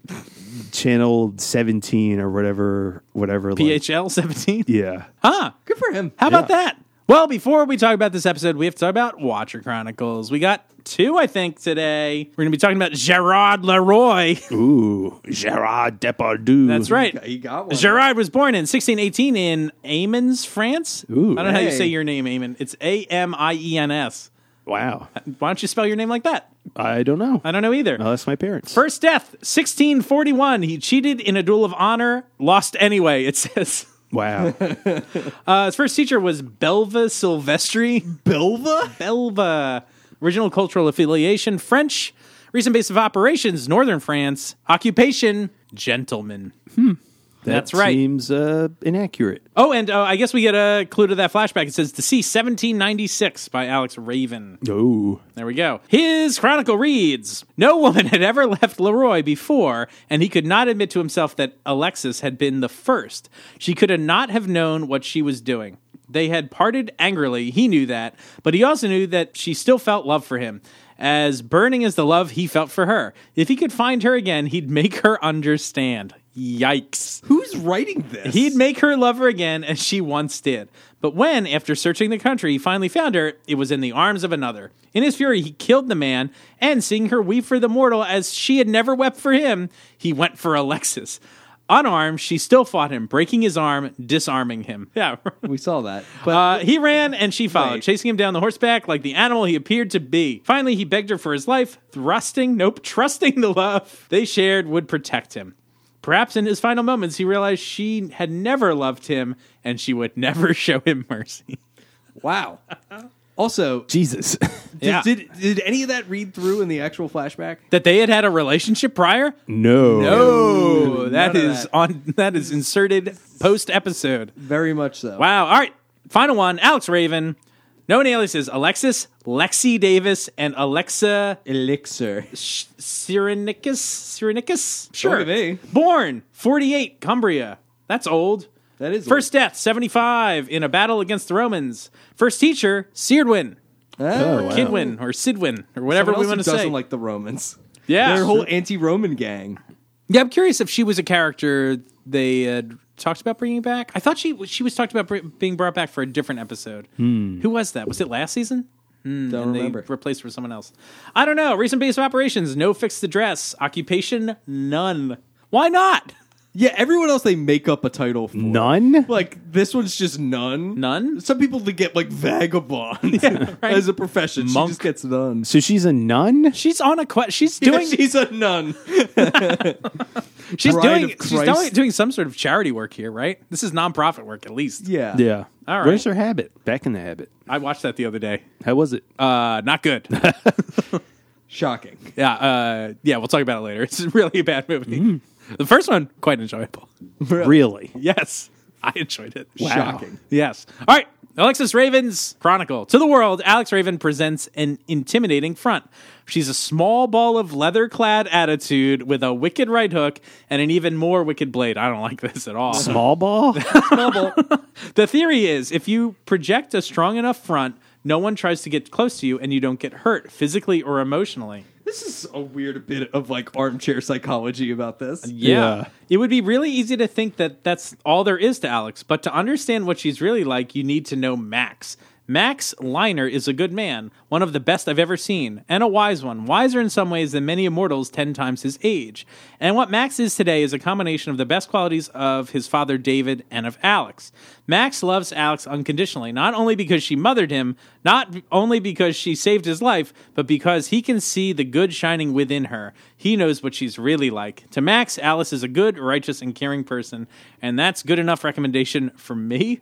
E: channel seventeen or whatever, whatever. like-
C: PHL 17.
E: yeah.
C: Huh.
D: Good for him.
C: How about that? Well, before we talk about this episode, we have to talk about Watcher Chronicles. We got two, I think, today. We're going to be talking about Gerard Leroy. (laughs)
E: Ooh, Gerard Depardieu.
C: That's right.
D: He got one.
C: Gerard was born in 1618 in Amiens, France.
E: Ooh.
C: I don't know how you
D: Hey.
C: say your name, Amen. It's A M I E N S.
E: Wow.
C: Why don't you spell your name like that?
E: I don't know.
C: I don't know either.
D: Oh,
E: I'll ask my parents.
C: First death, 1641. He cheated in a duel of honor, lost anyway, it says.
E: wow.
C: Uh, his first teacher was Belva Silvestri. Belva? Belva. Original cultural affiliation, French. Recent base of operations, Northern France. Occupation, gentlemen.
E: That
C: That's right.
E: Seems uh, inaccurate.
C: Oh, and uh, I guess we get a clue to that flashback. It says to see 1796 by Alex Raven.
E: Oh,
C: There we go. His chronicle reads No woman had ever left Leroy before, and he could not admit to himself that Alexis had been the first. She could not have known what she was doing. They had parted angrily, he knew that, but he also knew that she still felt love for him, as burning as the love he felt for her. If he could find her again, he'd make her understand. Yikes.
D: Who's writing this?
C: He'd make her love her again as she once did. But when, after searching the country, he finally found her, it was in the arms of another. In his fury, he killed the man, and seeing her weep for the mortal as she had never wept for him, he went for Alexis. Unarmed, she still fought him, breaking his arm, disarming him. (laughs) Yeah.
D: We saw that. But
C: Uh,
D: (laughs)
C: he ran and she followed,
D: Wait.
C: chasing him down the horseback like the animal he appeared to be. Finally, he begged her for his life, thrusting, nope, (laughs) trusting the love they shared would protect him. Perhaps in his final moments, he realized she had never loved him and she would (laughs) never show him mercy.
D: wow. Also, did,
E: Jesus.
C: Yeah.
D: did did any of that read through in the actual flashback?
C: that they had had a relationship prior?
E: (laughs) no.
C: No, Oh, that
D: none of
C: is
D: that.
C: on. That is inserted post episode.
D: Very much so.
C: Wow. All right. Final one. Alex Raven. Known aliases Alexis, Lexi Davis, and Alexa
D: Elixir.
C: Sh- Cyrinicus? Cyrinicus? Sure.
D: at me.
C: Born 48, Cumbria. That's old.
D: That is
C: First death, 75, in a battle against the Romans. First teacher, Seardwin,
D: oh,
C: Kidwin, or Sidwin, or whatever we want to say.
D: Doesn't like the Romans.
C: yeah.
D: Their whole anti-Roman gang.
C: yeah, I'm curious if she was a character they had talked about bringing back. I thought she she was talked about br- being brought back for a different episode.
D: Hmm.
C: Who was that? Was it last season?
D: Don't
C: They
D: remember.
C: replaced her with someone else. I don't know. Recent base of operations, no fixed address. Occupation, none. Why not?
D: Yeah, everyone else they make up a title for.
E: None?
D: Like this one's just none. (laughs)
C: None?
D: Some people they get
C: (laughs)
D: like vagabond
C: right.
D: (laughs) as a profession.
C: Monk.
D: She just gets none.
E: So she's a nun?
C: She's on a quest. She's (laughs) doing.
D: (laughs) she's a nun.
C: (laughs) she's
D: Bride
C: doing.
D: of
C: She's
D: Christ.
C: doing, doing some sort of charity work here, right? This is nonprofit work, at least.
D: Yeah.
E: Yeah.
C: All right.
E: Where's her habit? Back in the habit.
C: I watched that the other day.
E: How was it?
C: Uh, not good.
D: Shocking.
C: yeah. Uh, yeah. We'll talk about it later. (laughs) It's really a bad movie. The first one quite enjoyable. (laughs)
E: really?
C: Yes, I enjoyed it.
D: Shocking.
C: Yes. All right. Alexis Raven's Chronicle. To the world, Alex Raven presents an intimidating front. She's a small ball of leather clad attitude with a wicked right hook and an even more wicked blade. I don't like (laughs) this at all. (laughs)
E: Small ball?
C: The theory is if you project a strong enough front, no one tries to get close to you and you don't get hurt physically or emotionally.
D: This is a weird bit of like armchair psychology about this.
C: Uh, Yeah. It would be really easy to think that that's all there is to Alex, but to understand what she's really like, you need to know Max. Max Liner is a good man, one of the best I've ever seen, and a wise one, wiser in some ways than many immortals 10 times his age. And what Max is today is a combination of the best qualities of his father David and of Alex. Max loves Alex unconditionally, not only because she mothered him, not only because she saved his life, but because he can see the good shining within her. He knows what she's really like. To Max, Alice is a good, righteous, and caring person, and that's good enough recommendation for me.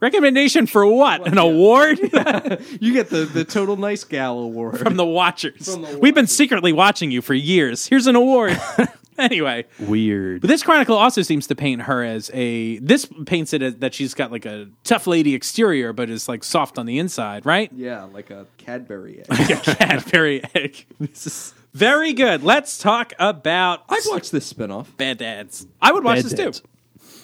C: Recommendation for what? An award (laughs)
D: You get the, the total nice gal award. (laughs)
C: from the Watchers.
D: the
C: We've been secretly watching you for years. Here's an award. (laughs) anyway,
E: Weird.
C: but this chronicle also seems to paint her as a. This paints it as that she's got like a tough lady exterior, but is like soft on the inside, right?
D: yeah, like a Cadbury
C: (laughs)
D: egg.
C: Cadbury egg.
D: this is,
C: Very good. Let's talk about
D: I'd watch this spinoff.
C: bad dads. I would watch
E: Bad
C: this
E: dads.
C: too.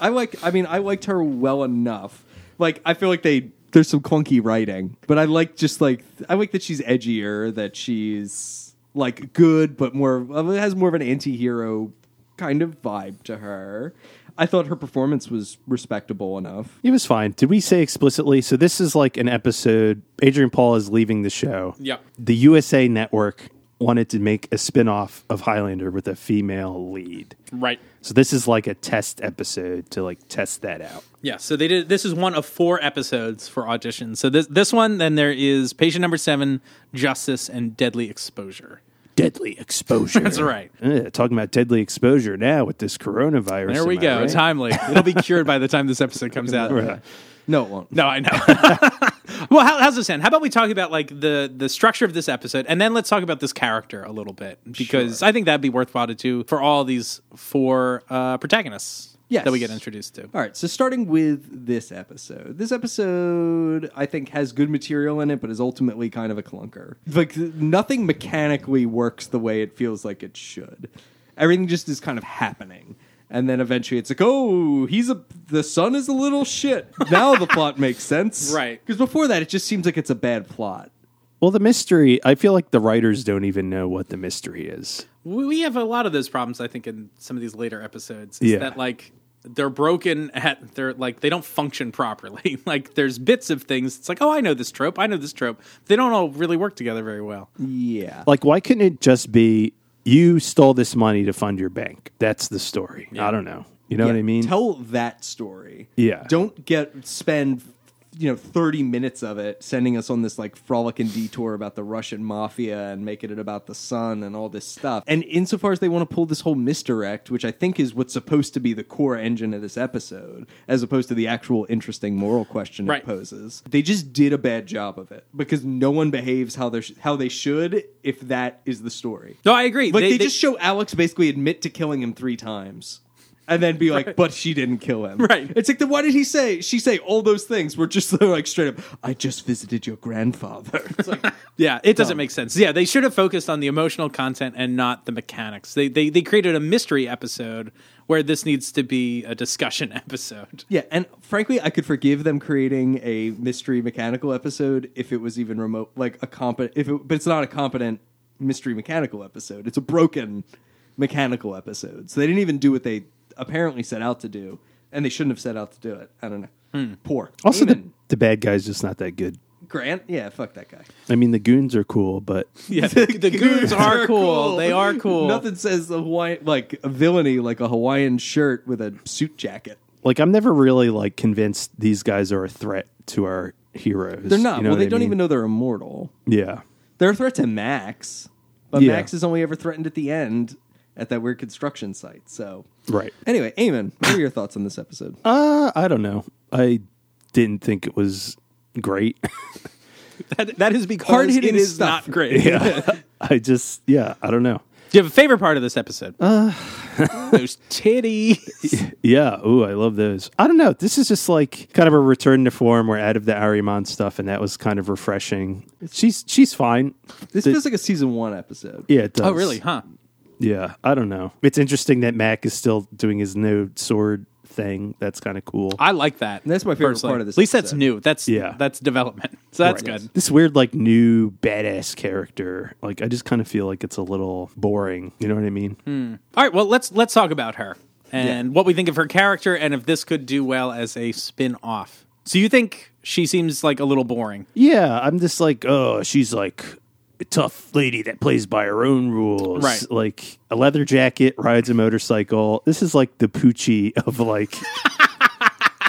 D: I like I mean I liked her well enough. Like I feel like they there's some clunky writing, but I like just like I like that she's edgier, that she's like good but more uh, has more of an anti-hero kind of vibe to her. I thought her performance was respectable enough.
E: It was fine. Did we say explicitly? So this is like an episode. Adrian Paul is leaving the show.
C: Yep.
E: The USA Network wanted to make a spin-off of Highlander with a female lead.
C: Right.
E: So this is like a test episode to like test that out.
C: Yeah. So they did. This is one of four episodes for audition. So this this one, then there is patient number seven, justice and deadly exposure.
E: Deadly exposure.
C: That's right.
E: Eh, talking about deadly exposure now with this coronavirus.
C: There we
E: am I
C: go.
E: right? (laughs)
C: Timely. It'll be cured by the time this episode comes out.
D: No, it won't.
C: No, I know. (laughs) Well, how, how's this end? How about we talk about like the the structure of this episode, and then let's talk about this character a little bit because I think that'd be worthwhile to do for all these four uh, protagonists
D: Yes.
C: that we get introduced to.
D: All right, so starting with this episode. This episode, I think, has good material in it, but is ultimately kind of a clunker. Like, nothing mechanically works the way it feels like it should. Everything just is kind of happening. And then eventually it's like, oh, he's a. The son is a little shit. Now the plot makes sense.
C: Right.
D: Because before that, it just seems like it's a bad plot.
E: Well, the mystery, I feel like the writers don't even know what the mystery is.
C: We we have a lot of those problems, I think, in some of these later episodes. Is
E: Yeah.
C: that like they're broken at they're like they don't function properly. (laughs) like there's bits of things. It's like, oh, I know this trope. I know this trope. They don't all really work together very well.
D: Mm. Yeah.
E: Like, why couldn't it just be you stole this money to fund your bank? That's the story. I don't know. You know what
D: Yeah,
E: I mean?
D: Tell that story.
E: Yeah.
D: Don't get spend you know 30 minutes of it sending us on this like frolicking detour about the Russian mafia and making it about the sun and all this stuff. And insofar as they want to pull this whole misdirect, which I think is what's supposed to be the core engine of this episode, as opposed to the actual interesting moral question
C: Right.
D: it poses, they just did a bad job of it because no one behaves how they sh- how they should if that is the story.
C: No, I agree.
D: Like they, just show Alex basically admit to killing him three times. And then be like, but she didn't kill him.
C: Right.
D: It's like, then why did he say, she say all those things were just (laughs) like straight up, I just visited your grandfather. (laughs) It's like,
C: Yeah, it doesn't make sense. Yeah, they should have focused on the emotional content and not the mechanics. They they they created a mystery episode where this needs to be a discussion (laughs) episode.
D: yeah. And frankly, I could forgive them creating a mystery mechanical episode if it was even remote, like a competent, if it, but it's not a competent mystery mechanical episode. It's a broken mechanical episode. So they didn't even do what they apparently set out to do. And they shouldn't have set out to do it. I don't know. Poor.
E: also, the,
D: Amen.
E: the bad guy's just not that good.
D: Grant? Yeah, fuck that guy.
E: I mean, the goons are cool, but
D: (laughs)
C: Yeah, the, the goons are cool. They are cool.
D: Nothing says a Hawaiian like a villainy like a Hawaiian shirt with a suit jacket.
E: like, I'm never really like convinced these guys are a threat to our heroes.
D: They're not.
E: You know
D: well,
E: what
D: they
E: I
D: don't
E: mean?
D: even know they're immortal.
E: Yeah.
D: They're a threat to Max, but
E: Yeah.
D: Max is only ever threatened at the end at that weird construction site. So
E: Right.
D: anyway, Eamon, what are your thoughts on this episode?
E: Uh, I don't know. I didn't think it was great. (laughs)
C: That, that is because
D: Hard-hitting
C: it is
D: stuff.
C: not great.
D: (laughs)
E: I just, yeah, I don't know.
C: Do you have a favorite part of this episode? (laughs) Those titties.
E: Yeah. Ooh, I love those. I don't know. This is just like kind of a return to form. We're out of the Ariman stuff, and that was kind of refreshing. She's she's fine.
D: This
E: The-
D: feels like a season one episode.
E: yeah, it does.
C: Oh, really? Huh?
E: Yeah. I don't know. It's interesting that Mac is still doing his no sword thing. That's kind of cool.
C: I like that.
D: That's my favorite
C: personally.
D: part of this
C: At least that's
D: episode.
C: new. That's
E: Yeah.
C: That's development. (laughs) So that's
E: Right.
C: good.
E: This weird, like, new badass character. Like, I just kind of feel like it's a little boring. You know what I mean?
C: All right. Well, let's let's talk about her and what we think of her character and if this could do well as a spin off. So you think she seems like a little boring?
E: Yeah, I'm just like, oh, she's like a tough lady that plays by her own rules.
C: Right.
E: Like a leather jacket, rides a motorcycle. This is like the poochie
C: (laughs)
E: of like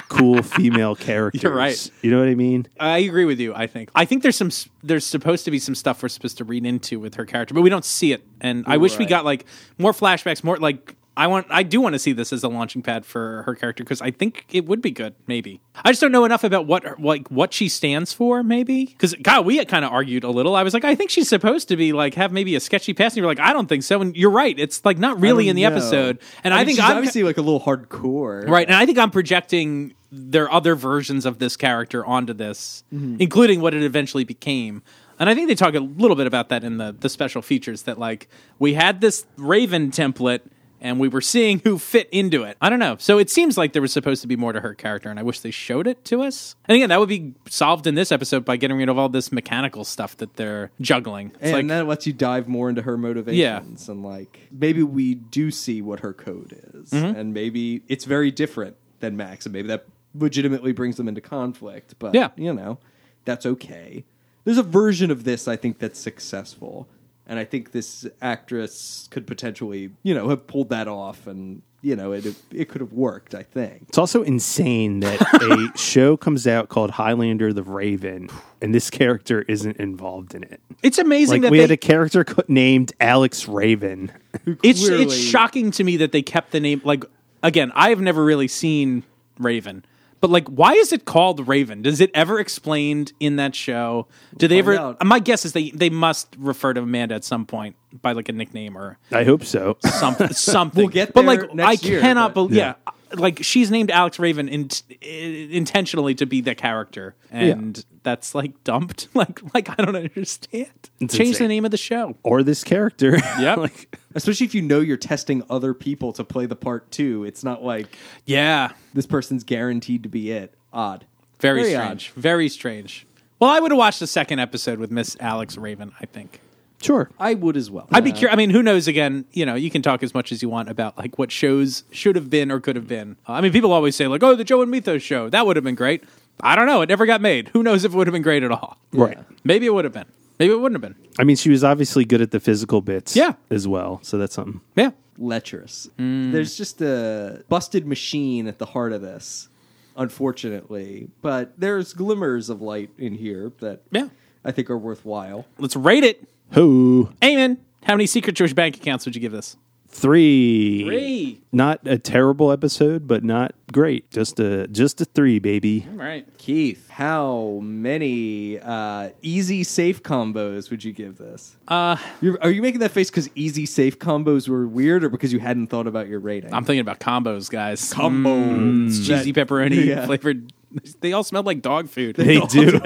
E: cool female characters.
C: right.
E: You know what I mean?
C: I agree with you. I think I think there's some s- there's supposed to be some stuff we're supposed to read into with her character, but we don't see it. And I wish we
D: Right.
C: got like more flashbacks, more like. I want. I do want to see this as a launching pad for her character because I think it would be good. Maybe I just don't know enough about what her- like what she stands for. Maybe because God, we kind of argued a little. I was like, I think she's supposed to be like have maybe a sketchy past. And you were like, I don't think so. And you're right. It's like not really
D: don't
C: in the
D: know.
C: episode. And I,
D: mean,
C: think
D: she's
C: I'm
D: obviously like a little hardcore.
C: Right, and I think I'm projecting their other versions of this character onto this, including what it eventually became. And I think they talk a little bit about that in the the special features that like we had this Raven template and we were seeing who fit into it. I don't know. So it seems like there was supposed to be more to her character and I wish they showed it to us. And again, that would be solved in this episode by getting rid of all this mechanical stuff that they're juggling. It's
D: And
C: like
D: that lets you dive more into her motivations and like maybe we do see what her code is
C: Mm-hmm.
D: and maybe it's very different than Max and maybe that legitimately brings them into conflict but
C: Yeah.
D: you know that's okay. There's a version of this I think that's successful and I think this actress could potentially, you know, have pulled that off and you know it it could have worked I think.
E: It's also insane that
C: (laughs)
E: a show comes out called Highlander the Raven, and this character isn't involved in it.
C: it's amazing
E: Like,
C: that
E: we
C: they,
E: had a character co- named Alex Raven.
C: It's
D: clearly-
C: it's shocking to me that they kept the name. Like again, I have never really seen Raven, But like, why is it called Raven? Does it ever explained in that show? Do they ever?
D: find out.
C: My guess is they they must refer to Amanda at some point by like a nickname or
E: I hope so.
D: (laughs)
C: something. something.
D: We'll get
C: but
D: there
C: like,
D: next
C: I
D: year,
C: cannot
D: but-
C: believe. Yeah. like she's named Alex Raven in- intentionally to be the character, and that's like dumped. (laughs) Like, like I don't understand. Change the
E: insane.
C: name of the
D: (laughs)
C: show.
E: or this character.
C: Yep.
E: like,
D: Especially if you know you're testing other people to play the part too. It's not like
C: Yeah,
D: this person's guaranteed to be it. Odd.
C: very,
D: Very
C: strange. Very strange. Well, I would have watched the second episode with Miss Alex Raven. I think.
E: (laughs) sure.
D: I would as well.
C: I'd be curious. I mean, who knows? Again, you know, you can talk as much as you want about like what shows should have been or could have been. Uh, I mean, people always say like, "Oh, the Joe and Mithos show that would have been great." I don't know. It never got made. Who knows if it would have been great at all?
E: Right.
C: Maybe it would have been. Maybe it wouldn't have been.
E: I mean, she was obviously good at the physical bits
C: Yeah.
E: as well. So that's something.
C: Yeah.
D: lecherous.
C: Mm.
D: There's just a busted machine at the heart of this, unfortunately. But there's glimmers of light in here that
C: Yeah.
D: I think are worthwhile.
C: Let's rate it.
E: Who?
C: Amen. How many secret Jewish bank accounts would you give this?
E: Three.
C: Three.
E: Not a terrible episode, but not great. Just a just a three, baby.
C: All right.
D: Keith, how many uh, easy safe combos would you give this?
C: Uh,
D: You're, are you making that face because easy safe combos were weird, or because you hadn't thought about your rating?
C: I'm (laughs) thinking about combos, guys. Combos. cheesy (laughs) pepperoni
D: Yeah.
C: flavored. They all smelled like dog food.
E: They do.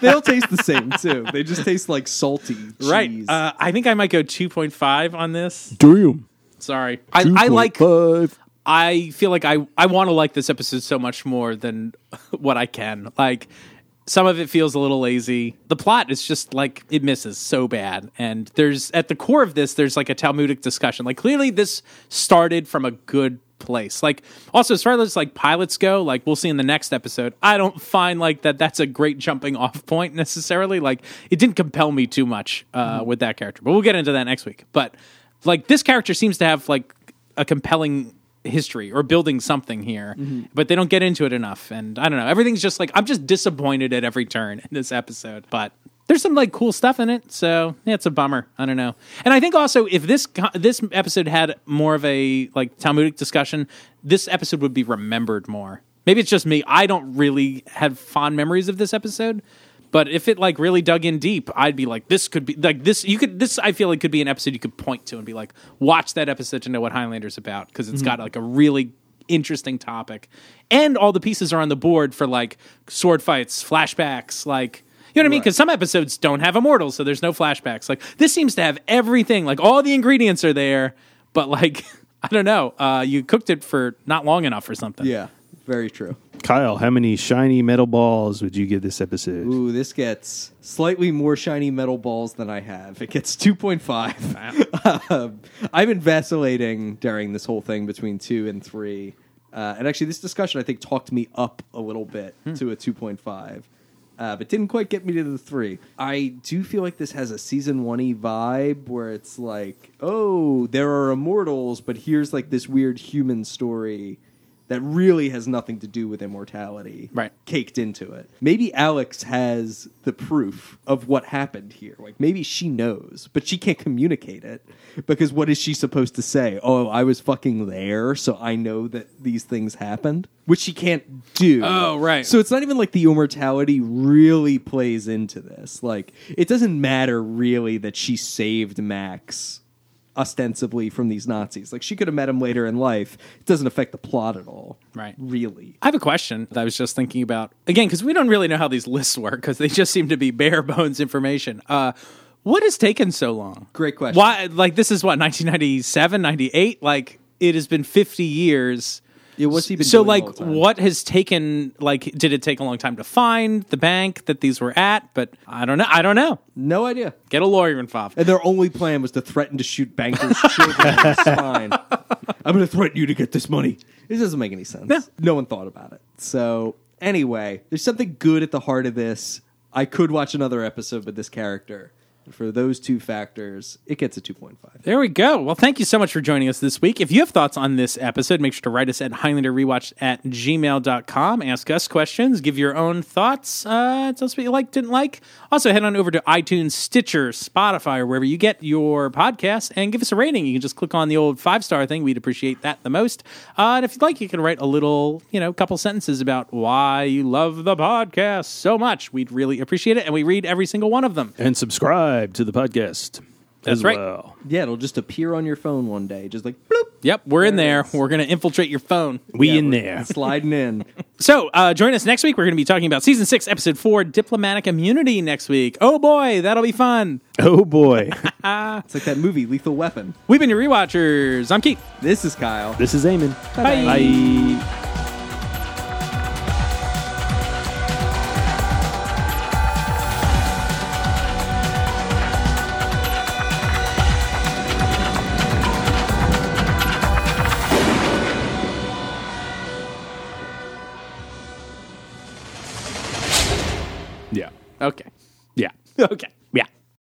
D: they all taste the same too. They just taste like salty.
C: Right.
D: cheese.
C: Uh, I think I might go 2.5 on this.
E: Doom.
C: Sorry. I, I like I feel like I, I want to like this episode so much more than (laughs) what I can. Like, some of it feels a little lazy. The plot is just like it misses so bad. And there's at the core of this, there's like a Talmudic discussion. Like, clearly, this started from a good place. Like, also, as far as like pilots go, like we'll see in the next episode, I don't find like that that's a great jumping off point necessarily. Like, it didn't compel me too much uh, with that character, but we'll get into that next week. But like, this character seems to have like a compelling history or building something here, but they don't get into it enough. And I don't know. Everything's just like I'm just disappointed at every turn in this episode. But there's some like cool stuff in it, so yeah, it's a bummer. I don't know. And I think also if this co- this episode had more of a like Talmudic discussion, this episode would be remembered more. Maybe it's just me. I don't really have fond memories of this episode. But if it like really dug in deep, I'd be like, this could be like this. You could this. I feel like could be an episode you could point to and be like, watch that episode to know what Highlander's about because it's got like a really interesting topic, and all the pieces are on the board for like sword fights, flashbacks, like. You know what I mean? Because some episodes don't have immortals, so there's no flashbacks. Like this seems to have everything. Like all the ingredients are there, but like (laughs) I don't know. Uh, you cooked it for not long enough or something.
D: yeah, very true.
E: Kyle, how many shiny metal balls would you give this episode?
D: Ooh, this gets slightly more shiny metal balls than I have. It gets 2.5. (laughs) um, I've been vacillating during this whole thing between two and three. Uh, and actually, this discussion, I think, talked me up a little bit to a 2.5, uh, but didn't quite get me to the three. I do feel like this has a season one y vibe where it's like, oh, there are immortals, but here's like this weird human story that really has nothing to do with immortality
C: Right.
D: caked into it. Maybe Alex has the proof of what happened here. Like maybe she knows, but she can't communicate it because what is she supposed to say? Oh, I was fucking there, so I know that these things happened, which she can't do.
C: Oh, right.
D: So it's not even like the immortality really plays into this. Like it doesn't matter really that she saved Max ostensibly from these Nazis. Like she could have met him later in life. It doesn't affect the plot at all.
C: Right.
D: Really.
C: I have a question that I was just thinking about again because we don't really know how these lists work because they just seem to be (laughs) bare bones information. Uh, what has taken so long?
D: Great question.
C: Why? Like this is what 1997, 98. Like it has been 50 years.
D: Yeah, what's he been
C: so
D: doing the
C: like
D: whole time?
C: what has taken like did it take a long time to find the bank that these were at? But I don't know. I don't know.
D: No idea.
C: Get a lawyer involved.
D: And their only plan was to threaten to shoot (laughs) bankers' children in the spine. I'm going to threaten you to get this money. This doesn't make any sense.
C: No.
D: one thought about it. So, anyway, there's something good at the heart of this. I could watch another episode with this character. And for those two factors, it gets a 2.5.
C: There we go. Well, thank you so much for joining us this week. If you have thoughts on this episode, make sure to write us at HighlanderRewatch at gmail.com. Ask us questions, give your own thoughts, uh, tell us what you liked, didn't like. Also, head on over to iTunes, Stitcher, Spotify, or wherever you get your podcast and give us a rating. You can just click on the old five star thing. We'd appreciate that the most. Uh, and if you'd like, you can write a little, you know, couple sentences about why you love the podcast so much. We'd really appreciate it. And we read every single one of them.
E: and subscribe to the podcast.
C: That's
E: as
C: right.
E: Well.
D: Yeah, it'll just appear on your phone one day, just like bloop.
C: Yep, we're in
D: There
C: there.
D: it is.
C: We're going to infiltrate your phone.
E: We
C: (laughs)
E: in there.
D: Sliding in.
C: So, uh, join us next week. We're going to be talking about season six, episode four, diplomatic immunity next week. Oh boy, that'll be fun.
E: Oh boy.
D: It's like that movie, Lethal Weapon.
C: We've been your rewatchers. I'm Keith.
D: This is Kyle.
E: this is Eamon. (laughs)
C: Bye.
E: Bye. Yeah.
C: Okay.
E: Yeah.
C: (laughs) Okay.